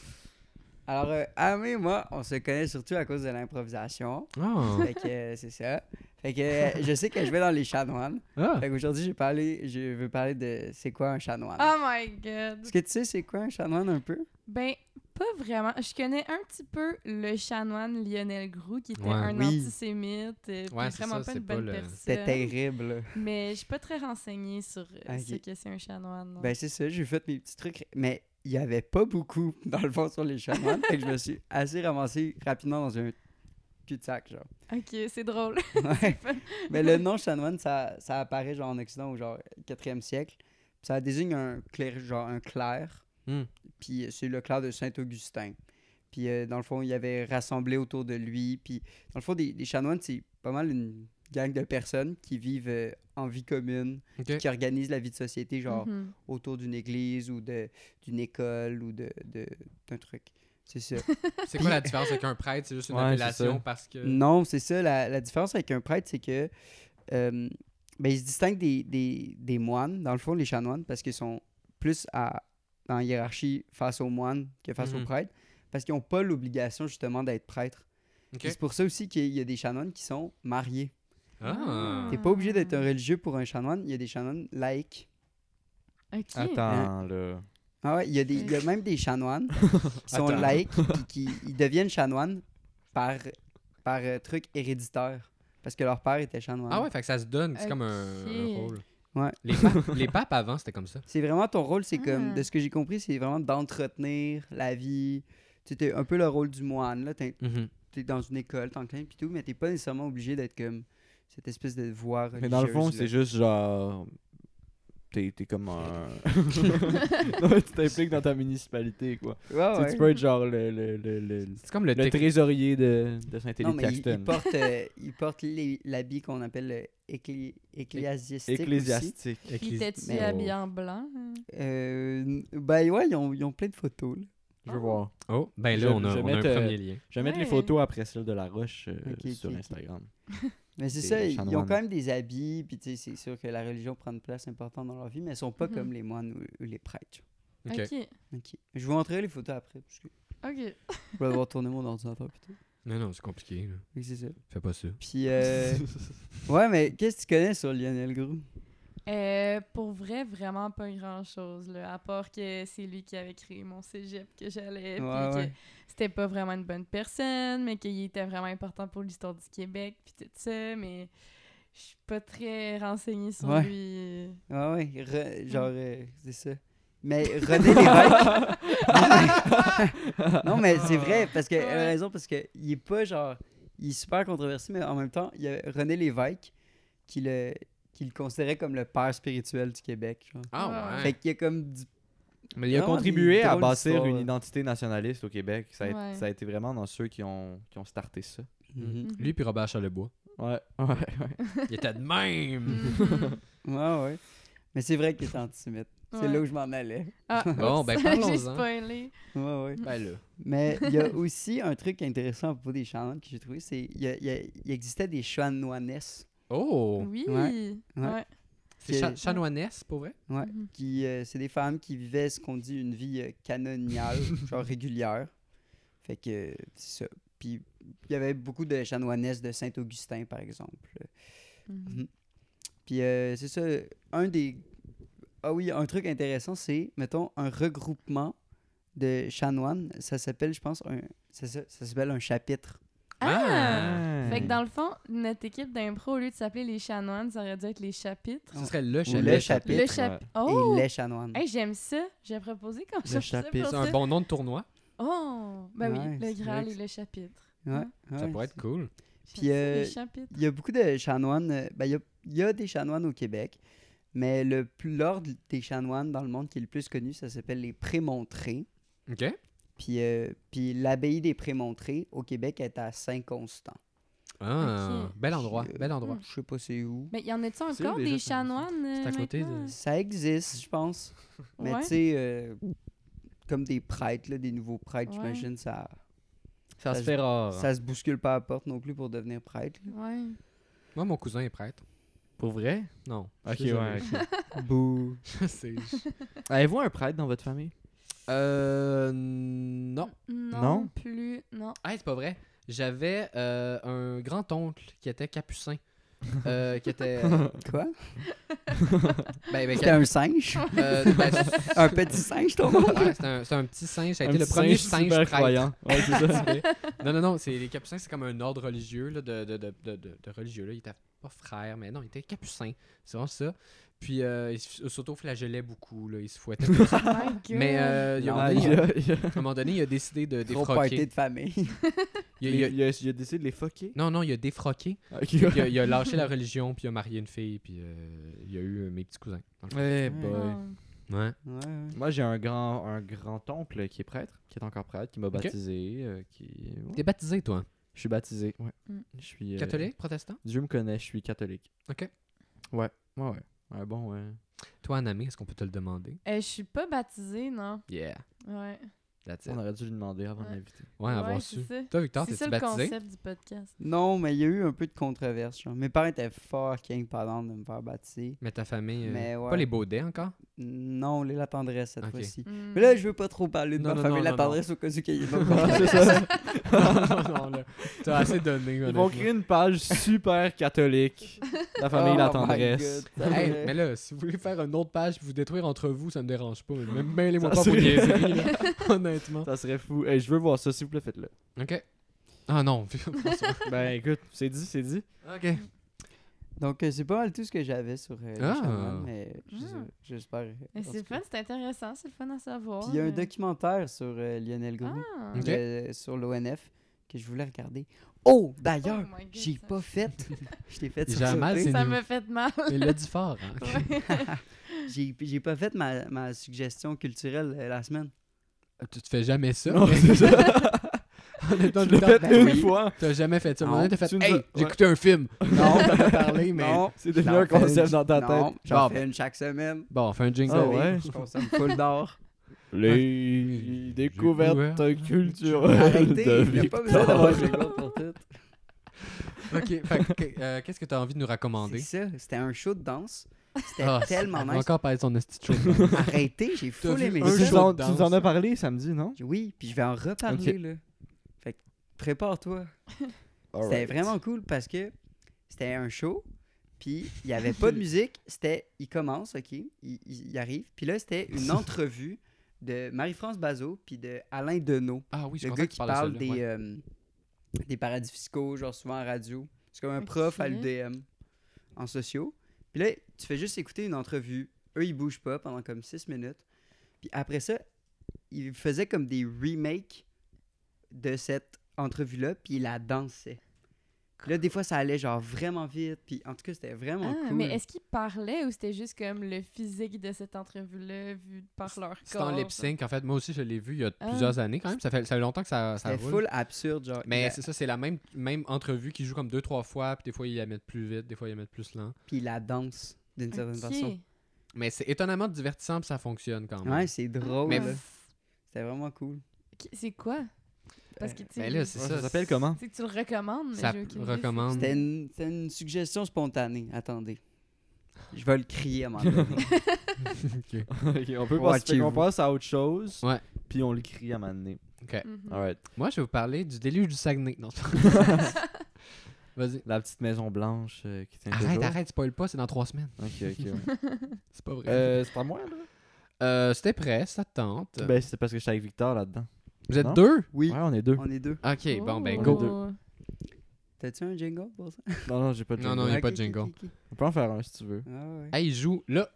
Speaker 4: Alors, euh, Amé et moi, on se connaît surtout à cause de l'improvisation.
Speaker 1: Ah.
Speaker 4: Fait que euh, c'est ça. Fait que euh, je sais que je vais dans les chanoines.
Speaker 1: Ah.
Speaker 4: Fait qu'aujourd'hui, j'ai parlé, je veux parler de c'est quoi un chanoine.
Speaker 5: Oh my god.
Speaker 4: Est-ce que tu sais c'est quoi un chanoine un peu?
Speaker 5: Ben, pas vraiment. Je connais un petit peu le chanoine Lionel Groux, qui était
Speaker 1: Ouais.
Speaker 5: un
Speaker 4: Oui.
Speaker 5: antisémite, euh, puis
Speaker 1: Ouais, c'est
Speaker 5: vraiment
Speaker 1: ça,
Speaker 5: pas
Speaker 1: c'est
Speaker 5: une
Speaker 1: pas
Speaker 5: bonne
Speaker 1: le-
Speaker 4: C'était
Speaker 5: personne.
Speaker 4: terrible.
Speaker 5: Mais je suis pas très renseignée sur euh,
Speaker 4: Ok.
Speaker 5: ce que c'est un chanoine. non.
Speaker 4: Ben c'est ça, j'ai fait mes petits trucs, mais il y avait pas beaucoup <laughs> dans le fond sur les chanoines. fait que je me suis assez ramassé rapidement dans un cul-de-sac,
Speaker 1: <laughs>
Speaker 4: genre.
Speaker 5: Ok, c'est drôle.
Speaker 4: Ouais.
Speaker 5: fun.
Speaker 4: Mais le nom chanoine, ça, ça apparaît genre en Occident au genre 4e siècle. Puis Ça désigne un clerc, genre un clerc.
Speaker 1: Hmm.
Speaker 4: Puis euh, c'est le clerc de Saint-Augustin. Puis euh, dans le fond, il y avait rassemblé autour de lui. Puis dans le fond, des, des chanoines, c'est pas mal une gang de personnes qui vivent euh, en vie commune,
Speaker 1: Ok.
Speaker 4: qui organisent la vie de société, <laughs> genre
Speaker 5: Mhm.
Speaker 4: autour d'une église ou de- d'une école ou d'un de, d'un truc. C'est ça.
Speaker 1: C'est quoi la différence avec un prêtre C'est juste une
Speaker 3: Ouais, c'est
Speaker 1: appellation
Speaker 3: ça.
Speaker 1: parce que.
Speaker 4: Non, c'est ça. La, la différence avec un prêtre, c'est que euh, ben, ils se distinguent des, des- des moines, dans le fond, les chanoines, parce qu'ils sont plus à, dans la hiérarchie face aux moines que face
Speaker 1: Mhm.
Speaker 4: aux prêtres, parce qu'ils n'ont pas l'obligation justement d'être prêtre.
Speaker 1: Ok.
Speaker 4: Puis C'est pour ça aussi qu'il y a des chanoines qui sont mariés.
Speaker 1: Ah.
Speaker 4: T'es pas obligé d'être un religieux pour un chanoine, il y a des chanoines laïcs.
Speaker 5: Ok.
Speaker 3: Attends, là.
Speaker 4: Ah ouais, il y, a des- il y a même des
Speaker 3: <laughs>
Speaker 4: chanoines qui sont
Speaker 1: Attends.
Speaker 4: laïcs, puis qui ils deviennent chanoines par, par euh, truc héréditaire, parce que leur père était chanoine.
Speaker 1: Ah ouais, fait que ça se donne, c'est comme un, un
Speaker 5: Ok.
Speaker 1: rôle.
Speaker 4: Ouais.
Speaker 1: Les papes, <laughs> les papes avant, c'était comme ça.
Speaker 4: C'est vraiment ton rôle, c'est comme,
Speaker 5: Ah.
Speaker 4: de ce que j'ai compris, c'est vraiment d'entretenir la vie. Tu sais, t'as un peu le rôle du moine, là. T'es t'es dans une école, t'enclines, puis tout, mais t'es pas nécessairement obligé d'être comme cette espèce de voix religieuse.
Speaker 3: Mais dans le fond,
Speaker 4: là.
Speaker 3: c'est juste genre. T'es t'es comme un. <laughs> non, mais tu t'impliques dans ta municipalité, quoi. Tu sais,
Speaker 4: Ah Ouais,
Speaker 3: Tu
Speaker 4: ouais.
Speaker 3: peux être genre le, le, le, le,
Speaker 1: C'est comme le,
Speaker 3: le
Speaker 1: tec-
Speaker 3: trésorier de, de
Speaker 4: Non, mais il, il
Speaker 3: Saint-Élie-Caxton.
Speaker 4: porte, euh, il porte les- l'habit qu'on appelle le ecclé- ecclésiastique. aussi.
Speaker 3: Ecclésiastique.
Speaker 5: Puis t'es-tu
Speaker 4: Mais- oh.
Speaker 5: habillé en blanc? hein?
Speaker 4: Euh, ben ouais, ils ont, ils ont plein de photos, là.
Speaker 3: Je veux voir.
Speaker 1: Oh, ben
Speaker 3: Je-
Speaker 1: là, on a,
Speaker 3: je
Speaker 1: on a un
Speaker 3: mets, euh,
Speaker 1: premier lien.
Speaker 3: Je vais mettre les
Speaker 5: Ouais.
Speaker 3: photos après celle de la roche euh,
Speaker 4: Ok, ok,
Speaker 3: sur
Speaker 4: ok.
Speaker 3: Instagram.
Speaker 4: Mais c'est
Speaker 3: Des
Speaker 4: ça, ils ils ont
Speaker 3: chanoines.
Speaker 4: quand même des habits, puis tu sais, c'est sûr que la religion prend une place importante dans leur vie, mais ils sont pas
Speaker 5: Mhm.
Speaker 4: comme les moines ou, ou les prêtres.
Speaker 1: Ok.
Speaker 5: Ok.
Speaker 4: Ok. Je vous montrerai les photos après, parce que
Speaker 5: Ok.
Speaker 4: je vais avoir tourné mon ordinateur plutôt.
Speaker 1: Non, non, c'est compliqué. là.
Speaker 4: C'est ça.
Speaker 1: Fais pas ça.
Speaker 4: Puis, euh, ouais, mais qu'est-ce que tu connais sur Lionel Groux?
Speaker 5: Euh, pour vrai, vraiment pas grand-chose, là, à part que c'est lui qui avait créé mon cégep que j'allais, puis
Speaker 4: Ouais,
Speaker 5: que
Speaker 4: ouais.
Speaker 5: c'était pas vraiment une bonne personne, mais qu'il était vraiment important pour l'histoire du Québec, puis tout ça, mais je suis pas très renseignée sur
Speaker 1: <laughs>
Speaker 4: Ouais.
Speaker 5: lui.
Speaker 4: Ah ouais,
Speaker 5: Mm.
Speaker 4: re- genre, euh, c'est ça. Mais René
Speaker 5: <laughs>
Speaker 4: Lévesque. non, mais c'est vrai, parce que, elle a
Speaker 5: Ouais.
Speaker 4: raison, parce que il est pas genre. Il est super controversé, mais en même temps, il y a René Lévesque qui le, qui le considérait comme le père spirituel du Québec. Genre.
Speaker 1: Ah
Speaker 5: Ah.
Speaker 1: ouais.
Speaker 4: Fait qu'il y a comme du.
Speaker 3: Mais il a
Speaker 4: Vraiment des
Speaker 3: contribué à
Speaker 4: drôles
Speaker 3: bâtir
Speaker 4: d'histoires,
Speaker 3: une
Speaker 4: là.
Speaker 3: identité nationaliste au Québec. Ça a, été-
Speaker 5: Ouais.
Speaker 3: ça a été vraiment dans ceux qui ont, qui ont starté ça.
Speaker 4: Mhm.
Speaker 5: Mhm.
Speaker 1: Lui puis Robert Charlebois.
Speaker 3: Ouais, ouais, ouais.
Speaker 1: Il était de
Speaker 3: Mm.
Speaker 1: même.
Speaker 5: Mhm.
Speaker 4: Mm-hmm. Ouais, ouais. Mais c'est vrai qu'il est antisémite. C'est
Speaker 5: Ouais.
Speaker 4: là où je m'en allais.
Speaker 5: Ah,
Speaker 1: Bon, ben,
Speaker 5: <laughs> oups,
Speaker 1: parlons-en.
Speaker 5: J'ai spoilé.
Speaker 4: Ouais, ouais.
Speaker 5: Mm.
Speaker 1: ben là.
Speaker 4: Mais il y a aussi un truc intéressant à propos des chanoines que j'ai trouvé, c'est il y a- il y a- il existait des chanoinesses
Speaker 1: Oh,
Speaker 3: Mm.
Speaker 5: Oui.
Speaker 4: Ouais. Ouais.
Speaker 1: c'est cha
Speaker 4: c'est-
Speaker 1: chanoinesse, pour vrai?
Speaker 4: Ouais.
Speaker 5: Mhm.
Speaker 4: qui euh, c'est des femmes qui vivaient ce qu'on dit une vie euh,
Speaker 1: <laughs>
Speaker 4: canoniale, genre régulière. Fait que euh, c'est ça. Puis il y avait beaucoup de chanoinesses de Saint-Augustin par exemple.
Speaker 5: Mhm.
Speaker 4: Puis euh, c'est ça un des Ah oui, un truc intéressant c'est mettons un regroupement de chanoines, ça s'appelle je pense un c'est ça, ça s'appelle un chapitre.
Speaker 5: Ah!
Speaker 3: Ah.
Speaker 5: Fait que dans le fond, notre équipe d'impro, au lieu de s'appeler les chanoines, ça aurait dû être les chapitres.
Speaker 1: Ce serait le chapitre.
Speaker 4: le chapitre.
Speaker 5: Le chapitre. Oh!
Speaker 4: Et les chanoines.
Speaker 5: Hey, j'aime ça. J'ai proposé quand je
Speaker 3: chapitre.
Speaker 1: C'est un bon nom de tournoi.
Speaker 5: Oh, ben oui,
Speaker 4: Ouais,
Speaker 5: le
Speaker 4: c'est
Speaker 5: Graal
Speaker 4: vrai
Speaker 5: et le chapitre.
Speaker 4: Ouais,
Speaker 1: Ça
Speaker 4: ouais.
Speaker 1: pourrait être cool.
Speaker 5: J'aime
Speaker 4: Puis,
Speaker 5: ça,
Speaker 4: euh,
Speaker 5: les chapitres.
Speaker 4: Il y a beaucoup de chanoines. euh, ben, il, y a, il y a des chanoines au Québec, mais le plus l'ordre des chanoines dans le monde qui est le plus connu, ça s'appelle les Prémontrés.
Speaker 1: OK.
Speaker 4: Puis, euh, puis l'abbaye des Prémontrés au Québec est à Saint-Constant.
Speaker 1: Ah,
Speaker 5: Ok.
Speaker 1: bel endroit,
Speaker 4: Puis, euh,
Speaker 1: bel endroit.
Speaker 4: Je sais pas c'est où.
Speaker 5: Mais Ben, y en a-tu
Speaker 1: C'est
Speaker 5: encore
Speaker 1: déjà
Speaker 5: des
Speaker 1: ça.
Speaker 5: chanoines euh,
Speaker 1: C'est à côté de-
Speaker 5: maintenant?
Speaker 4: Ça existe, je pense. Mais
Speaker 5: Ouais.
Speaker 4: tu sais, euh, comme des prêtres, là, des nouveaux prêtres,
Speaker 5: Ouais.
Speaker 4: j'imagine, ça, Ça
Speaker 3: Ça, se
Speaker 4: se-
Speaker 3: fait
Speaker 1: Ah.
Speaker 3: rare.
Speaker 4: ça se bouscule pas à la porte non plus pour devenir prêtre. là.
Speaker 5: Ouais.
Speaker 1: Moi, mon cousin est prêtre.
Speaker 3: Pour vrai?
Speaker 1: Non. je
Speaker 3: Ok,
Speaker 1: suis désolé.
Speaker 3: ouais, ok.
Speaker 4: Bouh.
Speaker 1: <laughs> Je sais.
Speaker 3: <laughs> Avez-vous un prêtre dans votre famille?
Speaker 1: Euh. Non.
Speaker 5: Non,
Speaker 3: Non?
Speaker 5: plus.
Speaker 4: <laughs>
Speaker 5: Non.
Speaker 1: Ah, c'est pas vrai. J'avais euh, un grand-oncle qui était capucin. Euh, qui
Speaker 4: <laughs>
Speaker 1: était.
Speaker 4: Quoi?
Speaker 1: Ben, ben,
Speaker 4: C'était
Speaker 1: cap-
Speaker 4: un singe?
Speaker 1: euh, ben,
Speaker 4: <laughs>
Speaker 1: c'est-
Speaker 4: un petit singe, ton nom?
Speaker 1: ouais, c'est un, c'est un petit singe. Ça a
Speaker 3: Un
Speaker 1: été le
Speaker 3: petit
Speaker 1: premier
Speaker 3: singe
Speaker 1: singe
Speaker 3: super
Speaker 1: prêtre.
Speaker 3: croyant. Ouais, c'est ça.
Speaker 1: non, non, non. c'est- Les capucins, c'est comme un ordre religieux, là, de, de, de, de, de- de religieux. Là. Il était pas frère, mais non, il était capucin. C'est vraiment ça. Puis, euh, il s- s'auto-flagellait beaucoup. Là. Il se fouettait.
Speaker 5: Oh My God.
Speaker 1: mais, euh, il y a un moment
Speaker 3: Ah,
Speaker 1: donné,
Speaker 3: <laughs> il,
Speaker 1: il
Speaker 3: <laughs>
Speaker 1: a-
Speaker 3: a, il, a,
Speaker 1: à un moment donné, il a décidé de
Speaker 4: Trop party
Speaker 1: défroquer.
Speaker 4: de famille. <laughs>
Speaker 1: Il a- il a-
Speaker 3: il a- il a décidé de les <laughs> fucker.
Speaker 1: Non, non, il a défroqué.
Speaker 3: Ok.
Speaker 1: Puis il, a, il a lâché la religion, puis il a marié une fille, puis euh, il a eu euh, mes petits cousins. dans le fond.
Speaker 3: Eh
Speaker 4: Ouais.
Speaker 3: boy.
Speaker 5: Ah, Non.
Speaker 1: Ouais.
Speaker 4: Ouais, ouais.
Speaker 3: Moi, j'ai un grand, un grand oncle qui est prêtre, qui est encore prêtre, qui m'a baptisé, euh, qui. ouais.
Speaker 1: T'es baptisé, toi
Speaker 3: Je suis baptisé. Ouais.
Speaker 5: Mm.
Speaker 3: Je suis euh,
Speaker 1: Catholique, protestant
Speaker 3: Dieu me connaît, je suis catholique.
Speaker 1: Ok.
Speaker 3: Ouais. Ouais, ouais. Un bon. ouais.
Speaker 1: Toi, Anami, est-ce qu'on peut te le demander
Speaker 5: Euh, je suis pas baptisée, non.
Speaker 1: Yeah,
Speaker 5: Ouais.
Speaker 1: that's it.
Speaker 3: On aurait dû lui demander avant de
Speaker 5: Ouais.
Speaker 3: <laughs> l'inviter.
Speaker 1: Ouais, avoir
Speaker 5: ouais,
Speaker 1: su.
Speaker 5: c'est
Speaker 1: Toi, Victor,
Speaker 5: ça. C'est
Speaker 1: t'es-tu
Speaker 5: ça le
Speaker 1: baptisé
Speaker 5: concept du podcast.
Speaker 4: Non, mais il y a eu un peu de controverse. genre. Mes parents étaient fucking parlants de me faire baptiser.
Speaker 1: Mais ta famille. euh,
Speaker 4: Mais ouais.
Speaker 1: Pas les Baudets encore
Speaker 4: Non, les la tendresse cette
Speaker 1: Ok.
Speaker 4: fois-ci.
Speaker 5: Mm.
Speaker 4: Mais là, je veux pas trop parler de
Speaker 1: Non,
Speaker 4: ma
Speaker 1: non,
Speaker 4: famille
Speaker 1: non,
Speaker 4: la
Speaker 1: non,
Speaker 4: tendresse au cas où <laughs> qu'il y ait pas
Speaker 1: <laughs>
Speaker 3: c'est ça.
Speaker 1: Non, non, là. T'as assez donné.
Speaker 3: Ils
Speaker 1: honnêtement.
Speaker 3: vont créer une page
Speaker 4: <laughs>
Speaker 3: super catholique. La famille, la
Speaker 4: Oh my
Speaker 3: tendresse.
Speaker 4: God, ça
Speaker 1: Hey,
Speaker 4: fait-
Speaker 1: mais là, si vous voulez faire une autre page et vous détruire entre vous, ça me dérange pas. Mais mêlez-moi
Speaker 3: Ça
Speaker 1: pas pour
Speaker 3: serait-
Speaker 1: niaiserie, là. Honnêtement.
Speaker 3: Ça serait fou. Hey, je veux voir ça, s'il vous plaît, faites-le.
Speaker 1: Ok. Ah non.
Speaker 3: <laughs> Ben écoute, c'est dit, c'est dit.
Speaker 1: ok.
Speaker 4: Donc, euh, c'est pas mal tout ce que j'avais sur euh, les
Speaker 1: Ah.
Speaker 4: chanoines, mais je-
Speaker 5: Ah.
Speaker 4: j'espère. euh,
Speaker 5: Mais
Speaker 4: en
Speaker 5: c'est
Speaker 4: tout cas.
Speaker 5: fun, c'est intéressant, c'est le fun à savoir.
Speaker 4: Puis il y a un
Speaker 5: euh.
Speaker 4: documentaire sur euh, Lionel Grou
Speaker 5: Ah.
Speaker 1: Ok.
Speaker 4: euh, sur l'ONF que je voulais regarder. Oh, d'ailleurs,
Speaker 5: Oh my God,
Speaker 4: j'ai
Speaker 5: ça-
Speaker 4: pas fait.
Speaker 5: <laughs>
Speaker 4: <laughs> je t'ai fait
Speaker 1: J'ai
Speaker 4: sursauter.
Speaker 1: mal, c'est-
Speaker 5: Ça
Speaker 1: nous.
Speaker 5: me fait de mal. <laughs>
Speaker 1: Il l'a dit fort. hein.
Speaker 4: J'ai j'ai pas fait ma, ma suggestion culturelle euh, la semaine.
Speaker 1: Tu te fais jamais ça.
Speaker 3: <laughs> Non, c'est ça.
Speaker 1: Honnêtement,
Speaker 3: Je l'ai fait
Speaker 1: ben
Speaker 3: une
Speaker 1: oui.
Speaker 3: fois.
Speaker 1: T'as jamais fait ça. À un
Speaker 4: Non,
Speaker 1: moment donné, t'as fait
Speaker 3: tu nous as-
Speaker 1: Hey,
Speaker 3: ouais.
Speaker 1: j'ai écouté un film.
Speaker 4: <laughs>
Speaker 1: Non, t'en as parlé, mais.
Speaker 4: Non,
Speaker 3: C'est devenu
Speaker 4: j'en
Speaker 3: un
Speaker 4: fais une-
Speaker 3: concept dans ta
Speaker 4: non,
Speaker 3: tête.
Speaker 4: J'en
Speaker 1: Bon.
Speaker 4: fais une chaque semaine.
Speaker 1: Bon, on fait un jingle.
Speaker 3: Ah ouais?
Speaker 4: Je consomme full
Speaker 1: <laughs>
Speaker 4: d'or.
Speaker 3: Les découvertes
Speaker 1: découvertes
Speaker 3: culturelles
Speaker 4: Arrêtez,
Speaker 3: de
Speaker 4: il n'y a pas
Speaker 3: <laughs>
Speaker 4: besoin d'avoir
Speaker 3: Victor.
Speaker 4: un jingle pour tout.
Speaker 1: <laughs> Ok, fait que, euh, qu'est-ce que t'as envie de nous
Speaker 4: C'est
Speaker 1: recommander?
Speaker 4: ça, c'était un show de danse. C'était
Speaker 1: Ah,
Speaker 4: tellement
Speaker 1: on va
Speaker 4: nice.
Speaker 1: encore parler de son esti de show.
Speaker 4: <laughs> Arrêtez, j'ai
Speaker 1: T'as
Speaker 4: full
Speaker 1: vu
Speaker 4: aimé
Speaker 1: un
Speaker 4: ça.
Speaker 3: Tu nous en-
Speaker 1: show de
Speaker 3: tu nous
Speaker 1: danse.
Speaker 3: en as parlé samedi, non?
Speaker 4: Oui, puis je vais en reparler,
Speaker 3: Ok.
Speaker 4: là. Fait que prépare-toi. C'était
Speaker 3: Alright.
Speaker 4: vraiment cool parce que c'était un show, puis il n'y avait pas de musique. C'était, il commence, OK, il, il- il arrive. Puis là, c'était une entrevue de Marie-France Bazot puis de Alain Deneau,
Speaker 1: Ah oui, je suis
Speaker 4: le
Speaker 1: content
Speaker 4: gars
Speaker 1: que tu
Speaker 4: qui
Speaker 1: parles de ça.
Speaker 4: parle
Speaker 1: là, ouais.
Speaker 4: des, euh, des paradis fiscaux, genre souvent en radio. C'est comme un
Speaker 5: Ok.
Speaker 4: prof à l'UDM en sociaux. Puis là, tu fais juste écouter une entrevue. Eux, ils bougent pas pendant comme 6 minutes. Puis après ça, ils faisaient comme des remakes de cette entrevue-là, puis ils la dansaient. Puis Là, des fois, ça allait genre vraiment vite. Puis en tout cas, c'était vraiment
Speaker 5: Ah,
Speaker 4: cool.
Speaker 5: Mais est-ce qu'ils parlaient ou c'était juste comme le physique de cette entrevue-là vu par leur corps?
Speaker 1: C'est en lip sync, en fait. Moi aussi, je l'ai vu il y a
Speaker 5: Ah.
Speaker 1: plusieurs années quand même. Ça fait, ça fait longtemps que ça, ça
Speaker 4: C'était
Speaker 1: roule.
Speaker 4: full absurde, genre.
Speaker 1: Mais
Speaker 4: il a-
Speaker 1: c'est ça, c'est la même, même entrevue qui joue comme deux, trois fois. Puis des fois, ils la mettent plus vite, des fois, ils la mettent plus lent.
Speaker 4: Puis la danse, d'une certaine
Speaker 5: Ok.
Speaker 4: façon.
Speaker 1: Mais c'est étonnamment divertissant, puis ça fonctionne quand même.
Speaker 4: Ouais, c'est drôle.
Speaker 1: Mais
Speaker 4: là. C'était vraiment cool.
Speaker 5: Ok, C'est quoi?
Speaker 4: Euh,
Speaker 5: Parce
Speaker 4: ben
Speaker 5: que tu
Speaker 1: mais là,
Speaker 5: sais,
Speaker 1: c'est
Speaker 3: Ouais,
Speaker 1: ça.
Speaker 3: Ça s'appelle comment?
Speaker 5: c'est que tu le recommandes, mais
Speaker 1: Ça
Speaker 5: j'ai aucune idée.
Speaker 1: recommande.
Speaker 4: C'était une, c'était une suggestion spontanée. Attendez. Je vais le crier à mon donné.
Speaker 3: Ok, on peut
Speaker 4: Ouais,
Speaker 3: passer, fait qu'on
Speaker 4: chez vous.
Speaker 3: passe à autre chose, Mm.
Speaker 1: Ouais.
Speaker 3: puis on le crie à un moment donné.
Speaker 5: Mhm.
Speaker 3: Alright.
Speaker 1: Moi, je vais vous parler du déluge du Saguenay. Non, c'est pas- Vas-y.
Speaker 3: La petite maison blanche euh, qui tient
Speaker 1: Arrête,
Speaker 3: toujours.
Speaker 1: arrête, spoil pas, c'est dans trois semaines.
Speaker 3: Ok, ok. <laughs> ouais.
Speaker 1: C'est pas vrai.
Speaker 3: euh, c'est pas moi, là?
Speaker 1: Euh, C'était prêt, ça te tente.
Speaker 3: Ben, c'est parce que j'étais avec Victor là-dedans.
Speaker 1: Vous êtes
Speaker 3: non?
Speaker 1: deux?
Speaker 4: <laughs> Oui,
Speaker 3: Ouais, on est deux.
Speaker 4: on est deux.
Speaker 1: Ok, bon, ben
Speaker 5: Oh.
Speaker 1: go.
Speaker 4: T'as-tu un jingle pour ça?
Speaker 3: Non, non, j'ai pas de
Speaker 1: Non,
Speaker 3: jingle.
Speaker 1: non, il y a
Speaker 4: Ok,
Speaker 1: pas de
Speaker 4: ok,
Speaker 1: jingle.
Speaker 4: ok, ok.
Speaker 3: On peut en faire un si tu veux.
Speaker 4: Ah ouais.
Speaker 1: Hey, il joue là.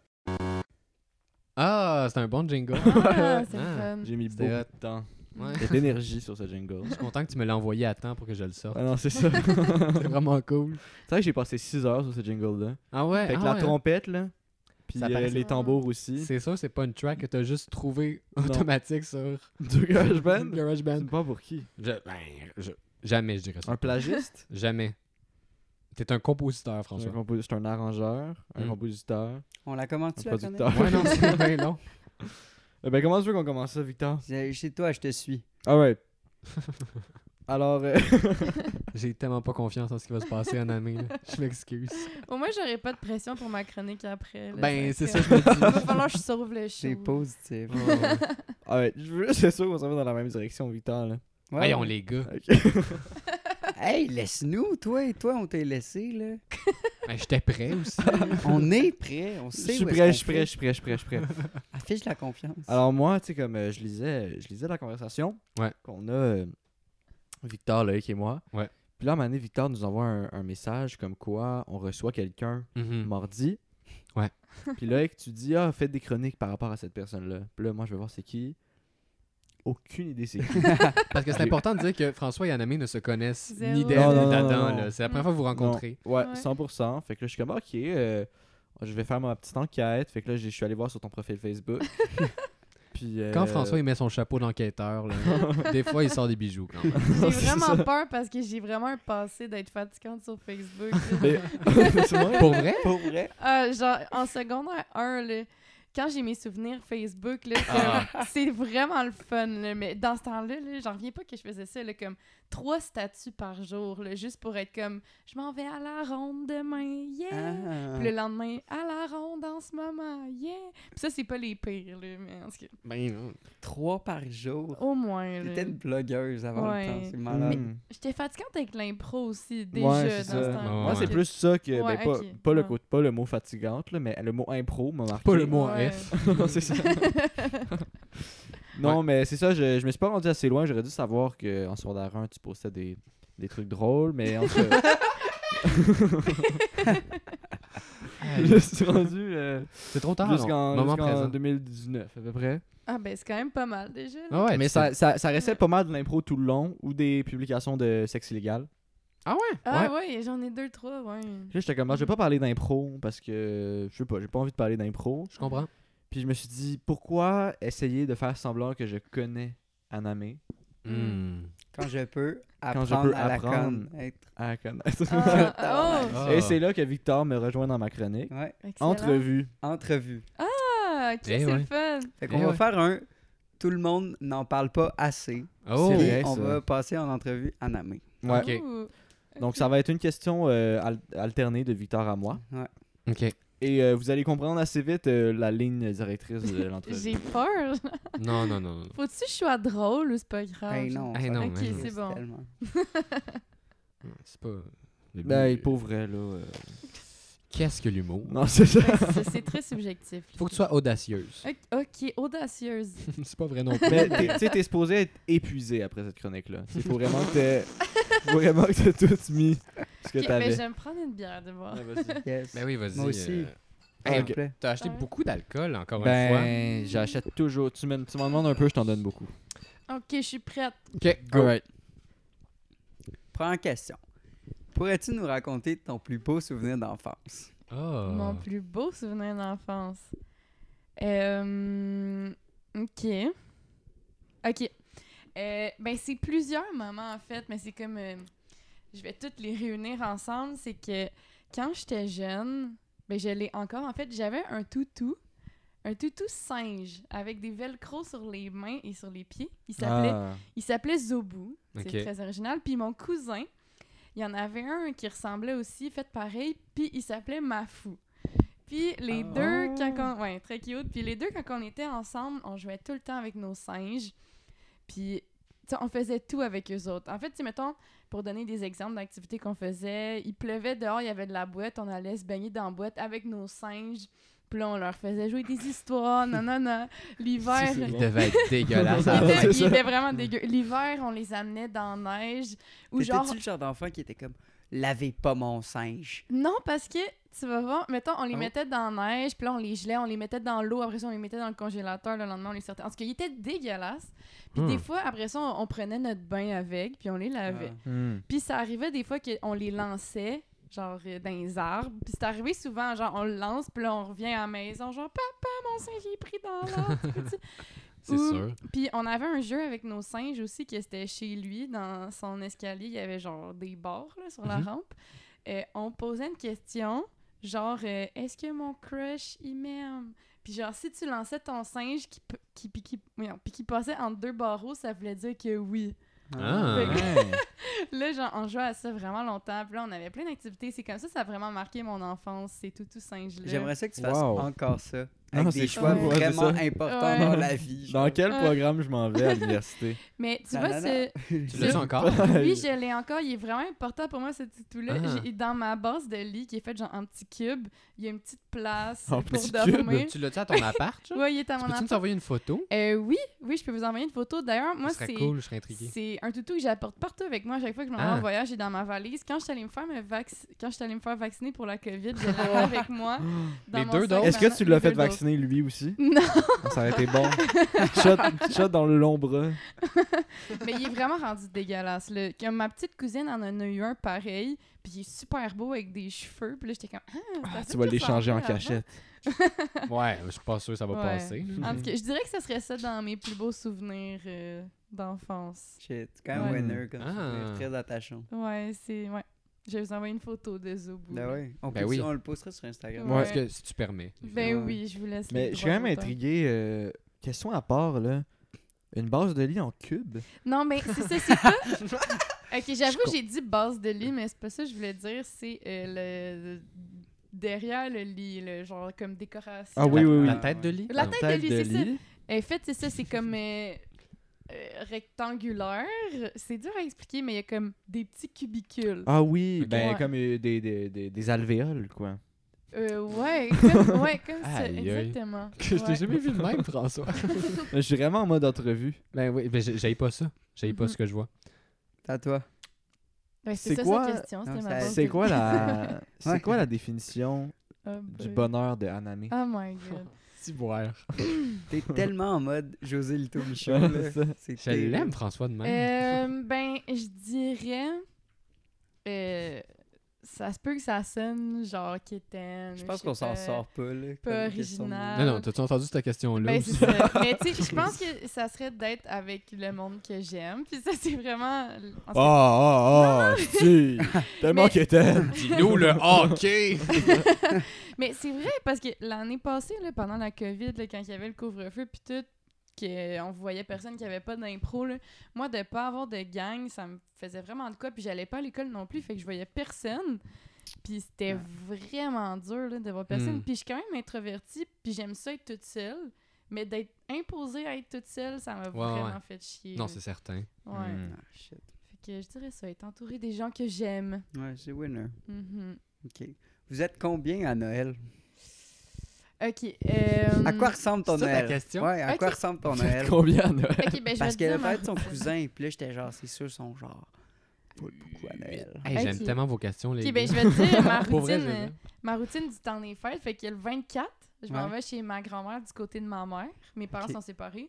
Speaker 1: Ah, c'est un bon
Speaker 3: <laughs>
Speaker 1: jingle. <laughs>
Speaker 5: Ah, c'est
Speaker 1: Ah.
Speaker 5: le fun.
Speaker 3: J'ai mis
Speaker 1: C'était
Speaker 3: beaucoup de <laughs> temps
Speaker 1: Ouais.
Speaker 3: et d'énergie sur ce jingle. <laughs>
Speaker 1: Je suis content que tu me l'aies envoyé à temps pour que je le sorte.
Speaker 3: Ah non, c'est <laughs> ça. c'est
Speaker 1: C'est vraiment cool.
Speaker 3: vrai que j'ai passé 6 heures sur ce jingle-là.
Speaker 1: Ah ouais,
Speaker 3: Fait que
Speaker 1: ah
Speaker 3: la
Speaker 1: ouais,
Speaker 3: trompette, là, puis
Speaker 1: Ça
Speaker 3: euh,
Speaker 1: paraissait-
Speaker 3: les tambours
Speaker 1: hein.
Speaker 3: <laughs> aussi.
Speaker 1: C'est ça, c'est pas une track que t'as juste trouvé
Speaker 3: Non.
Speaker 1: automatique <laughs> sur
Speaker 3: Du GarageBand?
Speaker 1: GarageBand.
Speaker 3: C'est pas pour qui?
Speaker 1: Je- ben, je- jamais, je dirais ça.
Speaker 3: Un plagiste?
Speaker 1: Jamais. T'es un compositeur,
Speaker 3: Je suis
Speaker 1: François.
Speaker 3: <laughs> un, compo- je suis un arrangeur, un
Speaker 1: Mm.
Speaker 3: compositeur,
Speaker 4: On la commence-tu,
Speaker 3: un
Speaker 4: la
Speaker 3: producteur.
Speaker 1: Ouais, non, <laughs> c'est bien long.
Speaker 3: Eh ben, comment tu veux qu'on commence ça, Victor?
Speaker 4: chronique? Chez toi, je te suis.
Speaker 3: Ah ouais. Alors, euh, <laughs>
Speaker 1: J'ai tellement pas confiance en ce qui va se passer en année. là. <laughs> Je m'excuse.
Speaker 5: Au moins, j'aurais pas de pression pour ma chronique après. là.
Speaker 1: Ben, c'est ça,
Speaker 5: comme-
Speaker 1: je me
Speaker 5: <laughs> Il va
Speaker 1: dis.
Speaker 5: falloir que je sauve le show.
Speaker 4: C'est
Speaker 1: <laughs>
Speaker 4: positif.
Speaker 3: ah ouais, je veux <laughs> juste être sûr qu'on s'en va dans la même direction, Victor. Là.
Speaker 4: Ouais.
Speaker 1: Voyons, les gars.
Speaker 3: Ok.
Speaker 4: Hey, laisse-nous, toi et toi, on t'a laissé,
Speaker 3: <laughs>
Speaker 4: là.
Speaker 1: Ben, J'étais prêt aussi.
Speaker 4: On est prêt, on
Speaker 3: Je
Speaker 4: sait
Speaker 3: suis
Speaker 4: où
Speaker 3: prêt, je
Speaker 4: est-ce
Speaker 3: suis
Speaker 4: qu'on
Speaker 3: prêt, je suis prêt, je suis prêt, je suis prêt.
Speaker 4: fait. Affiche la confiance.
Speaker 3: Alors moi, tu sais, comme euh, je lisais je lisais la conversation
Speaker 1: Ouais.
Speaker 3: qu'on a, euh, Victor, Loïc et moi.
Speaker 1: Ouais.
Speaker 3: Puis là, à un moment donné, Victor nous envoie un, un message comme quoi on reçoit quelqu'un
Speaker 1: Mhm.
Speaker 3: mardi.
Speaker 1: Ouais.
Speaker 3: <laughs> Puis là, et que tu dis, ah, faites des chroniques par rapport à cette personne-là. Puis là, moi, je vais voir c'est qui. Aucune idée c'est qui.
Speaker 1: Parce que c'est important de dire que François et Anamé ne se connaissent ni
Speaker 5: Zéro.
Speaker 1: d'elle
Speaker 3: Non,
Speaker 1: ni
Speaker 3: non,
Speaker 1: d'Adam.
Speaker 3: non,
Speaker 1: là.
Speaker 3: non.
Speaker 1: C'est la première fois que vous vous rencontrez.
Speaker 3: Non. Ouais,
Speaker 5: Ouais.
Speaker 3: 100%. Fait que là, je suis comme, ok, euh, je vais faire ma petite enquête. Fait que là, j'ai- je suis allé voir sur ton profil
Speaker 5: <laughs>
Speaker 3: Facebook. Puis. euh,
Speaker 1: Quand François il met son chapeau d'enquêteur, <laughs> là, des fois il sort des bijoux quand <laughs> même.
Speaker 5: J'ai
Speaker 3: Non, c'est
Speaker 5: vraiment
Speaker 3: ça.
Speaker 5: peur parce que j'ai vraiment un passé d'être fatigante sur Facebook.
Speaker 3: <laughs>
Speaker 5: là.
Speaker 3: Mais- ben, C'est vrai?
Speaker 1: Pour vrai?
Speaker 4: Pour vrai,
Speaker 5: Ah, genre, en secondaire 1, là, quand j'ai mes souvenirs Facebook, là,
Speaker 1: Ah.
Speaker 5: comme, c'est vraiment le fun. là, mais dans ce temps-là, là, j'en reviens pas que je faisais ça, là, comme trois statuts par jour, là, juste pour être comme « Je m'en vais à la ronde demain, yeah!
Speaker 4: <laughs> Ah.
Speaker 5: Puis le
Speaker 3: Hein.
Speaker 5: lendemain, « À la ronde en ce moment, yeah! » Puis ça, c'est pas les pires, là, mais en tout cas,
Speaker 1: Ben non.
Speaker 4: trois par jour.
Speaker 5: au moins. là.
Speaker 4: T'étais une blogueuse avant
Speaker 5: Ouais.
Speaker 4: le temps, c'est malade.
Speaker 3: Mm.
Speaker 5: J'étais fatigante avec l'impro aussi, déjà,
Speaker 3: Ouais,
Speaker 5: dans
Speaker 3: c'est
Speaker 5: ce
Speaker 3: ça.
Speaker 5: temps-là.
Speaker 1: Ouais,
Speaker 3: Moi, c'est
Speaker 1: ouais.
Speaker 3: plus ça que.
Speaker 5: Ouais,
Speaker 3: ben, pas,
Speaker 5: ok.
Speaker 3: pas, le,
Speaker 5: Ouais.
Speaker 3: co- pas le mot fatigante, là, mais le mot impro m'a marqué.
Speaker 1: Pas le mot en
Speaker 5: Ouais.
Speaker 1: F.
Speaker 3: <laughs> Non, c'est ça. non, mais c'est ça, je, je me suis pas rendu assez loin. J'aurais dû savoir qu'en secondaire 1, tu postais des, des trucs drôles, mais en tout cas.
Speaker 5: <laughs>
Speaker 3: <laughs> je suis rendu euh,
Speaker 1: C'est trop tard.
Speaker 3: jusqu'en
Speaker 1: non. Moment
Speaker 3: jusqu'en
Speaker 1: présent.
Speaker 3: 2019 à peu près.
Speaker 5: Ah ben, c'est quand même pas mal, déjà. là.
Speaker 1: Ah ouais,
Speaker 3: mais
Speaker 1: tu
Speaker 3: ça, ça, ça restait pas mal de l'impro tout le long ou des publications de sexe illégal.
Speaker 1: Ah ouais?
Speaker 5: Ah ouais, j'en ai deux,
Speaker 1: <laughs>
Speaker 5: trois, ouais.
Speaker 3: Puis Là, j'étais comme, Ah, je vais pas parler d'impro parce que je sais pas, j'ai pas envie de parler d'impro.
Speaker 1: Je comprends.
Speaker 3: Puis je me suis dit, pourquoi essayer de faire semblant que je connais Anamé
Speaker 1: Hmm.
Speaker 4: Quand je peux
Speaker 3: Quand
Speaker 4: apprendre
Speaker 3: je peux
Speaker 4: à la
Speaker 3: apprendre.
Speaker 4: conne. Être...
Speaker 3: à <laughs> la connaître?
Speaker 5: Ah, ah, oh,
Speaker 1: Ah.
Speaker 3: Et c'est là que Victor me rejoint dans ma chronique.
Speaker 4: Ouais,
Speaker 5: excellent.
Speaker 3: Entrevue.
Speaker 4: entrevue.
Speaker 5: Ah, ok,
Speaker 1: Eh
Speaker 5: c'est
Speaker 1: ouais.
Speaker 5: le fun.
Speaker 4: Fait qu'on
Speaker 1: Eh
Speaker 4: va
Speaker 1: ouais.
Speaker 4: faire un Tout le monde n'en parle pas assez.
Speaker 1: Oh!
Speaker 3: C'est
Speaker 4: Puis
Speaker 3: vrai,
Speaker 4: on
Speaker 3: ça.
Speaker 4: va passer en entrevue à Namé.
Speaker 3: Ouais.
Speaker 1: Ok.
Speaker 5: Ouh.
Speaker 3: Donc ça va être une question euh, al- alternée de Victor à moi.
Speaker 4: Ouais.
Speaker 1: Ok.
Speaker 3: Et euh, vous allez comprendre assez vite euh, la ligne directrice de l'entrevue.
Speaker 5: J'ai peur.
Speaker 1: <laughs>
Speaker 5: <laughs>
Speaker 1: Non, non, non. non.
Speaker 5: Faut-tu que je sois drôle ou c'est pas grave?
Speaker 3: Ben,
Speaker 4: Hey, non.
Speaker 1: Eh
Speaker 4: ça
Speaker 1: non,
Speaker 5: Ah, ok,
Speaker 1: eh non.
Speaker 5: c'est bon.
Speaker 4: Tellement.
Speaker 5: <laughs>
Speaker 1: C'est pas. le but.
Speaker 3: Ben, pour vrai, là. euh,
Speaker 1: Qu'est-ce que l'humour?
Speaker 3: Non, c'est ça.
Speaker 5: Ouais, c'est- C'est très subjectif.
Speaker 1: Faut que tu sois audacieuse. <laughs>
Speaker 5: Ok, ok, audacieuse.
Speaker 1: c'est pas vrai non plus.
Speaker 3: Mais t'es- tu sais, t'es supposé être épuisé après cette chronique-là. Il faut vraiment que t'aies faut vraiment que t'aies tout mis ce que
Speaker 5: Ok, ben, mais
Speaker 3: t'avais.
Speaker 5: j'aime prendre une bière de voir.
Speaker 3: Ouais, vas-y.
Speaker 1: <laughs>
Speaker 4: Yes.
Speaker 1: Ben oui, vas-y.
Speaker 4: Moi aussi.
Speaker 1: euh,
Speaker 4: S'il
Speaker 1: Hey,
Speaker 4: vous plaît.
Speaker 1: T'as acheté
Speaker 5: Ouais.
Speaker 1: beaucoup d'alcool, encore une
Speaker 3: Ben, j'achète toujours. Tu m'en tu m'en demandes un peu, je t'en donne beaucoup.
Speaker 5: Ok, je suis prête.
Speaker 1: fois. Oh. Ok, go.
Speaker 3: Alright.
Speaker 4: Première question. Pourrais-tu nous raconter ton plus beau souvenir d'enfance?
Speaker 1: Oh.
Speaker 5: Mon plus beau souvenir d'enfance. Euh, ok. Ok. Euh, ben, c'est plusieurs moments, en fait, mais c'est comme. euh, je vais toutes les réunir ensemble. C'est que quand j'étais jeune, ben, je l'ai encore. En fait, j'avais un toutou. Un toutou singe avec des velcro sur les mains et sur les pieds. Il s'appelait
Speaker 3: Ah.
Speaker 5: il s'appelait Zobu.
Speaker 1: Ok.
Speaker 5: C'est très original. Puis mon cousin, il y en avait un qui ressemblait aussi, fait pareil, puis il s'appelait Mafou. Puis les
Speaker 4: Ah.
Speaker 5: deux, quand on... Ouais, très cute. Puis les deux, quand on était ensemble, on jouait tout le temps avec nos singes. Puis, tu sais, on faisait tout avec eux autres. En fait, tu sais, mettons, pour donner des exemples d'activités qu'on faisait, il pleuvait dehors, il y avait de la boîte, on allait se baigner dans la boîte avec nos singes. Puis là, on leur faisait jouer des histoires, <laughs> nanana. L'hiver,
Speaker 3: c'est
Speaker 1: Il devait
Speaker 5: <laughs>
Speaker 1: être dégueulasse.
Speaker 5: il
Speaker 1: à la fin.
Speaker 5: était, il était vraiment dégueu. L'hiver, on les amenait dans la neige. Ou
Speaker 4: T'étais-tu
Speaker 5: genre.
Speaker 4: le genre d'enfant qui était comme « Lavez pas mon singe
Speaker 5: Non, parce que tu vas voir, mettons, on les
Speaker 1: Ah bon?
Speaker 5: mettait dans la neige, puis là, on les gelait, on les mettait dans l'eau, après ça, on les mettait dans le congélateur, le lendemain, on les sortait. En tout cas, ils étaient dégueulasses. Puis
Speaker 1: Hmm.
Speaker 5: des fois, après ça, on, on prenait notre bain avec, puis on les ». lavait.
Speaker 3: Hmm.
Speaker 5: Puis ça arrivait des fois qu'on les lançait, genre euh, dans les arbres. Puis c'est arrivé souvent, genre on le lance, puis là on revient à la maison, genre papa, mon singe il est pris dans l'arbre. tu peux-tu?
Speaker 1: C'est
Speaker 5: Ou-
Speaker 1: sûr.
Speaker 5: Puis on avait un jeu avec nos singes aussi, que c'était chez lui, dans son escalier, il y avait genre des barres là, sur la
Speaker 1: Mhm.
Speaker 5: rampe. euh, on posait une question, genre, euh, est-ce que mon crush, il m'aime? Puis genre, si tu lançais ton singe qui, pe- qui, puis qui, voyons, puis qui passait entre deux barreaux, ça voulait dire que oui. <laughs>
Speaker 1: Ah.
Speaker 5: Fait que-
Speaker 3: Ouais.
Speaker 5: Là, genre, on jouait à ça vraiment longtemps. Puis là, on avait plein d'activités. C'est comme ça, ça a vraiment marqué mon enfance. C'est tout, tout singe-là.
Speaker 4: J'aimerais ça que tu fasses
Speaker 3: Wow.
Speaker 4: encore ça.
Speaker 3: Ah,
Speaker 4: Avec
Speaker 3: non,
Speaker 4: des
Speaker 3: c'est
Speaker 4: choix
Speaker 5: fou, ouais,
Speaker 3: c'est
Speaker 4: vraiment
Speaker 3: ça.
Speaker 4: importants
Speaker 5: Ouais.
Speaker 4: dans la vie.
Speaker 3: <laughs> Dans
Speaker 4: genre.
Speaker 3: quel
Speaker 5: Euh.
Speaker 3: programme je m'en vais
Speaker 5: <laughs>
Speaker 3: à l'université?
Speaker 5: Mais tu
Speaker 4: Non,
Speaker 5: vois,
Speaker 4: non, non.
Speaker 5: ce-
Speaker 1: Tu l'as encore?
Speaker 5: Oui, je l'ai encore. Il est vraiment important pour moi, ce tuto-là.
Speaker 1: Ah.
Speaker 5: J'ai- Dans ma base de lit, qui est faite genre en petit cube, il y a une petite place
Speaker 3: En
Speaker 5: pour
Speaker 3: petit
Speaker 5: dormir.
Speaker 1: Tu l'as-tu à ton appart? genre?
Speaker 5: Oui, il est à mon
Speaker 1: Peux-tu nous
Speaker 5: appart.
Speaker 1: envoyer une photo?
Speaker 5: Euh, oui, oui, je peux vous envoyer une photo. D'ailleurs, moi,
Speaker 1: Ce serait
Speaker 5: c'est
Speaker 1: cool, je serais intrigué.
Speaker 5: c'est un toutou que j'apporte partout avec moi. À chaque fois que je m'en vais
Speaker 1: Ah.
Speaker 5: en voyage, j'ai dans ma valise. Quand je suis allée me faire, me vac- Quand je suis allée me faire vacciner pour la COVID,
Speaker 1: <laughs>
Speaker 5: je l'avais avec moi. Dans
Speaker 1: Les
Speaker 5: mon
Speaker 1: deux
Speaker 5: sac
Speaker 1: doses?
Speaker 3: Est-ce que
Speaker 5: maman-
Speaker 3: tu l'as
Speaker 5: les
Speaker 3: fait
Speaker 5: deux doses.
Speaker 3: vacciner lui aussi?
Speaker 5: ben,
Speaker 3: Ah,
Speaker 5: Non,
Speaker 3: Ça aurait été bon. shot, shot dans le long bras.
Speaker 5: mais il est vraiment rendu dégueulasse. Là. Comme ma petite cousine en a eu un pareil, puis il est super beau avec des cheveux. Puis là, j'étais comme, ah, ça fait
Speaker 3: Tu vas
Speaker 5: que ça
Speaker 3: l'échanger en
Speaker 5: ressemblait avant.
Speaker 3: cachette.
Speaker 1: Ouais, je suis pas sûr que ça va
Speaker 5: Ouais.
Speaker 1: passer. là.
Speaker 5: En tout cas, je dirais que ce serait ça dans mes plus beaux souvenirs euh, d'enfance.
Speaker 4: Shit, c'est quand même
Speaker 5: Ouais.
Speaker 4: winner comme
Speaker 1: Ah.
Speaker 4: souvenir, très attachant.
Speaker 5: Ouais, c'est. Ouais. Je vais vous envoyer une photo de Zoubou.
Speaker 4: Ben ouais. On,
Speaker 1: Ben
Speaker 4: peut-
Speaker 1: oui.
Speaker 4: on le postera sur Instagram.
Speaker 5: Ouais.
Speaker 1: Parce que si tu permets.
Speaker 5: Ben
Speaker 4: Ouais.
Speaker 5: oui, je vous laisse.
Speaker 3: Mais
Speaker 5: les
Speaker 3: je suis quand
Speaker 5: droits
Speaker 3: même
Speaker 5: d'auteur.
Speaker 3: intrigué. euh, question à part, là. Une base de lit en cube?
Speaker 5: Non, mais c'est ça, c'est pas.
Speaker 3: <laughs>
Speaker 5: ok, j'avoue, j'ai dit base de lit, mais c'est pas ça que je voulais dire. C'est euh, le. Derrière le lit, le genre comme décoration.
Speaker 3: Ah oui, oui, oui.
Speaker 1: La tête de lit?
Speaker 5: La
Speaker 1: Non.
Speaker 5: tête de lit, c'est ça. En fait, c'est ça, c'est comme euh, euh, rectangulaire. C'est dur à expliquer, mais il y a comme des petits cubicules.
Speaker 3: Ah oui,
Speaker 1: Ok.
Speaker 3: ben
Speaker 5: Ouais.
Speaker 3: comme euh, des, des, des, des alvéoles, quoi.
Speaker 5: Euh, ouais, comme, ouais, comme ça,
Speaker 1: Aïe, aïe.
Speaker 5: exactement.
Speaker 1: Je
Speaker 5: Ouais.
Speaker 1: t'ai jamais vu de même, François.
Speaker 3: Je suis vraiment en mode entrevue.
Speaker 1: <laughs> ben oui, ben j'ai- j'aille pas ça. J'aille pas
Speaker 5: Mhm.
Speaker 1: ce que je vois.
Speaker 4: À toi.
Speaker 5: Ouais,
Speaker 3: C'est
Speaker 5: Ben, c'est ça
Speaker 3: quoi-
Speaker 5: sa question, c'était ma
Speaker 4: Non, c'est-
Speaker 5: base
Speaker 3: Euh, C'est
Speaker 5: de- <laughs>
Speaker 3: quoi la c'est
Speaker 4: Ouais.
Speaker 3: quoi la définition
Speaker 5: Oh boy.
Speaker 3: du bonheur de Haname
Speaker 5: Oh my
Speaker 4: <laughs>
Speaker 5: god.
Speaker 1: Si boire. <laughs>
Speaker 4: T'es tellement en mode José Lito Michaud.
Speaker 3: Ouais,
Speaker 4: là.
Speaker 3: c'est ça.
Speaker 4: C'est
Speaker 1: Je
Speaker 4: terrible.
Speaker 1: l'aime, François, de même.
Speaker 5: Euh, ben, je dirais. euh, ça se peut que ça sonne genre quétaine.
Speaker 4: Je pense qu'on s'en sort pas. Là, comme
Speaker 5: pas
Speaker 4: question de-
Speaker 5: original.
Speaker 1: Non, non, t'as-tu entendu cette question-là?
Speaker 5: Euh, Ben,
Speaker 1: aussi?
Speaker 5: c'est ça. Mais tu sais, je pense que ça serait d'être avec le monde que j'aime. Puis ça, c'est vraiment. en tout
Speaker 3: Ah ah ah, si,
Speaker 5: <laughs>
Speaker 3: tellement
Speaker 5: Mais-
Speaker 3: que t'aimes.
Speaker 1: Dis-nous
Speaker 5: <laughs>
Speaker 1: le hockey!
Speaker 5: Mais c'est vrai, parce que l'année passée, là, pendant la COVID, là, quand il y avait le couvre-feu, puis tout, qu'on voyait personne qui avait pas d'impro, là, moi, de pas avoir de gang, ça me faisait vraiment de quoi, puis j'allais pas à l'école non plus, fait que je voyais personne. Puis c'était vraiment dur là, de voir personne.
Speaker 1: Mm.
Speaker 5: Puis je suis quand même introvertie, puis j'aime ça être toute seule. Mais d'être imposée à être toute seule, ça m'a vraiment
Speaker 1: ouais.
Speaker 5: fait chier.
Speaker 1: non,
Speaker 5: là.
Speaker 1: c'est certain.
Speaker 5: Ouais.
Speaker 1: Mm.
Speaker 4: Ah, shit.
Speaker 5: Fait que je dirais ça, être entourée des gens que j'aime.
Speaker 4: Ouais, c'est winner.
Speaker 5: Mhm.
Speaker 4: OK. Vous êtes combien à Noël?
Speaker 5: Ok. euh,
Speaker 4: À quoi ressemble ton
Speaker 1: C'est ça ta
Speaker 4: Noël?
Speaker 1: question?
Speaker 4: Ouais, à
Speaker 5: Ok.
Speaker 4: quoi
Speaker 1: <laughs>
Speaker 4: ressemble ton Noël?
Speaker 3: <laughs> Combien de
Speaker 5: Ok, ben, je
Speaker 4: Parce
Speaker 5: vais te
Speaker 4: qu'elle
Speaker 5: dire
Speaker 4: va
Speaker 5: ma-
Speaker 4: être son cousin, puis là, j'étais genre, c'est sûr, son genre. Pas beaucoup à Noël.
Speaker 1: Hey, J'aime
Speaker 5: Ok.
Speaker 1: tellement vos questions, les
Speaker 5: Ok, ben je
Speaker 1: gars.
Speaker 5: vais te dire
Speaker 1: <laughs>
Speaker 5: ma
Speaker 1: Pour vrai,
Speaker 5: routine,
Speaker 1: j'ai-
Speaker 5: euh, ma routine du temps des fêtes. Fait que le 24, je m'en
Speaker 4: Ouais.
Speaker 5: vais chez ma grand-mère du côté de ma mère. Mes parents
Speaker 4: Ok.
Speaker 5: sont séparés.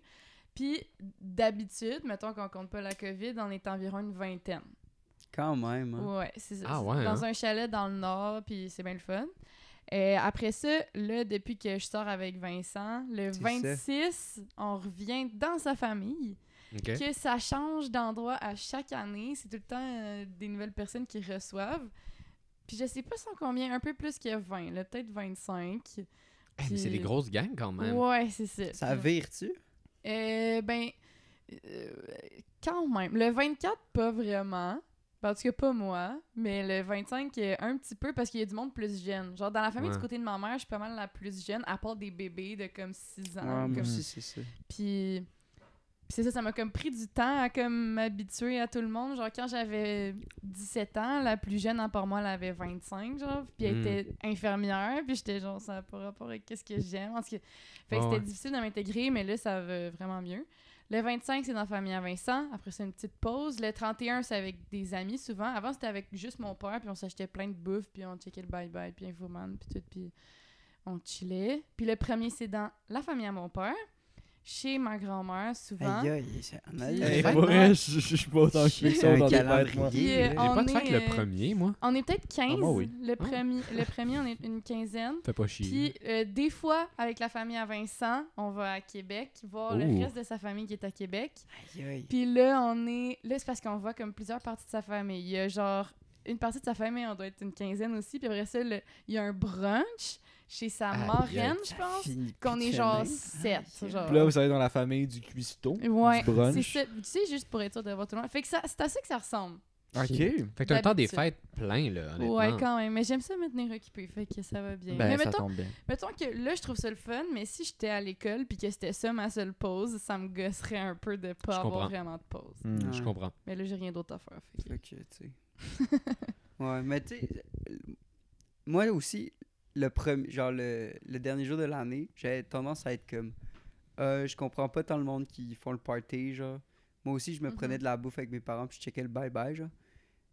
Speaker 5: Puis d'habitude, mettons qu'on compte pas la COVID, on est environ une vingtaine.
Speaker 4: Quand même. hein.
Speaker 5: Ouais, c'est ça.
Speaker 1: Ah
Speaker 5: C'est
Speaker 1: ouais,
Speaker 5: dans
Speaker 1: hein?
Speaker 5: un chalet dans le nord, puis c'est bien le fun. Euh, après ça, là, depuis que je sors avec Vincent, le
Speaker 4: C'est ça.
Speaker 5: 26, on revient dans sa famille
Speaker 1: Ok.
Speaker 5: que ça change d'endroit à chaque année. C'est tout le temps euh, des nouvelles personnes qui reçoivent. Puis je sais pas sans combien, un peu plus que 20, là, peut-être 25.
Speaker 1: Hey, mais c'est
Speaker 5: Puis-
Speaker 1: des grosses gangs quand même.
Speaker 5: Ouais, c'est ça.
Speaker 4: Ça vire-tu?
Speaker 5: Euh, ben, euh, quand même. Le 24, pas vraiment. Ben, en tout cas, pas moi. Mais le 25, euh, un petit peu, parce qu'il y a du monde plus jeune. Genre, dans la famille du
Speaker 1: Ouais.
Speaker 5: côté de ma mère, je suis pas mal la plus jeune, à part des bébés de comme 6 ans.
Speaker 4: Ouais, moi
Speaker 5: comme
Speaker 4: aussi, c'est ça.
Speaker 5: puis, puis c'est ça, ça m'a comme pris du temps à comme m'habituer à tout le monde. Genre, quand j'avais 17 ans, la plus jeune, à part moi, elle avait 25, genre. Puis elle
Speaker 1: Mm.
Speaker 5: était infirmière. Puis j'étais genre, ça n'a pas rapport avec qu'est-ce que j'aime. En tout cas, fait
Speaker 1: Ouais,
Speaker 5: que
Speaker 1: ouais.
Speaker 5: c'était difficile de m'intégrer, mais là, ça va vraiment mieux. Le 25, c'est dans la famille à Vincent. Après, c'est une petite pause. Le 31, c'est avec des amis, souvent. Avant, c'était avec juste mon père, puis on s'achetait plein de bouffe, puis on checkait le bye-bye, puis Infoman, puis tout, puis on chillait. Puis le premier, c'est dans la famille à mon père, chez ma grand-mère, souvent.
Speaker 4: Aïe, aïe, ça- aïe,
Speaker 5: Hey,
Speaker 4: aïe.
Speaker 1: fête,
Speaker 3: Pour vrai, je je suis pas autant occupé que ça
Speaker 4: Un
Speaker 3: dans des fêtes, moi.
Speaker 4: calendrier.
Speaker 5: Yeah.
Speaker 4: là.
Speaker 5: On
Speaker 1: J'ai pas de
Speaker 5: est,
Speaker 1: fête le
Speaker 5: euh,
Speaker 1: premier, Ah, moi. Oh.
Speaker 5: On est peut-être 15.
Speaker 3: moi, oui.
Speaker 5: le, premier, le premier, on est une quinzaine.
Speaker 1: Fais pas chier.
Speaker 5: Puis euh, des fois, avec la famille à Vincent, on va à Québec voir
Speaker 1: Ouh.
Speaker 5: le reste de sa famille qui est à Québec.
Speaker 4: Aïe, aïe.
Speaker 5: Puis là, on est. Là, c'est parce qu'on voit comme plusieurs parties de sa famille. Il y a genre une partie de sa famille, on doit être une quinzaine aussi. Puis après ça, le- il y a un brunch chez sa
Speaker 1: Aïe, hein?
Speaker 5: marraine, je
Speaker 4: Ça
Speaker 5: pense,
Speaker 4: finit plus
Speaker 5: qu'on
Speaker 4: de
Speaker 5: est genre
Speaker 4: finir.
Speaker 5: sept.
Speaker 4: ok.
Speaker 5: genre.
Speaker 3: Puis là, vous savez, dans la famille du cuistot.
Speaker 5: Ouais,
Speaker 3: du brunch.
Speaker 5: c'est ça. Tu sais, juste pour être sûr d'avoir tout le monde. Fait que ça, c'est à ça que ça ressemble.
Speaker 3: Ok.
Speaker 1: Fait que t'as un temps des
Speaker 5: D'habitude.
Speaker 1: fêtes plein, là, honnêtement.
Speaker 5: Ouais, quand même. Mais j'aime ça me tenir occupée. Fait que ça va bien. Mais
Speaker 4: Ben, ça
Speaker 5: mettons,
Speaker 4: tombe bien.
Speaker 5: mettons que là, je trouve ça le fun, mais si j'étais à l'école puis que c'était ça ma seule pause, ça me gosserait un peu de pas
Speaker 1: Je
Speaker 5: avoir
Speaker 1: comprends.
Speaker 5: vraiment de pause.
Speaker 3: Hmm.
Speaker 1: Je comprends.
Speaker 5: Mais là, j'ai rien d'autre à faire. fait que-
Speaker 4: Fait que, tu
Speaker 5: <laughs>
Speaker 4: sais. ouais, mais tu sais, euh, moi aussi, le, premier, genre le, le dernier jour de l'année, j'avais tendance à être comme, euh, je comprends pas tant le monde qui font le party, genre. Moi aussi, je me
Speaker 5: Mhm.
Speaker 4: prenais de la bouffe avec mes parents, puis je checkais le bye-bye, genre.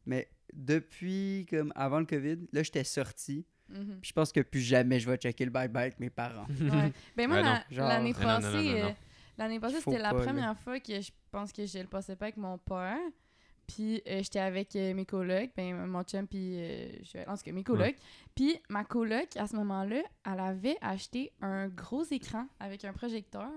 Speaker 4: Mais depuis, comme avant le COVID, là, j'étais sorti.
Speaker 5: Mhm.
Speaker 4: puis Je pense que plus jamais je vais checker le bye-bye avec mes parents.
Speaker 1: <laughs>
Speaker 5: Ouais. Ben moi,
Speaker 1: Ouais, non.
Speaker 5: la-
Speaker 4: Genre-
Speaker 5: l'année
Speaker 1: Ah, non, non, non,
Speaker 5: passée,
Speaker 1: non, non.
Speaker 5: euh, l'année passée,
Speaker 4: Faut
Speaker 5: c'était la
Speaker 4: pas, là.
Speaker 5: première fois que je pense que je le passais pas avec mon père. Puis euh, j'étais avec euh, mes colocs, ben mon chum puis euh, Joël, en tout cas mes colocs. Puis ma coloc à ce moment-là, elle avait acheté un gros écran avec un projecteur.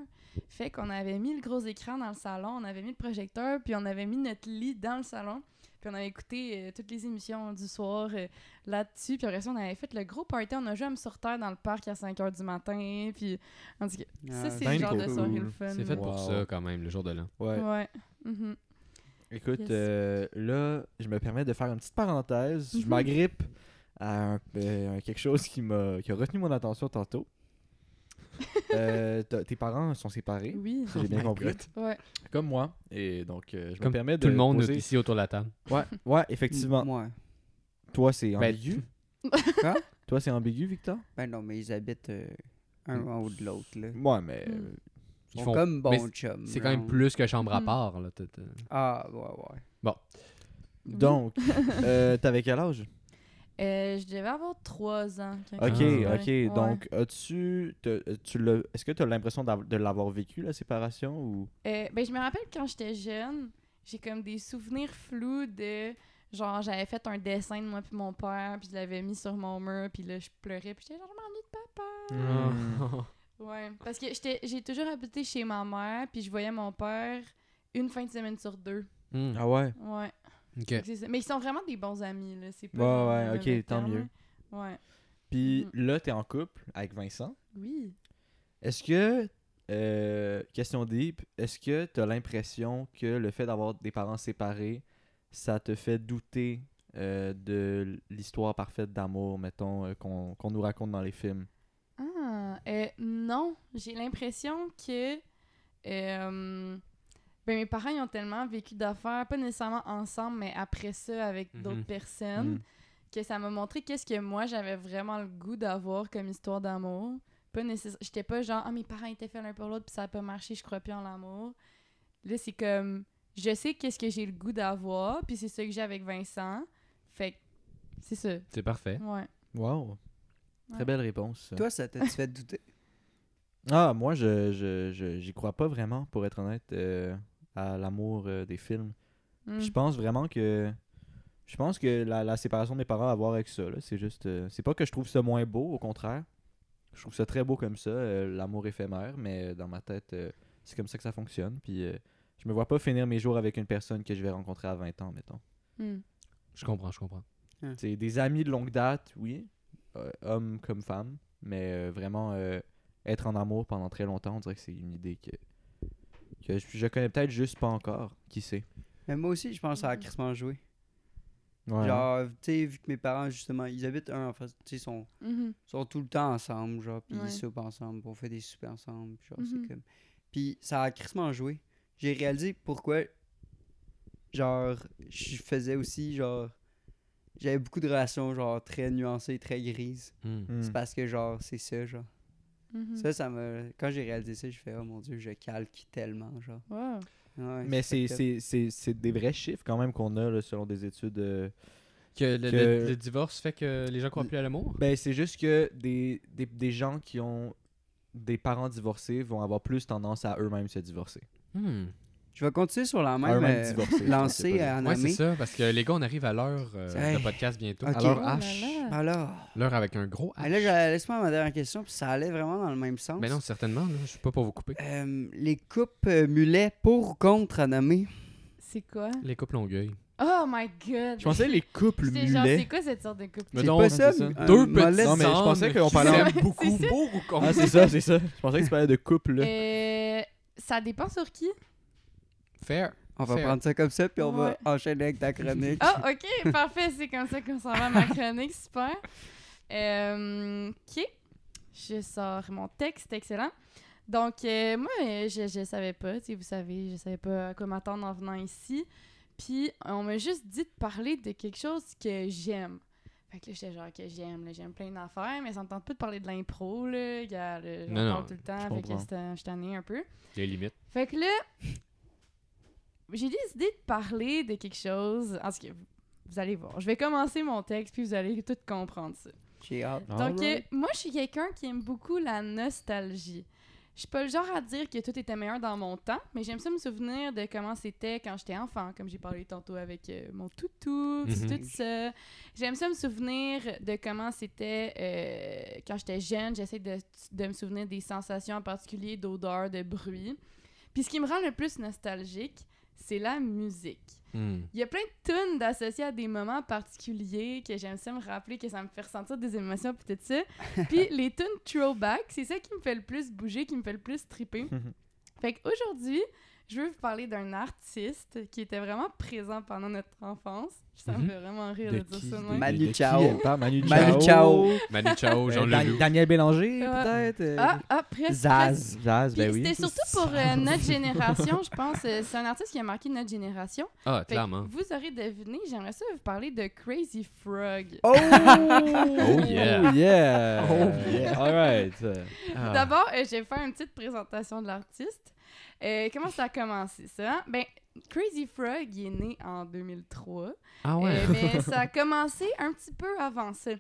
Speaker 5: Fait qu'on avait mis le gros écran dans le salon, on avait mis le projecteur, puis on avait mis notre lit dans le salon. Puis on avait écouté euh, toutes les émissions du soir euh, là-dessus. Puis après ça, on avait fait le gros party. On a joué à me sortir dans le parc à 5 h du matin. Puis en tout cas, ça,
Speaker 4: Ah,
Speaker 5: c'est
Speaker 3: ben
Speaker 5: le genre de
Speaker 3: cool.
Speaker 5: soirée le fun.
Speaker 1: C'est fait pour
Speaker 3: Wow.
Speaker 1: ça, quand même, le jour de l'an.
Speaker 3: Ouais.
Speaker 5: Ouais. Mhm.
Speaker 3: Écoute,
Speaker 5: Yes.
Speaker 3: euh, là, je me permets de faire une petite parenthèse. Je
Speaker 5: Mhm.
Speaker 3: m'agrippe à un- euh, à quelque chose qui m'a qui a retenu mon attention <laughs> tantôt. Euh, t'as- tes parents sont séparés,
Speaker 1: <laughs>
Speaker 5: Oui.
Speaker 3: si j'ai bien compris.
Speaker 5: Ouais.
Speaker 3: Oh Comme moi. Et donc, euh, je
Speaker 1: Comme
Speaker 3: me permets de
Speaker 1: Tout le monde
Speaker 3: poser-
Speaker 1: ici autour de la table.
Speaker 3: Ouais, ouais, effectivement.
Speaker 4: Ouais.
Speaker 3: Toi, c'est
Speaker 1: Ben,
Speaker 3: ambigu. Hein? <laughs> Toi, c'est ambigu, Victor?
Speaker 4: Ben non, mais ils habitent euh, un en haut de l'autre, là.
Speaker 3: Ouais, mais...
Speaker 5: Mm.
Speaker 3: euh,
Speaker 4: Ils
Speaker 1: Ils
Speaker 4: font
Speaker 1: Mm. font-
Speaker 4: comme
Speaker 1: mais
Speaker 4: bon chum.
Speaker 1: C'est quand même
Speaker 4: genre.
Speaker 1: plus que chambre à
Speaker 5: Mhm.
Speaker 1: part, là. t'as- t'as-
Speaker 4: Ah, ouais, ouais.
Speaker 3: Donc, <laughs> euh, t'avais quel âge?
Speaker 5: Euh, je devais avoir 3 ans. quand
Speaker 3: Ok,
Speaker 5: même.
Speaker 1: Ah.
Speaker 3: ok.
Speaker 5: Ouais.
Speaker 3: Donc, as-tu, te- tu l'as- est-ce que tu as l'impression d'av- de l'avoir vécu la séparation ou
Speaker 5: Euh, ben, je me rappelle quand j'étais jeune, j'ai comme des souvenirs flous de genre j'avais fait un dessin de moi puis mon père puis je l'avais mis sur mon mur puis là je pleurais puis j'étais genre je m'ennuie de
Speaker 3: Ah.
Speaker 1: <laughs>
Speaker 5: papa. Ouais, parce que j'étais j'ai toujours habité chez ma mère puis je voyais mon père une fin de semaine sur deux.
Speaker 1: Mhm.
Speaker 3: Ah ouais.
Speaker 5: Ouais.
Speaker 1: Ok.
Speaker 5: Fait que c'est ça. Mais ils sont vraiment des bons amis là, c'est pas
Speaker 3: Ouais,
Speaker 5: genre, euh,
Speaker 3: ouais, ok,
Speaker 5: le
Speaker 3: tant
Speaker 5: terme,
Speaker 3: mieux.
Speaker 5: là. Ouais.
Speaker 3: Puis
Speaker 5: Mhm.
Speaker 3: là, t'es en couple avec Vincent.
Speaker 5: Oui.
Speaker 3: Est-ce que, euh, question deep, est-ce que t'as l'impression que le fait d'avoir des parents séparés, ça te fait douter euh, de l'histoire parfaite d'amour, mettons, euh, qu'on qu'on nous raconte dans les films?
Speaker 5: Ah, euh, non, j'ai l'impression que euh, ben, mes parents ils ont tellement vécu d'affaires, pas nécessairement ensemble, mais après ça avec
Speaker 1: Mhm.
Speaker 5: d'autres personnes,
Speaker 3: Mhm.
Speaker 5: que ça m'a montré qu'est-ce que moi j'avais vraiment le goût d'avoir comme histoire d'amour. Pas nécessaire. J'étais pas genre, ah, mes parents étaient faits l'un pour l'autre, puis ça a pas marché, je crois plus en l'amour. Là, c'est comme, je sais qu'est-ce que j'ai le goût d'avoir, puis c'est ça que j'ai avec Vincent. Fait que, c'est ça.
Speaker 1: C'est parfait.
Speaker 5: Ouais.
Speaker 3: Wow.
Speaker 5: Ouais.
Speaker 3: Très belle réponse.
Speaker 4: Toi, ça t'a fait douter.
Speaker 3: Ah, moi, je je- je- j'y crois pas vraiment, pour être honnête, euh, à l'amour euh, des films.
Speaker 5: Mm.
Speaker 3: Je pense vraiment que. Je pense que la, la séparation des parents a à voir avec ça. là. C'est juste. euh, c'est pas que je trouve ça moins beau, au contraire. Je trouve ça très beau comme ça, euh, l'amour éphémère, mais dans ma tête, euh, c'est comme ça que ça fonctionne. Puis euh, je me vois pas finir mes jours avec une personne que je vais rencontrer à 20 ans, mettons.
Speaker 5: Mm.
Speaker 1: Je comprends, je comprends.
Speaker 3: C'est des amis de longue date, oui, euh, hommes comme femmes, mais euh, vraiment euh, être en amour pendant très longtemps, on dirait que c'est une idée que, que je, je connais peut-être juste pas encore, qui sait.
Speaker 4: Mais moi aussi, je pense à
Speaker 5: Mhm.
Speaker 4: Christmas jouer.
Speaker 3: Ouais.
Speaker 4: Genre, tu sais, vu que mes parents, justement, ils habitent un en face, tu sais, ils sont,
Speaker 5: Mhm.
Speaker 4: sont tout le temps ensemble, genre, puis
Speaker 5: Ouais.
Speaker 4: ils soupent ensemble, puis on fait des soupers ensemble, puis genre,
Speaker 5: Mhm.
Speaker 4: c'est comme. Puis ça a Christmas joué. J'ai réalisé pourquoi, genre, je faisais aussi, genre, j'avais beaucoup de relations, genre, très nuancées, très grises.
Speaker 1: Mhm.
Speaker 3: Hmm.
Speaker 4: C'est parce que, genre, c'est ça, genre.
Speaker 5: Mhm.
Speaker 4: Ça, ça me. Quand j'ai réalisé ça, j'ai fait, oh mon dieu, je calque tellement, genre.
Speaker 5: Wow.
Speaker 4: Ouais,
Speaker 3: Mais
Speaker 4: ça fait
Speaker 3: c'est
Speaker 4: que-
Speaker 3: c'est- c'est- c'est des vrais chiffres quand même qu'on a là, selon des études. euh,
Speaker 1: Que le,
Speaker 3: Que-
Speaker 1: le- le divorce fait que les gens croient plus à l'amour?
Speaker 3: Ben, c'est juste que des, des, des gens qui ont des parents divorcés vont avoir plus tendance à eux-mêmes se divorcer. Mm.
Speaker 1: Hmm.
Speaker 4: Je vais continuer sur la
Speaker 3: à
Speaker 4: même,
Speaker 3: eux-mêmes
Speaker 4: euh,
Speaker 3: divorcer.
Speaker 4: lancée en
Speaker 1: Ouais, c'est
Speaker 4: amie.
Speaker 1: ça, parce que les gars, on arrive à l'heure euh,
Speaker 4: Hey.
Speaker 1: de podcast bientôt.
Speaker 4: Ok.
Speaker 3: Alors,
Speaker 5: Oh là
Speaker 3: H.
Speaker 5: là.
Speaker 4: Alors.
Speaker 1: L'heure avec un gros
Speaker 4: Mais
Speaker 1: H.
Speaker 4: là, j'allais- laisse-moi ma dernière question, puis ça allait vraiment dans le même sens.
Speaker 1: Mais Ah, Ben non, certainement, là, je suis pas pour vous couper.
Speaker 4: Euh, les coupes euh, mulets pour ou contre à nommer.
Speaker 5: C'est quoi?
Speaker 1: Les coupes Longueuil.
Speaker 5: Oh my god.
Speaker 3: Je pensais les couples
Speaker 5: J'étais genre, c'est
Speaker 3: mulets.
Speaker 5: quoi cette sorte de couple?
Speaker 1: Mais
Speaker 3: C'est
Speaker 1: donc,
Speaker 3: pas
Speaker 4: Pas ça,
Speaker 3: c'est ça.
Speaker 5: Euh,
Speaker 4: un
Speaker 1: deux
Speaker 4: mollet-
Speaker 1: petits
Speaker 3: Non, mais je
Speaker 1: hommes
Speaker 3: pensait qu'on
Speaker 1: qui
Speaker 3: parlait en-
Speaker 1: s'aiment beaucoup,
Speaker 5: C'est ça.
Speaker 1: beaucoup comme
Speaker 3: Ah, c'est ça, c'est ça. Je pensais que tu parlais de couple. là.
Speaker 5: Euh, ça dépend sur qui.
Speaker 1: Fair.
Speaker 4: On va
Speaker 1: Fair.
Speaker 4: prendre ça comme ça, puis on
Speaker 5: Ouais.
Speaker 4: va enchaîner avec ta chronique.
Speaker 5: Ah, ok, parfait. C'est comme ça qu'on s'en va à ma chronique. Super. Euh, ok. Je sors mon texte. Excellent. Donc, euh, moi, euh, je, je savais pas, tu sais, vous savez, je savais pas à quoi m'attendre en venant ici. Puis, on m'a juste dit de parler de quelque chose que j'aime. Fait que là, j'étais genre que j'aime, là, j'aime plein d'affaires, mais ça me tente pas de parler de l'impro, là, gars, là, j'en
Speaker 1: Non, non,
Speaker 5: parle tout le temps, fait que
Speaker 3: comprends.
Speaker 5: c'était- je t'en ai un peu.
Speaker 1: Les limites.
Speaker 5: Fait que là, j'ai décidé de parler de quelque chose. En ce que vous allez voir. Je vais commencer mon texte, puis vous allez tout comprendre ça.
Speaker 4: J'ai hâte.
Speaker 5: Donc, euh, moi, je suis quelqu'un qui aime beaucoup la nostalgie. Je suis pas le genre à dire que tout était meilleur dans mon temps, mais j'aime ça me souvenir de comment c'était quand j'étais enfant, comme j'ai parlé tantôt avec euh, mon toutou, puis
Speaker 1: Mhm.
Speaker 5: tout ça. J'aime ça me souvenir de comment c'était euh, quand j'étais jeune. J'essaie de, de me souvenir des sensations en particulier, d'odeurs, de bruit. Puis ce qui me rend le plus nostalgique, c'est la musique.
Speaker 3: Mm.
Speaker 5: Il y a plein de tunes d'associées à des moments particuliers que j'aime ça me rappeler, que ça me fait ressentir des émotions, puis tout ça. Puis les tunes throwback, c'est ça qui me fait le plus bouger, qui me fait le plus triper. fait qu'aujourd'hui, je veux vous parler d'un artiste qui était vraiment présent pendant notre enfance. Puis Ça me fait vraiment rire de,
Speaker 3: De
Speaker 5: Eh, dire
Speaker 3: qui-
Speaker 5: ça. de
Speaker 3: de-
Speaker 5: même.
Speaker 4: Ma- Manu
Speaker 3: de qui
Speaker 4: Chao.
Speaker 3: elle parle? Manu Chao.
Speaker 4: Manu Chao.
Speaker 1: Manu Chao,
Speaker 3: Euh,
Speaker 1: Jean
Speaker 3: Dan-
Speaker 1: Leloup.
Speaker 3: Daniel Bélanger,
Speaker 5: Ah.
Speaker 3: peut-être. euh,
Speaker 5: Ah, ah, presque. presque.
Speaker 4: Zaz.
Speaker 3: Zaz,
Speaker 5: Puis
Speaker 3: ben oui.
Speaker 5: c'était surtout pour euh, notre génération, je pense. Euh, C'est un artiste qui a marqué notre génération.
Speaker 1: Ah,
Speaker 5: Fait que
Speaker 1: clairement.
Speaker 5: vous aurez deviné, j'aimerais ça vous parler de Crazy Frog.
Speaker 4: Oh!
Speaker 1: Oh yeah.
Speaker 3: Oh yeah.
Speaker 1: Oh yeah.
Speaker 3: All right.
Speaker 1: Ah.
Speaker 5: D'abord, euh, je vais faire une petite présentation de l'artiste. Euh, comment ça a commencé, ça? Ben, Crazy Frog il est né en 2003,
Speaker 1: Ah
Speaker 5: Euh, mais ça a commencé un petit peu avant ça.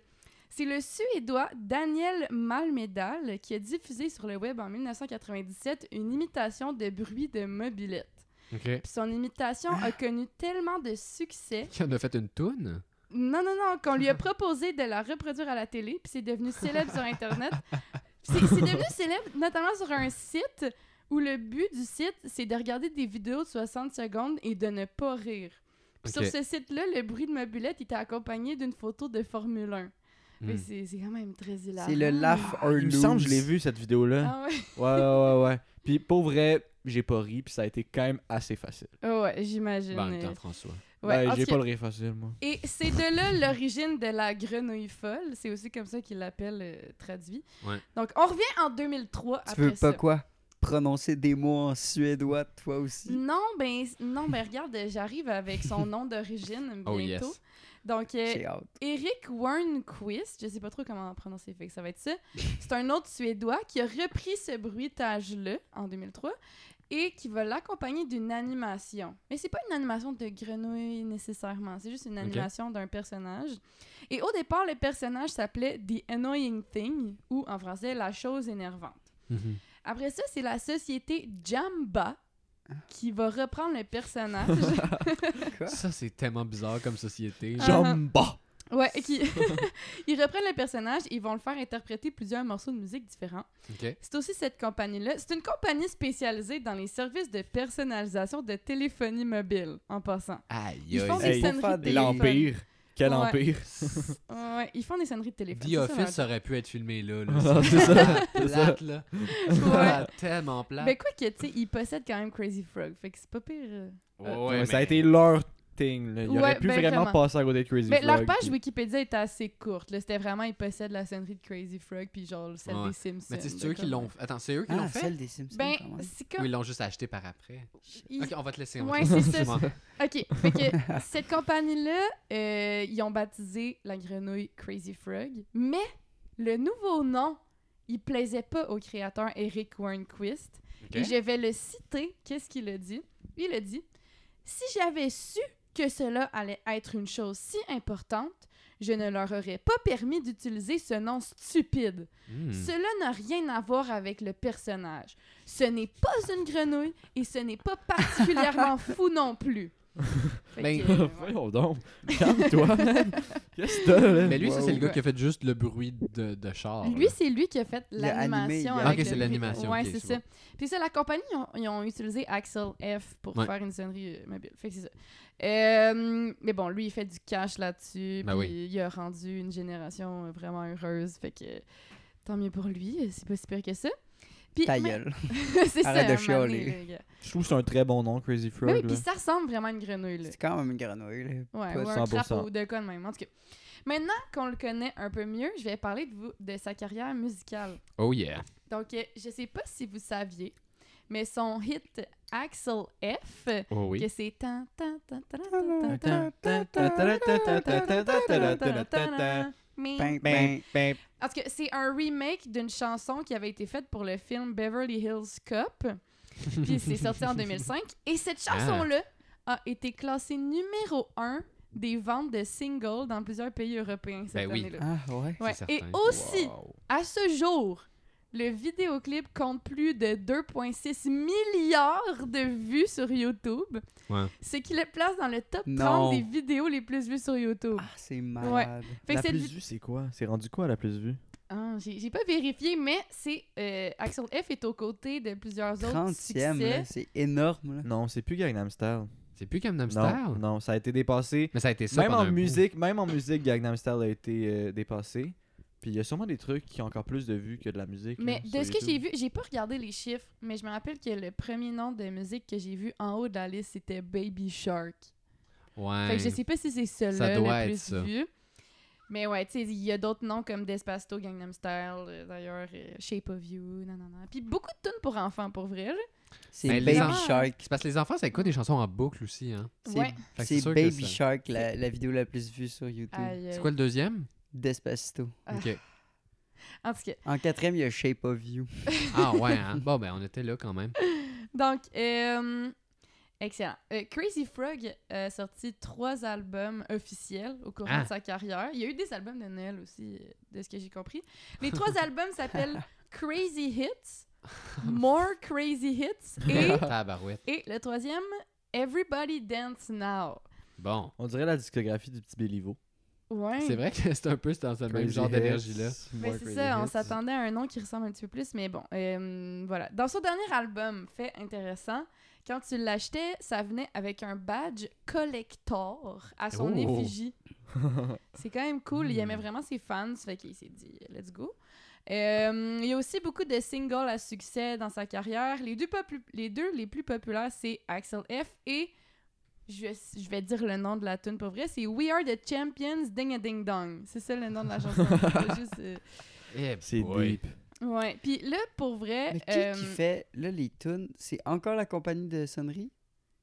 Speaker 5: C'est le Suédois Daniel Malmedal qui a diffusé sur le web en 1997 une imitation de bruit de mobilette.
Speaker 1: Ok.
Speaker 5: Puis son imitation a connu tellement de succès
Speaker 1: Qui en a fait une toune?
Speaker 5: non, non, non, qu'on lui a proposé de la reproduire à la télé, puis c'est devenu célèbre sur Internet. C'est c'est devenu célèbre notamment sur un site où le but du site, c'est de regarder des vidéos de 60 secondes et de ne pas rire. Puis
Speaker 1: Ok.
Speaker 5: Sur ce site-là, le bruit de ma bulette était accompagné d'une photo de Formule 1. Mais
Speaker 1: Hmm.
Speaker 5: c'est <laughs> c'est quand même très hilarant.
Speaker 4: C'est le laugh or
Speaker 3: Il me
Speaker 4: lose.
Speaker 3: semble que je l'ai vu cette vidéo-là.
Speaker 5: Ah ouais,
Speaker 3: Ouais, ouais, ouais, ouais. Puis pour vrai, j'ai pas ri, puis ça a été quand même assez facile.
Speaker 5: Ah ouais j'imagine.
Speaker 1: Ben, en même temps, François.
Speaker 5: Euh, ouais,
Speaker 3: Ben,
Speaker 5: en
Speaker 3: j'ai
Speaker 5: tout cas,
Speaker 3: pas le rire facile, moi.
Speaker 5: Et c'est de là l'origine de la grenouille folle. C'est aussi comme ça qu'il l'appelle euh, traduit.
Speaker 1: Ouais.
Speaker 5: Donc, on revient en 2003
Speaker 4: Tu
Speaker 5: après
Speaker 4: veux
Speaker 5: ça.
Speaker 4: pas quoi? Prononcer des mots en suédois, toi aussi?
Speaker 5: Non, ben, non, ben regarde, j'arrive avec son
Speaker 4: <laughs>
Speaker 5: nom d'origine bientôt.
Speaker 1: Oh, yes.
Speaker 5: Donc, euh,
Speaker 4: J'ai hâte.
Speaker 5: Eric Wernquist, je sais pas trop comment prononcer, fait que ça va être ça. <laughs> C'est un autre Suédois qui a repris ce bruitage-là en 2003 et qui va l'accompagner d'une animation. Mais c'est pas une animation de grenouille nécessairement, c'est juste une
Speaker 1: Ok.
Speaker 5: animation d'un personnage. Et au départ, le personnage s'appelait The Annoying Thing ou en français La chose énervante.
Speaker 3: Mhm.
Speaker 5: Après ça, c'est la société Jamba qui va reprendre le personnage. <laughs>
Speaker 1: Ça, c'est tellement bizarre comme société.
Speaker 5: Ah.
Speaker 3: Jamba.
Speaker 5: ouais,
Speaker 1: <laughs>
Speaker 5: qui... <laughs> ils reprennent le personnage et ils vont le faire interpréter plusieurs morceaux de musique différents.
Speaker 1: Ok.
Speaker 5: C'est aussi cette compagnie-là. C'est une compagnie spécialisée dans les services de personnalisation de téléphonie mobile, en passant.
Speaker 1: Aïe,
Speaker 5: Ils font
Speaker 1: aïe.
Speaker 5: des
Speaker 3: Hey,
Speaker 5: sonneries
Speaker 4: faut faire
Speaker 5: de
Speaker 4: des-
Speaker 5: téléphone.
Speaker 3: L'Empire. Quel
Speaker 5: Ouais. <laughs>
Speaker 3: empire.
Speaker 5: Ouais, ils font des sonneries de
Speaker 1: The
Speaker 5: téléphone. c'est ça,
Speaker 1: Office aurait pu être filmé là. là.
Speaker 3: Ah,
Speaker 1: C'est
Speaker 3: <laughs> c'est
Speaker 1: <laughs>
Speaker 3: ça,
Speaker 1: plate, là.
Speaker 5: leur- Ouais.
Speaker 1: Ah, Tellement plate.
Speaker 5: Mais quoi que, Ben, tu sais, ils possèdent quand même Crazy Frog. Fait que c'est pas pire. euh.
Speaker 1: Ouais,
Speaker 3: Ouais,
Speaker 1: mais-
Speaker 3: Ça a été leur thing. Là. Ils
Speaker 5: Ouais,
Speaker 3: auraient pu
Speaker 5: ben,
Speaker 3: vraiment,
Speaker 5: vraiment.
Speaker 3: passer à côté de Crazy
Speaker 5: Mais Ben, leur
Speaker 3: Frog,
Speaker 5: page
Speaker 3: puis-
Speaker 5: Wikipédia est assez courte. là. C'était vraiment, ils possèdent la sonnerie de Crazy Frog, puis genre celle
Speaker 1: Ouais.
Speaker 5: des Simpsons.
Speaker 1: Mais tu sais, c'est
Speaker 5: là,
Speaker 1: eux qui
Speaker 5: comme-
Speaker 1: l'ont. Attends, c'est eux qui l'ont
Speaker 4: Ah,
Speaker 1: fait?
Speaker 4: celle des Simpsons,
Speaker 5: Ben,
Speaker 4: quand même.
Speaker 5: c'est comme.
Speaker 1: Ou ils l'ont juste acheté par après?
Speaker 5: ils-
Speaker 1: Ok, on va te laisser. on va
Speaker 5: Ouais,
Speaker 1: te laisser.
Speaker 5: c'est ça.
Speaker 1: Excuse-moi.
Speaker 5: Ok, fait que cette compagnie-là, euh, ils ont baptisé la grenouille Crazy Frog, mais le nouveau nom, il plaisait pas au créateur Eric Warnquist.
Speaker 1: Ok.
Speaker 5: Et je vais le citer. Qu'est-ce qu'il a dit? Il a dit Si j'avais su que cela allait être une chose si importante, je ne leur aurais pas permis d'utiliser ce nom stupide.
Speaker 1: Hmm.
Speaker 5: Cela n'a rien à voir avec le
Speaker 4: <laughs>
Speaker 5: personnage. Ce n'est pas une grenouille et ce n'est pas particulièrement fou non plus. Fait
Speaker 1: Ben,
Speaker 5: que, euh, ouais.
Speaker 3: <laughs> Voyons donc. <laughs> Calme-toi,
Speaker 5: <laughs>
Speaker 3: man. Qu'est-ce que t'as, là?
Speaker 1: Mais lui, ça, c'est le
Speaker 5: Wow.
Speaker 1: gars qui a fait juste le bruit de, de char.
Speaker 5: Lui,
Speaker 1: là.
Speaker 5: c'est lui qui a fait
Speaker 4: Ah, Il a animé, il a
Speaker 5: l'animation.
Speaker 4: animé.
Speaker 5: avec
Speaker 1: Ok, c'est
Speaker 5: le-
Speaker 1: l'animation,
Speaker 5: Ouais,
Speaker 1: ok,
Speaker 5: c'est
Speaker 1: c'est
Speaker 5: ça. Puis ça, la compagnie, ils ont, ils ont utilisé Axel F pour
Speaker 1: Ouais.
Speaker 5: faire une sonnerie euh, mobile. Fait que c'est ça. Euh, mais bon, lui, il fait du cash là-dessus.
Speaker 1: Ben
Speaker 5: puis il a rendu une génération euh, vraiment heureuse. Fait que euh, tant mieux pour lui. euh, C'est pas si pire que ça. Puis,
Speaker 4: Ta
Speaker 5: mais-
Speaker 4: gueule.
Speaker 5: <laughs> c'est ça.
Speaker 4: Arrête de
Speaker 5: à un moment donné,
Speaker 4: chialer.
Speaker 5: le gars.
Speaker 3: Je trouve que c'est un très bon nom, Crazy
Speaker 5: Mais oui,
Speaker 3: Frog. là.
Speaker 5: puis ça ressemble vraiment à une grenouille. là.
Speaker 4: C'est quand même une grenouille. là.
Speaker 5: Ouais,
Speaker 4: Pas
Speaker 5: ou un
Speaker 3: 100%.
Speaker 5: crapaud, de quoi de même. En tout cas, maintenant qu'on le connaît un peu mieux, je vais parler de, vous, de sa carrière musicale.
Speaker 1: Oh yeah.
Speaker 5: Donc, euh, je sais pas si vous saviez, mais son hit Axel F,
Speaker 1: Oh oui.
Speaker 5: que c'est tan, tan, tan, tan, tan, tan, tan, tan, tan,
Speaker 3: Attends.
Speaker 5: tan, mais-
Speaker 4: Ping,
Speaker 5: ben,
Speaker 4: ping.
Speaker 5: Parce que c'est un remake d'une chanson qui avait été faite pour le film Beverly Hills
Speaker 1: <laughs>
Speaker 5: Cop, puis c'est sorti en 2005. Et cette
Speaker 1: Ah.
Speaker 5: chanson-là a été classée numéro 1 des ventes de singles dans plusieurs pays européens cette
Speaker 1: Ben oui.
Speaker 5: année-là.
Speaker 4: Ah ouais.
Speaker 5: Ouais.
Speaker 1: C'est
Speaker 5: Et
Speaker 1: certain.
Speaker 5: aussi,
Speaker 3: Wow.
Speaker 5: à ce jour, le vidéoclip compte plus de 2,6 milliards de vues sur YouTube,
Speaker 1: Ouais.
Speaker 5: ce qui le place dans le top 30
Speaker 4: Non.
Speaker 5: des vidéos les plus vues sur YouTube.
Speaker 4: Ah, c'est malade.
Speaker 5: Oh. Fait que
Speaker 3: La
Speaker 5: cette
Speaker 3: plus
Speaker 5: vi-
Speaker 3: vue, c'est quoi? C'est rendu quoi, la plus vue?
Speaker 5: Ah, j'ai j'ai pas vérifié, mais c'est euh, Axel F est aux côtés de plusieurs autres
Speaker 4: 30e,
Speaker 5: succès.
Speaker 4: là, c'est énorme. Là.
Speaker 3: Non, c'est plus Gangnam Style.
Speaker 1: C'est plus Gangnam
Speaker 3: Non,
Speaker 1: Style.
Speaker 3: non, ça a été dépassé.
Speaker 1: Mais ça a été ça
Speaker 3: Même
Speaker 1: pendant un
Speaker 3: en
Speaker 1: bout.
Speaker 3: musique, même en musique, Gangnam Style a été euh, dépassé. Puis il y a sûrement des trucs qui ont encore plus de vues que de la musique.
Speaker 5: Mais
Speaker 3: là,
Speaker 5: de
Speaker 3: sur
Speaker 5: ce que
Speaker 3: YouTube.
Speaker 5: j'ai vu, j'ai pas regardé les chiffres, mais je me rappelle que le premier nom de musique que j'ai vu en haut de la liste, c'était Baby Shark.
Speaker 1: Ouais.
Speaker 5: Fait que je sais pas si c'est celui-là
Speaker 1: Ça doit
Speaker 5: le
Speaker 1: être
Speaker 5: plus
Speaker 1: ça.
Speaker 5: vu. Mais ouais, tu sais, il y a d'autres noms comme Despacito, Gangnam Style, euh, d'ailleurs, euh, Shape of You, nanana. Puis beaucoup de tunes pour enfants, pour vrai. là.
Speaker 4: C'est
Speaker 1: Ben,
Speaker 4: Baby
Speaker 1: les-
Speaker 4: Shark.
Speaker 1: C'est parce que les enfants, ça écoute des chansons en boucle aussi. Hein.
Speaker 4: C'est
Speaker 5: Ouais.
Speaker 1: Fait que c'est
Speaker 4: c'est
Speaker 1: sûr que
Speaker 4: Baby
Speaker 1: ça-
Speaker 4: Shark, la, la vidéo la plus vue sur YouTube.
Speaker 5: Aïe,
Speaker 1: C'est
Speaker 5: aïe.
Speaker 1: quoi le deuxième
Speaker 4: Despacito.
Speaker 5: Ah.
Speaker 1: Ok.
Speaker 5: En tout cas.
Speaker 4: En quatrième, il y a Shape of You.
Speaker 5: Euh,
Speaker 1: Ah ouais, hein. Bon, ben, on était là quand même.
Speaker 5: Donc, euh, excellent. Euh, Crazy Frog a sorti trois albums officiels au courant
Speaker 1: Ah.
Speaker 5: de sa carrière. Il y a eu des albums de Noël aussi, euh, de ce que j'ai compris.
Speaker 1: <laughs>
Speaker 5: Les trois albums s'appellent Crazy Hits, More Crazy Hits
Speaker 1: <laughs>
Speaker 5: et,
Speaker 1: Tabarouette.
Speaker 5: et le troisième, Everybody Dance Now.
Speaker 1: Bon.
Speaker 3: On dirait la discographie du petit Béliveau.
Speaker 5: Ouais.
Speaker 1: C'est vrai que c'est un peu dans ce même
Speaker 3: Crazy
Speaker 1: genre
Speaker 3: Hits,
Speaker 1: d'énergie-là.
Speaker 5: Mais
Speaker 3: More
Speaker 5: c'est
Speaker 3: Crazy
Speaker 5: ça, on
Speaker 3: Hits.
Speaker 5: s'attendait à un nom qui ressemble un petit peu plus, mais bon, euh, voilà. Dans son dernier album, fait intéressant, quand tu l'achetais, ça venait avec un badge collector à son
Speaker 1: Oh. <laughs>
Speaker 5: effigie. c'est quand même cool, il aimait
Speaker 1: Hmm.
Speaker 5: vraiment ses fans, fait qu'il s'est dit « let's go Euh, Il y a aussi beaucoup de singles à succès dans sa carrière. Les deux, popu- les, deux les plus populaires, c'est Axel F et... Je, je vais dire le nom de la tune pour vrai, c'est We Are the Champions Ding a Ding Dong. C'est ça le nom de
Speaker 1: <laughs>
Speaker 5: la chanson. Je vais juste, euh,
Speaker 1: Eh
Speaker 3: C'est
Speaker 1: boy.
Speaker 3: deep.
Speaker 5: Ouais, puis là, pour vrai,
Speaker 4: Mais qui
Speaker 5: euh,
Speaker 4: qui fait, là, les tunes, c'est encore la compagnie de sonnerie?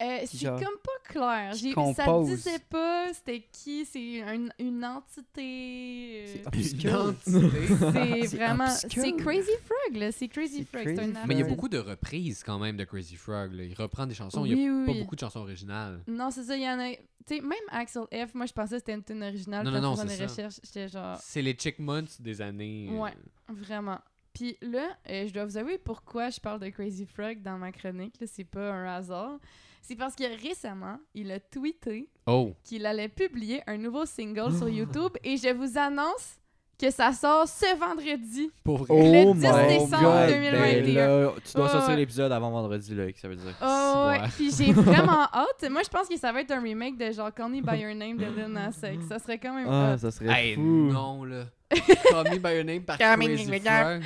Speaker 5: euh,
Speaker 4: qui
Speaker 5: c'est
Speaker 4: genre-
Speaker 5: comme pas clair.
Speaker 4: qui
Speaker 5: J'ai- Ça me
Speaker 4: compose?
Speaker 5: disait pas c'était qui, c'est un- une entité. <laughs>
Speaker 4: C'est
Speaker 5: euh,
Speaker 4: obscur.
Speaker 5: C'est
Speaker 4: <laughs> c'est
Speaker 5: vraiment.
Speaker 4: obscur.
Speaker 5: C'est Crazy Frog, là. C'est Crazy
Speaker 4: C'est
Speaker 5: Frog. C'est
Speaker 4: Crazy
Speaker 5: un
Speaker 4: Frog.
Speaker 1: <laughs> Mais il y a
Speaker 5: album.
Speaker 1: beaucoup de reprises quand même de Crazy Frog. là. Il reprend des chansons. il y
Speaker 5: Oui,
Speaker 1: a
Speaker 5: oui,
Speaker 1: pas
Speaker 5: oui.
Speaker 1: beaucoup de chansons originales.
Speaker 5: Non, c'est ça, il y en a. Tu sais, même Axel F, moi, je pensais que c'était une tune originale.
Speaker 1: Non,
Speaker 5: quand
Speaker 1: non,
Speaker 5: en
Speaker 1: non,
Speaker 5: faisant des
Speaker 1: c'est ça.
Speaker 5: recherches, j'étais genre.
Speaker 1: C'est les Chick Months des années. euh,
Speaker 5: Ouais. Vraiment. Puis là, euh, je dois vous avouer pourquoi je parle de Crazy Frog dans ma chronique. là, C'est pas un hasard. C'est parce que récemment, il a tweeté
Speaker 1: Oh.
Speaker 5: qu'il allait publier un nouveau single
Speaker 3: <gasps>
Speaker 5: sur YouTube et je vous annonce que ça sort ce vendredi.
Speaker 1: Pour vrai.
Speaker 5: Le
Speaker 3: Oh
Speaker 5: 10
Speaker 3: my
Speaker 5: décembre
Speaker 3: God,
Speaker 5: 2021.
Speaker 3: ben là, tu dois
Speaker 5: Ouais,
Speaker 3: sortir
Speaker 5: ouais.
Speaker 3: l'épisode avant vendredi, là, que ça veut dire.
Speaker 5: Oh,
Speaker 1: ouais.
Speaker 5: ouais. Puis j'ai
Speaker 3: <laughs>
Speaker 5: vraiment hâte. Moi, je pense que ça va être un remake de genre Call Me By Your Name de Lil Nas X. Ça serait quand même
Speaker 3: Ah,
Speaker 5: hot.
Speaker 3: ça serait
Speaker 1: Hey,
Speaker 3: fou.
Speaker 1: non, là. Call me by your name par
Speaker 2: Call me
Speaker 1: Crazy
Speaker 2: by your-
Speaker 1: Frog.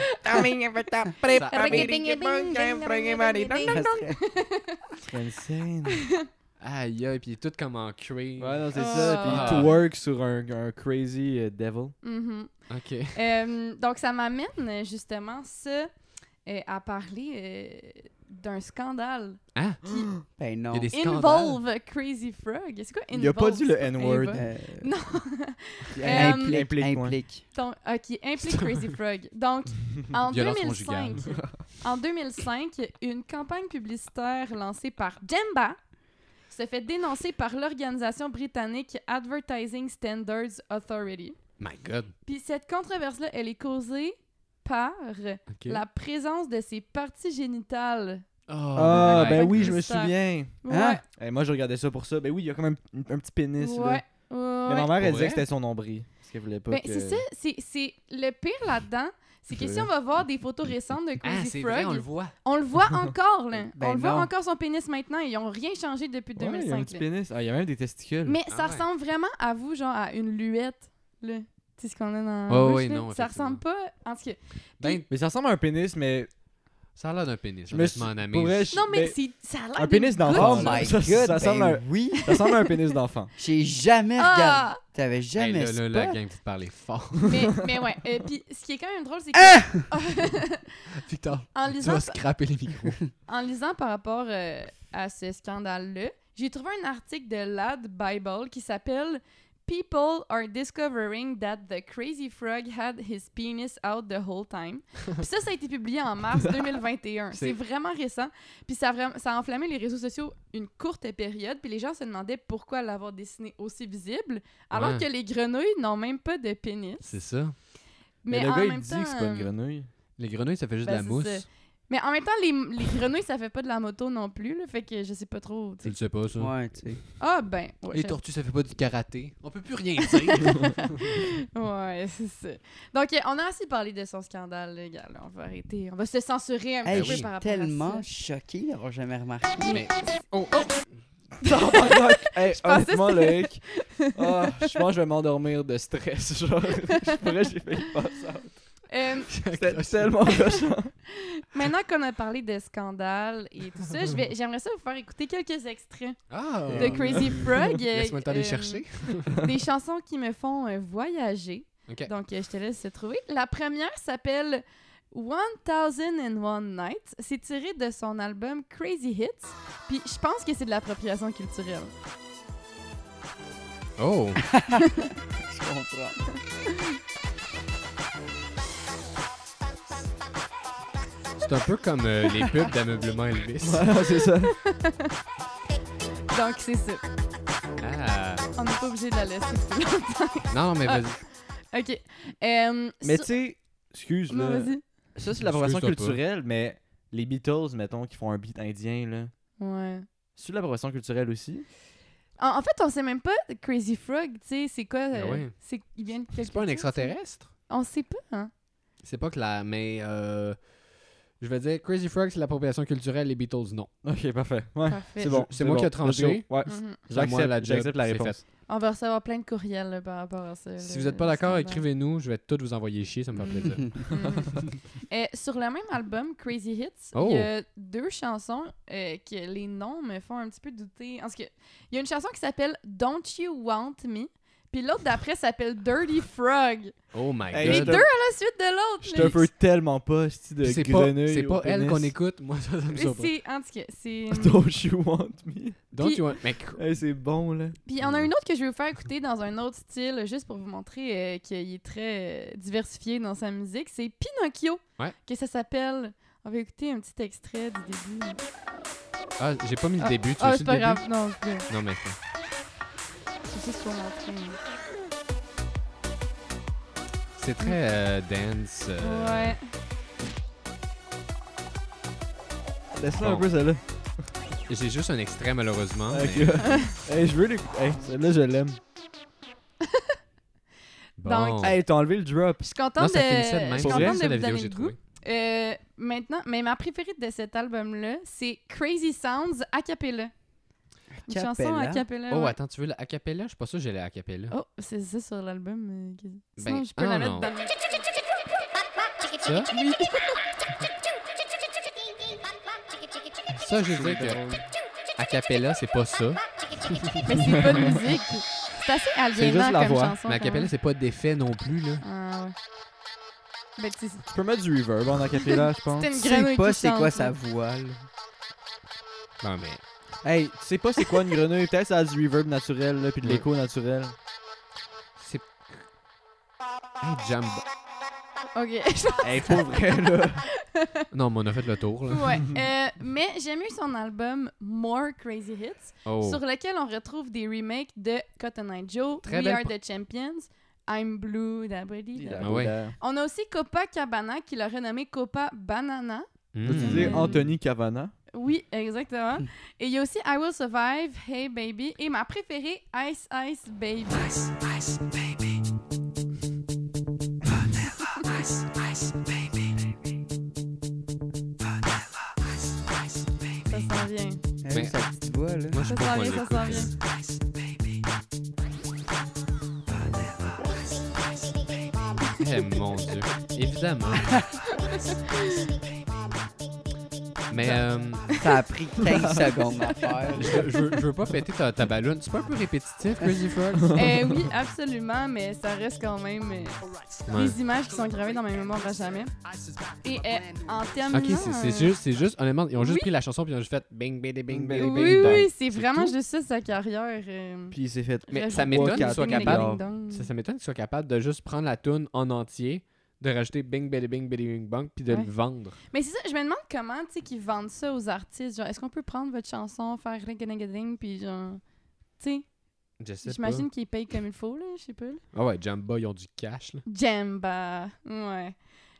Speaker 4: Ça serait-
Speaker 3: Ça serait
Speaker 1: <laughs>
Speaker 3: insane. ouais,
Speaker 1: Aïe, aïe, puis il est tout comme en cuir.
Speaker 3: non, c'est
Speaker 5: Ah.
Speaker 3: ça. Puis
Speaker 1: Ah.
Speaker 3: il twerk sur un, un crazy euh, devil.
Speaker 5: Mhm.
Speaker 1: Ok.
Speaker 5: Euh, donc, ça m'amène euh, justement ça euh, à parler euh, d'un scandale
Speaker 1: Hein?
Speaker 4: <laughs> Ben non.
Speaker 1: Il y a des scandales.
Speaker 5: Involve Crazy Frog. C'est quoi Involve?
Speaker 3: Il a pas dit le
Speaker 5: C'est pas
Speaker 3: N-word.
Speaker 5: Involve.
Speaker 4: Euh,
Speaker 5: Non. <laughs> Euh,
Speaker 4: implique, implique,
Speaker 3: Implique, ouais.
Speaker 5: Donc, ok, implique Crazy Frog.
Speaker 1: <laughs>
Speaker 5: Donc, en
Speaker 1: Violence
Speaker 5: 2005, en 2005, une campagne publicitaire lancée par Jemba se fait dénoncer par l'organisation britannique Advertising Standards Authority.
Speaker 1: My God.
Speaker 5: Puis cette controverse-là, elle est causée par
Speaker 1: Ok. Oh,
Speaker 5: la présence de ses parties génitales
Speaker 3: Ah,
Speaker 1: man.
Speaker 3: ben
Speaker 5: Avec
Speaker 3: oui,
Speaker 5: le
Speaker 3: je me
Speaker 5: sac.
Speaker 3: souviens.
Speaker 5: Ouais.
Speaker 3: Hein? Eh, moi, je regardais ça pour ça. Ben oui, il y a comme un, p- un petit pénis.
Speaker 5: Ouais.
Speaker 3: là.
Speaker 5: ouais.
Speaker 3: Mais ma
Speaker 5: ouais.
Speaker 3: mère, elle
Speaker 1: Pour
Speaker 3: disait
Speaker 1: vrai?
Speaker 3: que c'était son nombril. Parce qu'elle voulait pas.
Speaker 5: Ben,
Speaker 3: que-
Speaker 5: c'est ça, c'est, c'est- le pire là-dedans, c'est que
Speaker 3: Je-
Speaker 5: si on va voir des photos récentes de
Speaker 1: Ah,
Speaker 5: Crazy
Speaker 1: c'est
Speaker 5: Frog,
Speaker 1: vrai, on
Speaker 5: on,
Speaker 1: le
Speaker 5: le...
Speaker 1: voit.
Speaker 5: voit encore, là.
Speaker 4: Ben
Speaker 5: on le voit
Speaker 4: non.
Speaker 5: encore son pénis maintenant, ils ont rien changé depuis
Speaker 3: Ouais, il y a
Speaker 5: 2005.
Speaker 3: un petit
Speaker 5: là.
Speaker 3: pénis. Ah, il y a même des testicules.
Speaker 5: Mais
Speaker 1: Ah
Speaker 5: ça
Speaker 1: ouais.
Speaker 5: ressemble vraiment à vous, genre à une luette, là. Tu sais ce qu'on a dans la
Speaker 1: Ouais,
Speaker 5: bouche,
Speaker 1: ouais,
Speaker 5: là?
Speaker 1: non,
Speaker 5: Ça ressemble pas... En tout cas,
Speaker 1: Ben,
Speaker 3: Mais ça ressemble à un pénis, mais.
Speaker 1: ça a l'air d'un pénis,
Speaker 3: Je me suis-
Speaker 1: honnêtement, en
Speaker 3: pour vrai,
Speaker 1: amie.
Speaker 3: je-
Speaker 5: non, mais
Speaker 3: ben,
Speaker 5: c'est, ça a l'air
Speaker 3: Un
Speaker 5: d'une
Speaker 3: pénis
Speaker 5: goutte.
Speaker 3: d'enfant.
Speaker 4: Oh my
Speaker 3: Ça-
Speaker 4: god,
Speaker 3: ça ressemble à
Speaker 4: ben
Speaker 3: un-
Speaker 4: oui.
Speaker 3: <laughs> Ça ressemble à un pénis <laughs> d'enfant.
Speaker 4: J'ai jamais regardé.
Speaker 5: Ah!
Speaker 4: T'avais
Speaker 1: Hey,
Speaker 4: jamais
Speaker 1: là, là,
Speaker 4: spot.
Speaker 1: la gang, vous parlez fort.
Speaker 5: Mais, mais ouais. Et puis, ce qui est quand même drôle, c'est
Speaker 4: Ah!
Speaker 5: que...
Speaker 1: Victor,
Speaker 5: en
Speaker 1: tu
Speaker 5: lisant
Speaker 1: vas scraper les micros.
Speaker 5: en lisant par rapport euh, à ce scandale-là, j'ai trouvé un article de Lad Bible qui s'appelle People are discovering that the crazy frog had his penis out the whole
Speaker 3: <laughs>
Speaker 5: time. Puis ça, ça a été publié en mars 2021.
Speaker 1: C'est-
Speaker 5: C'est vraiment récent. Puis ça a, vra- ça a enflammé les réseaux sociaux une courte période. Puis les gens se demandaient pourquoi l'avoir dessiné aussi visible, alors
Speaker 1: Ouais.
Speaker 5: que les grenouilles n'ont même pas de pénis.
Speaker 1: <laughs> C'est ça.
Speaker 5: Mais,
Speaker 3: le
Speaker 5: en
Speaker 3: gars, il
Speaker 5: même
Speaker 3: dit
Speaker 5: temps,
Speaker 3: que c'est pas une
Speaker 5: euh, <laughs>
Speaker 3: grenouille. <laughs>
Speaker 1: Les grenouilles, ça fait juste
Speaker 5: Ben,
Speaker 1: de la
Speaker 5: c'est
Speaker 1: mousse.
Speaker 5: ça. Mais en même temps, les, les grenouilles, ça fait pas de la moto non plus, là, fait que je sais pas trop. tu
Speaker 1: Tu
Speaker 5: sais.
Speaker 1: le sais pas, ça.
Speaker 4: Ouais, tu sais.
Speaker 5: Ah ben, ouais,
Speaker 1: Les
Speaker 5: je-
Speaker 1: tortues, ça fait pas du karaté. On peut plus rien dire.
Speaker 5: ouais, c'est ça. Donc, euh, on a assez parlé de son scandale, les gars. là, on va arrêter. On va se censurer un
Speaker 4: Hey,
Speaker 1: Ben
Speaker 5: petit
Speaker 4: je
Speaker 5: peu
Speaker 1: oui.
Speaker 4: suis
Speaker 5: par rapport
Speaker 4: tellement
Speaker 5: à ça.
Speaker 4: choqué d'avoir jamais remarqué.
Speaker 1: Mais... Oh, oh!
Speaker 3: Tabarnak! Hey,
Speaker 5: pensais que
Speaker 3: honnêtement,
Speaker 5: c'était- <laughs>
Speaker 3: Loïc, ah, je pense que je vais m'endormir de stress. <laughs> Genre, je pourrais, j'ai failli passer. out.
Speaker 5: Euh,
Speaker 3: C'était <laughs> tellement cochon.
Speaker 5: maintenant qu'on a parlé de scandale et tout ça, je vais- j'aimerais ça vous faire écouter quelques extraits
Speaker 1: Ah!
Speaker 5: de Crazy Frog. euh,
Speaker 1: Laisse-moi le temps de les
Speaker 5: euh, <laughs>
Speaker 1: chercher.
Speaker 5: Des chansons qui me font euh, voyager.
Speaker 1: Ok.
Speaker 5: Donc, euh, je te laisse se trouver. La première s'appelle 1001 Nights. C'est tiré de son album Crazy Hits. Puis, je pense que c'est de l'appropriation culturelle.
Speaker 1: Oh!
Speaker 5: <laughs>
Speaker 4: Je comprends.
Speaker 1: C'est un peu comme euh, les pubs d'ameublement Elvis.
Speaker 3: Voilà, <laughs> c'est ça.
Speaker 5: Donc, c'est ça.
Speaker 1: Ah!
Speaker 5: On n'est pas obligé de la laisser. plus longtemps.
Speaker 1: Non, mais vas-y.
Speaker 5: <laughs> OK. Euh,
Speaker 3: Mais
Speaker 5: sur-
Speaker 3: tu sais, excuse
Speaker 5: Non,
Speaker 3: là.
Speaker 5: vas-y.
Speaker 3: Ça, c'est de l'approbation
Speaker 1: Excuse-toi pas.
Speaker 3: culturelle, mais les Beatles, mettons, qui font un beat indien, là.
Speaker 5: Ouais.
Speaker 3: C'est de l'approbation culturelle aussi.
Speaker 5: En, en fait, on sait même pas Crazy Frog, tu sais, c'est quoi
Speaker 1: Ben
Speaker 5: euh,
Speaker 1: ouais.
Speaker 5: c'est il vient de quelque
Speaker 1: C'est pas un
Speaker 5: chose,
Speaker 1: extraterrestre?
Speaker 5: ça? On sait pas. Hein?
Speaker 1: C'est pas clair, mais euh, je vais dire Crazy Frog, c'est l'appropriation culturelle, les Beatles, non.
Speaker 3: Ok, parfait. Ouais.
Speaker 5: Parfait.
Speaker 3: C'est bon.
Speaker 1: Ah, C'est moi qui ai
Speaker 3: bon.
Speaker 1: tranché.
Speaker 3: Let's go. Ouais.
Speaker 5: Mhm.
Speaker 1: Moi, la
Speaker 3: J'accepte
Speaker 1: job,
Speaker 3: j'accepte la
Speaker 1: c'est
Speaker 3: réponse.
Speaker 5: On va recevoir plein de courriels là, par rapport à ça.
Speaker 1: Si
Speaker 5: là,
Speaker 1: vous n'êtes pas d'accord,
Speaker 5: scandale.
Speaker 1: écrivez-nous. Je vais tout vous envoyer chier, ça me fait plaisir.
Speaker 5: Mhm. <laughs> Euh, sur le même album, Crazy Hits, il
Speaker 1: Oh.
Speaker 5: y a deux chansons euh, que les noms me font un petit peu douter. Parce que il y a une chanson qui s'appelle Don't You Want Me, puis l'autre d'après s'appelle Dirty Frog.
Speaker 1: Oh my
Speaker 3: Hey,
Speaker 5: Les
Speaker 3: je
Speaker 1: god.
Speaker 3: te-
Speaker 5: deux à la suite de l'autre.
Speaker 3: Je
Speaker 5: là.
Speaker 3: te veux tellement pas, sti de
Speaker 1: Puis C'est pas,
Speaker 3: grenouille.
Speaker 1: c'est pas
Speaker 3: au
Speaker 1: elle
Speaker 3: pénis.
Speaker 1: qu'on écoute. Moi, ça, ça me
Speaker 5: Mais
Speaker 1: surprend.
Speaker 5: c'est- en tout cas,
Speaker 1: <laughs>
Speaker 5: c'est.
Speaker 3: <laughs> Don't you want me?
Speaker 1: Don't
Speaker 5: Puis-
Speaker 1: you want. Mais cr-
Speaker 3: Hey, c'est bon, là.
Speaker 5: Puis on a une autre que je vais vous faire écouter dans un autre style, juste pour vous montrer euh, qu'il est très euh, diversifié dans sa musique. C'est Pinocchio,
Speaker 1: Ouais.
Speaker 5: que ça s'appelle. On va écouter un petit extrait du début.
Speaker 1: Ah, j'ai pas mis le début. Tu
Speaker 5: Ah,
Speaker 1: veux
Speaker 5: c'est
Speaker 1: le
Speaker 5: pas
Speaker 1: début?
Speaker 5: grave. Non, je vais-
Speaker 1: Non, mais.
Speaker 5: c'est juste pour montrer.
Speaker 1: C'est très euh, dance. euh,
Speaker 5: Mm. Ouais.
Speaker 3: Laisse-la un
Speaker 1: Bon.
Speaker 3: peu, celle-là.
Speaker 1: J'ai juste un extrait, malheureusement.
Speaker 3: Ok.
Speaker 1: mais-
Speaker 3: hey, je veux l'écouter. Hey, celle-là, je l'aime.
Speaker 1: Bon.
Speaker 5: <laughs> Donc-
Speaker 3: Hey, t'as enlevé le drop.
Speaker 5: Je suis contente
Speaker 1: non,
Speaker 5: de,
Speaker 1: ça finissait de même.
Speaker 5: je suis
Speaker 3: Pour
Speaker 5: contente
Speaker 3: vrai,
Speaker 5: de
Speaker 1: c'est
Speaker 5: vous
Speaker 1: la vidéo
Speaker 5: donner
Speaker 1: que j'ai
Speaker 5: le goût.
Speaker 1: trouvée.
Speaker 5: Euh, maintenant, mais ma préférée de cet album-là, c'est Crazy Sounds a cappella. Une
Speaker 4: Acapella?
Speaker 5: chanson a cappella.
Speaker 1: Oh,
Speaker 5: ouais.
Speaker 1: attends, tu veux la acapella? Je suis pas sûr que j'ai la acapella.
Speaker 5: Oh, c'est ça sur l'album. euh, qui-
Speaker 1: Ben,
Speaker 5: Sinon, je peux
Speaker 1: ah,
Speaker 5: la
Speaker 1: non.
Speaker 5: mettre dans le-
Speaker 1: Ça? Ça, je veux dire
Speaker 5: <laughs>
Speaker 1: que acapella, c'est pas ça.
Speaker 5: Mais c'est pas de musique. C'est assez aliénant
Speaker 3: juste la
Speaker 5: comme
Speaker 3: voix.
Speaker 5: chanson.
Speaker 1: Mais
Speaker 5: quand même.
Speaker 1: acapella, c'est pas d'effet non plus, là.
Speaker 5: Ah, ouais. Ben, tu sais,
Speaker 3: Tu peux mettre du reverb en acapella, je pense.
Speaker 5: c'était
Speaker 4: Tu
Speaker 5: une
Speaker 4: sais
Speaker 5: grenouille
Speaker 4: pas
Speaker 5: qui
Speaker 4: c'est quoi
Speaker 5: chante,
Speaker 4: sa
Speaker 5: là.
Speaker 4: voix, là.
Speaker 1: Non, mais.
Speaker 3: Hey, tu sais pas c'est quoi une grenouille? Peut-être ça a du reverb naturel, là, puis de l'écho naturel.
Speaker 1: C'est. Hey, Jamba.
Speaker 5: Ok, <laughs> je
Speaker 3: Hey, pour vrai, là. <laughs>
Speaker 1: Non, mais on a fait le tour, là.
Speaker 5: Ouais, euh, mais j'aime mieux son album More Crazy Hits,
Speaker 1: Oh.
Speaker 5: sur lequel on retrouve des remakes de Cotton Eye Joe,
Speaker 1: Très
Speaker 5: We
Speaker 1: belle
Speaker 5: Are
Speaker 1: pro-
Speaker 5: the Champions, I'm Blue, d'Abody.
Speaker 1: Ah ouais.
Speaker 5: On a aussi Copa Cabana, qui l'a renommé Copa Banana.
Speaker 1: Mm.
Speaker 3: Hmm. Veux-tu dire Anthony Cavana?
Speaker 5: Oui, exactement. Et il y a aussi I Will Survive, Hey Baby, et ma préférée, Ice Ice Baby.
Speaker 2: Ice, ice, baby. Vanilla, ice, ice, baby. Vanilla, ice, ice, baby.
Speaker 5: Ça s'en vient.
Speaker 4: Ah oui,
Speaker 1: Ben,
Speaker 4: sa petite voix, là.
Speaker 1: Moi,
Speaker 5: Ça s'en vient, ça s'en vient.
Speaker 2: Ice, baby.
Speaker 1: Eh mon dieu. Évidemment. Mais euh,
Speaker 4: Ça a pris
Speaker 1: <laughs>
Speaker 4: 15 secondes à faire.
Speaker 1: je, je veux, je veux pas péter ta, ta ballonne. C'est pas un peu répétitif, Crazy Frog? <laughs>
Speaker 5: Eh oui, absolument, mais ça reste quand même euh,
Speaker 1: Ouais.
Speaker 5: des images qui sont gravées dans ma mémoire à jamais. Et euh, en termes
Speaker 1: Ok, c'est- c'est juste, c'est juste, honnêtement, ils ont juste
Speaker 5: Oui.
Speaker 1: pris la chanson puis ils ont juste fait bing, bing, bing,
Speaker 3: Oui,
Speaker 1: bing,
Speaker 5: Oui,
Speaker 1: bing,
Speaker 5: oui,
Speaker 1: bang.
Speaker 5: oui, c'est
Speaker 1: C'est
Speaker 5: vraiment
Speaker 1: tout.
Speaker 5: juste sa carrière. euh,
Speaker 3: Puis il s'est fait.
Speaker 1: Mais
Speaker 5: rajoute
Speaker 1: ça m'étonne
Speaker 5: trois,
Speaker 1: qu'il
Speaker 5: quatre
Speaker 1: soit
Speaker 5: milliards.
Speaker 3: capable.
Speaker 5: Ding,
Speaker 1: Ça,
Speaker 5: dong.
Speaker 1: ça m'étonne qu'ils soient capables de juste prendre la tune en entier, de rajouter bing, bing, bing, bing, bing, bang, puis de
Speaker 5: Ouais.
Speaker 1: le vendre.
Speaker 5: Mais c'est ça, je me demande comment, tu sais, qu'ils vendent ça aux artistes. Genre, est-ce qu'on peut prendre votre chanson, faire ring ding ding puis genre... Tu sais,
Speaker 1: Je sais
Speaker 5: j'imagine qu'ils payent comme il faut, là, je sais pas. là.
Speaker 1: pas. Ah ouais, Jamba, ils ont du cash, là.
Speaker 5: Jamba, ouais.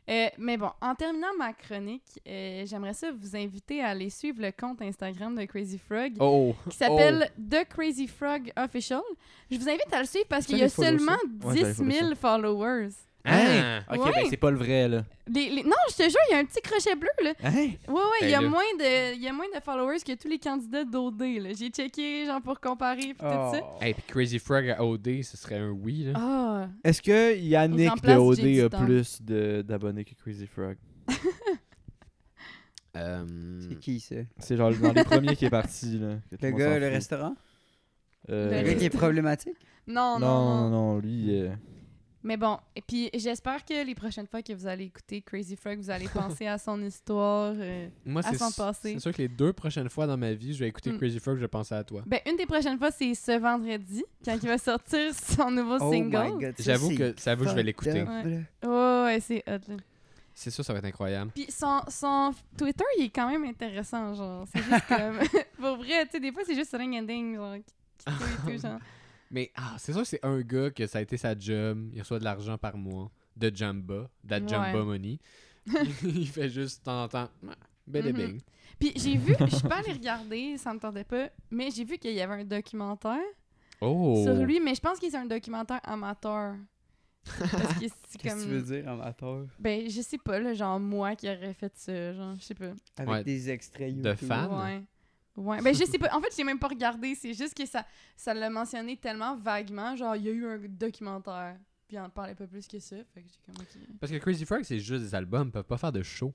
Speaker 5: Euh, mais bon, en terminant ma chronique, euh, j'aimerais ça vous inviter à aller suivre le compte Instagram de Crazy Frog.
Speaker 1: Oh!
Speaker 5: qui s'appelle The Crazy Frog Official. Je vous invite à le suivre parce qu'il y a
Speaker 3: les follow, ça.
Speaker 5: seulement
Speaker 3: Ouais,
Speaker 5: 10
Speaker 3: j'avais
Speaker 5: 000
Speaker 3: follow ça.
Speaker 5: followers.
Speaker 1: Hein?
Speaker 3: Ok,
Speaker 5: Ouais.
Speaker 3: ben c'est pas le vrai, là.
Speaker 5: Les- les- Non, je te jure, il y a un petit crochet bleu. Là.
Speaker 3: Hein?
Speaker 5: Ouais, ouais, il
Speaker 1: Ben
Speaker 5: y, a
Speaker 1: là.
Speaker 5: moins de, il y a moins de followers que tous les candidats d'OD. là. J'ai checké genre pour comparer puis
Speaker 4: Oh.
Speaker 5: tout ça.
Speaker 1: Hey, puis Crazy Frog à OD, ce serait un oui, là.
Speaker 5: Ah,
Speaker 3: Est-ce que
Speaker 5: Aux
Speaker 3: Yannick de
Speaker 5: remplaces, j'ai
Speaker 3: OD a
Speaker 5: du temps.
Speaker 3: plus de- d'abonnés que Crazy Frog
Speaker 5: Ah.
Speaker 1: Euh,
Speaker 4: C'est qui, ça?
Speaker 3: C'est genre
Speaker 5: <laughs>
Speaker 3: dans les premiers qui est parti, là. que tout
Speaker 4: Le
Speaker 3: monde
Speaker 4: gars,
Speaker 3: s'en
Speaker 4: le
Speaker 3: fout.
Speaker 4: restaurant?
Speaker 3: Euh,
Speaker 5: Le
Speaker 4: Le gars qui est problématique?
Speaker 5: non, non,
Speaker 3: Non,
Speaker 5: non.
Speaker 3: non, non, lui. euh,
Speaker 5: Mais bon, et puis j'espère que les prochaines fois que vous allez écouter Crazy Frog, vous allez penser à son histoire. euh,
Speaker 1: Moi,
Speaker 5: À
Speaker 1: c'est
Speaker 5: s'en passer.
Speaker 1: c'est sûr que les deux prochaines fois dans ma vie, je vais écouter
Speaker 5: Mm.
Speaker 1: Crazy Frog, je vais penser à toi.
Speaker 5: Ben, une des prochaines fois, c'est ce vendredi, quand il va sortir son nouveau
Speaker 4: Oh my
Speaker 5: single.
Speaker 4: God, ça,
Speaker 1: J'avoue
Speaker 4: c'est
Speaker 1: que, ça vous, je vais
Speaker 4: fucked
Speaker 1: l'écouter.
Speaker 4: up,
Speaker 5: Ouais.
Speaker 4: là.
Speaker 5: Ouais, ouais, c'est hot, là.
Speaker 1: C'est sûr, ça va être incroyable.
Speaker 5: Puis son, son Twitter, il est quand même intéressant, genre. C'est juste comme... <laughs> Pour vrai, tu sais, des fois, c'est juste ring and ding, genre, qui, qui tweet et tout, genre.
Speaker 1: Mais ah, c'est sûr que c'est un gars que ça a été sa job, il reçoit de l'argent par mois, de Jamba, that
Speaker 5: Ouais.
Speaker 1: Jamba
Speaker 5: <laughs>
Speaker 1: money. <laughs> il fait juste de temps en temps, ah, bébé
Speaker 5: Mhm. Puis j'ai vu, je suis pas allée regarder, ça me tendait pas, mais j'ai vu qu'il y avait un documentaire
Speaker 1: Oh!
Speaker 5: sur lui, mais je pense qu'il c'est un documentaire amateur. Parce que c'est
Speaker 4: Qu'est-ce que tu
Speaker 5: comme...
Speaker 4: veux dire, amateur?
Speaker 5: Ben, je sais pas, là, genre, moi qui aurais fait ça, genre, je sais pas.
Speaker 4: Avec
Speaker 1: Ouais.
Speaker 4: des extraits
Speaker 1: De
Speaker 4: YouTube.
Speaker 1: fans. Anne?
Speaker 5: Ouais. Ouais. Ben, je sais pas. En fait, j'ai même pas regardé. C'est juste que ça ça l'a mentionné tellement vaguement. Genre, il y a eu un documentaire. Puis on en parlait pas plus que ça. Fait que j'ai comme. ok.
Speaker 1: Parce que Crazy Frog, c'est juste des albums, ils peuvent pas faire de show.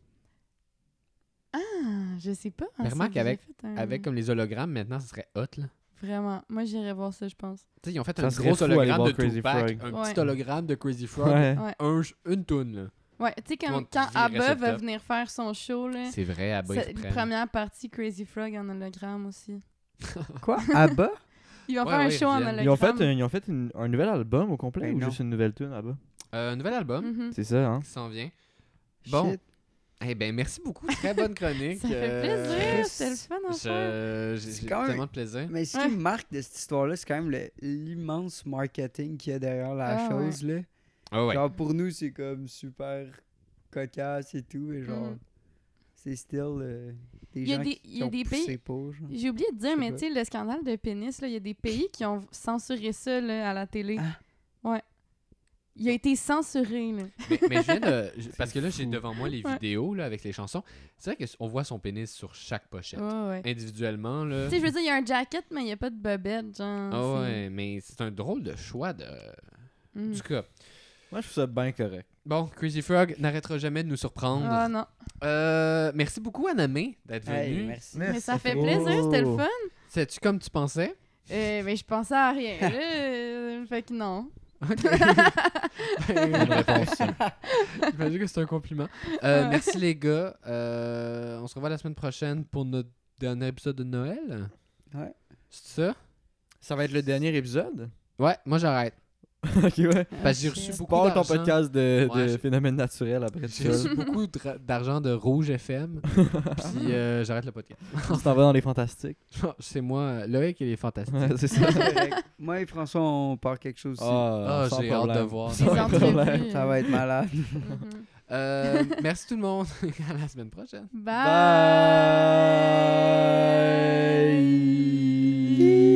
Speaker 5: Ah, je sais pas.
Speaker 1: Mais
Speaker 5: ça,
Speaker 1: remarque,
Speaker 5: j'ai
Speaker 1: avec-
Speaker 5: fait un-
Speaker 1: Avec comme les hologrammes, maintenant, ce serait hot, là.
Speaker 5: Vraiment. Moi, j'irais voir ça, je pense.
Speaker 1: Tu sais, ils ont fait
Speaker 3: Ça
Speaker 1: un
Speaker 3: serait
Speaker 1: gros
Speaker 3: fou aller
Speaker 1: hologramme
Speaker 3: voir
Speaker 1: de
Speaker 3: Crazy
Speaker 1: Tupac,
Speaker 3: Frog.
Speaker 1: un
Speaker 5: Ouais.
Speaker 1: petit hologramme de Crazy Frog,
Speaker 3: Ouais.
Speaker 5: Ouais.
Speaker 1: un ch- une toune, là.
Speaker 5: Ouais. Tu sais, quand,
Speaker 1: Monde
Speaker 5: quand
Speaker 1: virait
Speaker 5: Abba
Speaker 1: sur
Speaker 5: va
Speaker 1: top.
Speaker 5: venir faire son show, là.
Speaker 1: C'est vrai, à bas,
Speaker 5: ça- la première partie Crazy Frog en hologramme aussi.
Speaker 1: <laughs>
Speaker 4: Quoi? Abba?
Speaker 5: Ils vont
Speaker 1: Ouais,
Speaker 5: faire un
Speaker 1: ouais,
Speaker 5: show en
Speaker 1: ils
Speaker 5: hologramme.
Speaker 3: Ils ont fait, un, ils ont fait une- un nouvel album au complet
Speaker 4: Mais
Speaker 3: ou
Speaker 4: Ben non.
Speaker 3: juste une nouvelle tune là-bas
Speaker 1: Un Euh, nouvel album
Speaker 5: Mhm.
Speaker 3: C'est ça, hein
Speaker 1: qui s'en vient. Bon.
Speaker 4: Shit.
Speaker 1: Eh ben merci beaucoup. Très bonne chronique.
Speaker 5: <laughs> Ça fait
Speaker 1: Euh,
Speaker 5: plaisir. C'était le fun à faire.
Speaker 1: je- J'ai
Speaker 4: C'est
Speaker 1: j'ai
Speaker 4: quand même-
Speaker 1: tellement de plaisir.
Speaker 4: Mais ce qui
Speaker 5: Ouais.
Speaker 4: me marque de cette histoire-là, c'est quand même le- l'immense marketing qu'il y a derrière la
Speaker 5: Ah,
Speaker 4: chose. Là.
Speaker 1: Ah ouais.
Speaker 4: Genre, pour nous, c'est comme super cocasse et tout, mais genre,
Speaker 5: Mhm.
Speaker 4: c'est still euh, des
Speaker 5: Il y a
Speaker 4: gens
Speaker 5: des-
Speaker 4: qui,
Speaker 5: il y a
Speaker 4: ont
Speaker 5: des
Speaker 4: poussé
Speaker 5: pays-
Speaker 4: pour, genre.
Speaker 5: J'ai oublié de dire,
Speaker 4: sais
Speaker 5: mais
Speaker 4: pas.
Speaker 5: tu sais, le scandale de pénis, là, il y a des pays qui ont censuré ça là, à la télé.
Speaker 3: Ah.
Speaker 5: Ouais. Il a été censuré, là.
Speaker 1: mais, mais je viens
Speaker 4: <laughs>
Speaker 1: de- je- parce que là j'ai
Speaker 4: fou.
Speaker 1: devant moi les
Speaker 5: Ouais.
Speaker 1: vidéos là avec les chansons. C'est vrai qu'on voit son pénis sur chaque pochette.
Speaker 5: Ouais, ouais.
Speaker 1: Individuellement là.
Speaker 5: Tu sais, je veux dire, il y a un jacket, mais il n'y a pas de bobette, genre.
Speaker 1: euh, Ah
Speaker 5: c'est-
Speaker 1: ouais, mais c'est un drôle de choix de
Speaker 5: Mm.
Speaker 1: du cas.
Speaker 3: Moi, je trouve ça bien correct.
Speaker 1: Bon, Crazy Frog n'arrêtera jamais de nous surprendre.
Speaker 5: Ah non.
Speaker 1: Euh, merci beaucoup Anamé d'être
Speaker 4: Hey,
Speaker 1: venue.
Speaker 4: merci.
Speaker 5: Mais ça fait
Speaker 3: Oh.
Speaker 5: plaisir, c'était le fun.
Speaker 1: C'est-tu comme tu pensais
Speaker 5: Euh, mais je pensais à rien, là. euh, fait que non.
Speaker 1: <laughs>
Speaker 3: Bonne réponse.
Speaker 1: J'imagine que c'est un compliment. Euh,
Speaker 5: Ouais.
Speaker 1: merci les gars. Euh, on se revoit la semaine prochaine pour notre dernier épisode de Noël.
Speaker 4: Ouais.
Speaker 1: C'est ça?
Speaker 3: Ça va être le dernier épisode
Speaker 1: Ouais, moi j'arrête.
Speaker 3: <laughs> Ok, ouais.
Speaker 1: Parce que j'ai reçu
Speaker 5: shit.
Speaker 1: beaucoup
Speaker 3: Parle ton
Speaker 1: d'argent.
Speaker 3: podcast de,
Speaker 1: Ouais,
Speaker 3: de
Speaker 1: je-
Speaker 3: phénomènes naturels <laughs> après
Speaker 1: J'ai
Speaker 3: tout ça.
Speaker 1: reçu beaucoup de- d'argent de Rouge FM. puis euh, j'arrête le podcast. <laughs>
Speaker 3: Tu t'en vas dans les fantastiques.
Speaker 1: C'est moi, Loïc, il est fantastique.
Speaker 3: Ouais, c'est
Speaker 4: <laughs>
Speaker 3: ça.
Speaker 4: Correct. Moi et François, on part quelque chose aussi.
Speaker 1: Ah,
Speaker 3: sans
Speaker 1: j'ai hâte de
Speaker 3: problème.
Speaker 1: voir.
Speaker 5: Les
Speaker 3: va être drôle.
Speaker 5: entrevues.
Speaker 4: Ça va être malade.
Speaker 5: euh, Mhm.
Speaker 1: Euh, merci tout le monde. <laughs> à la semaine prochaine.
Speaker 5: Bye.
Speaker 3: Bye.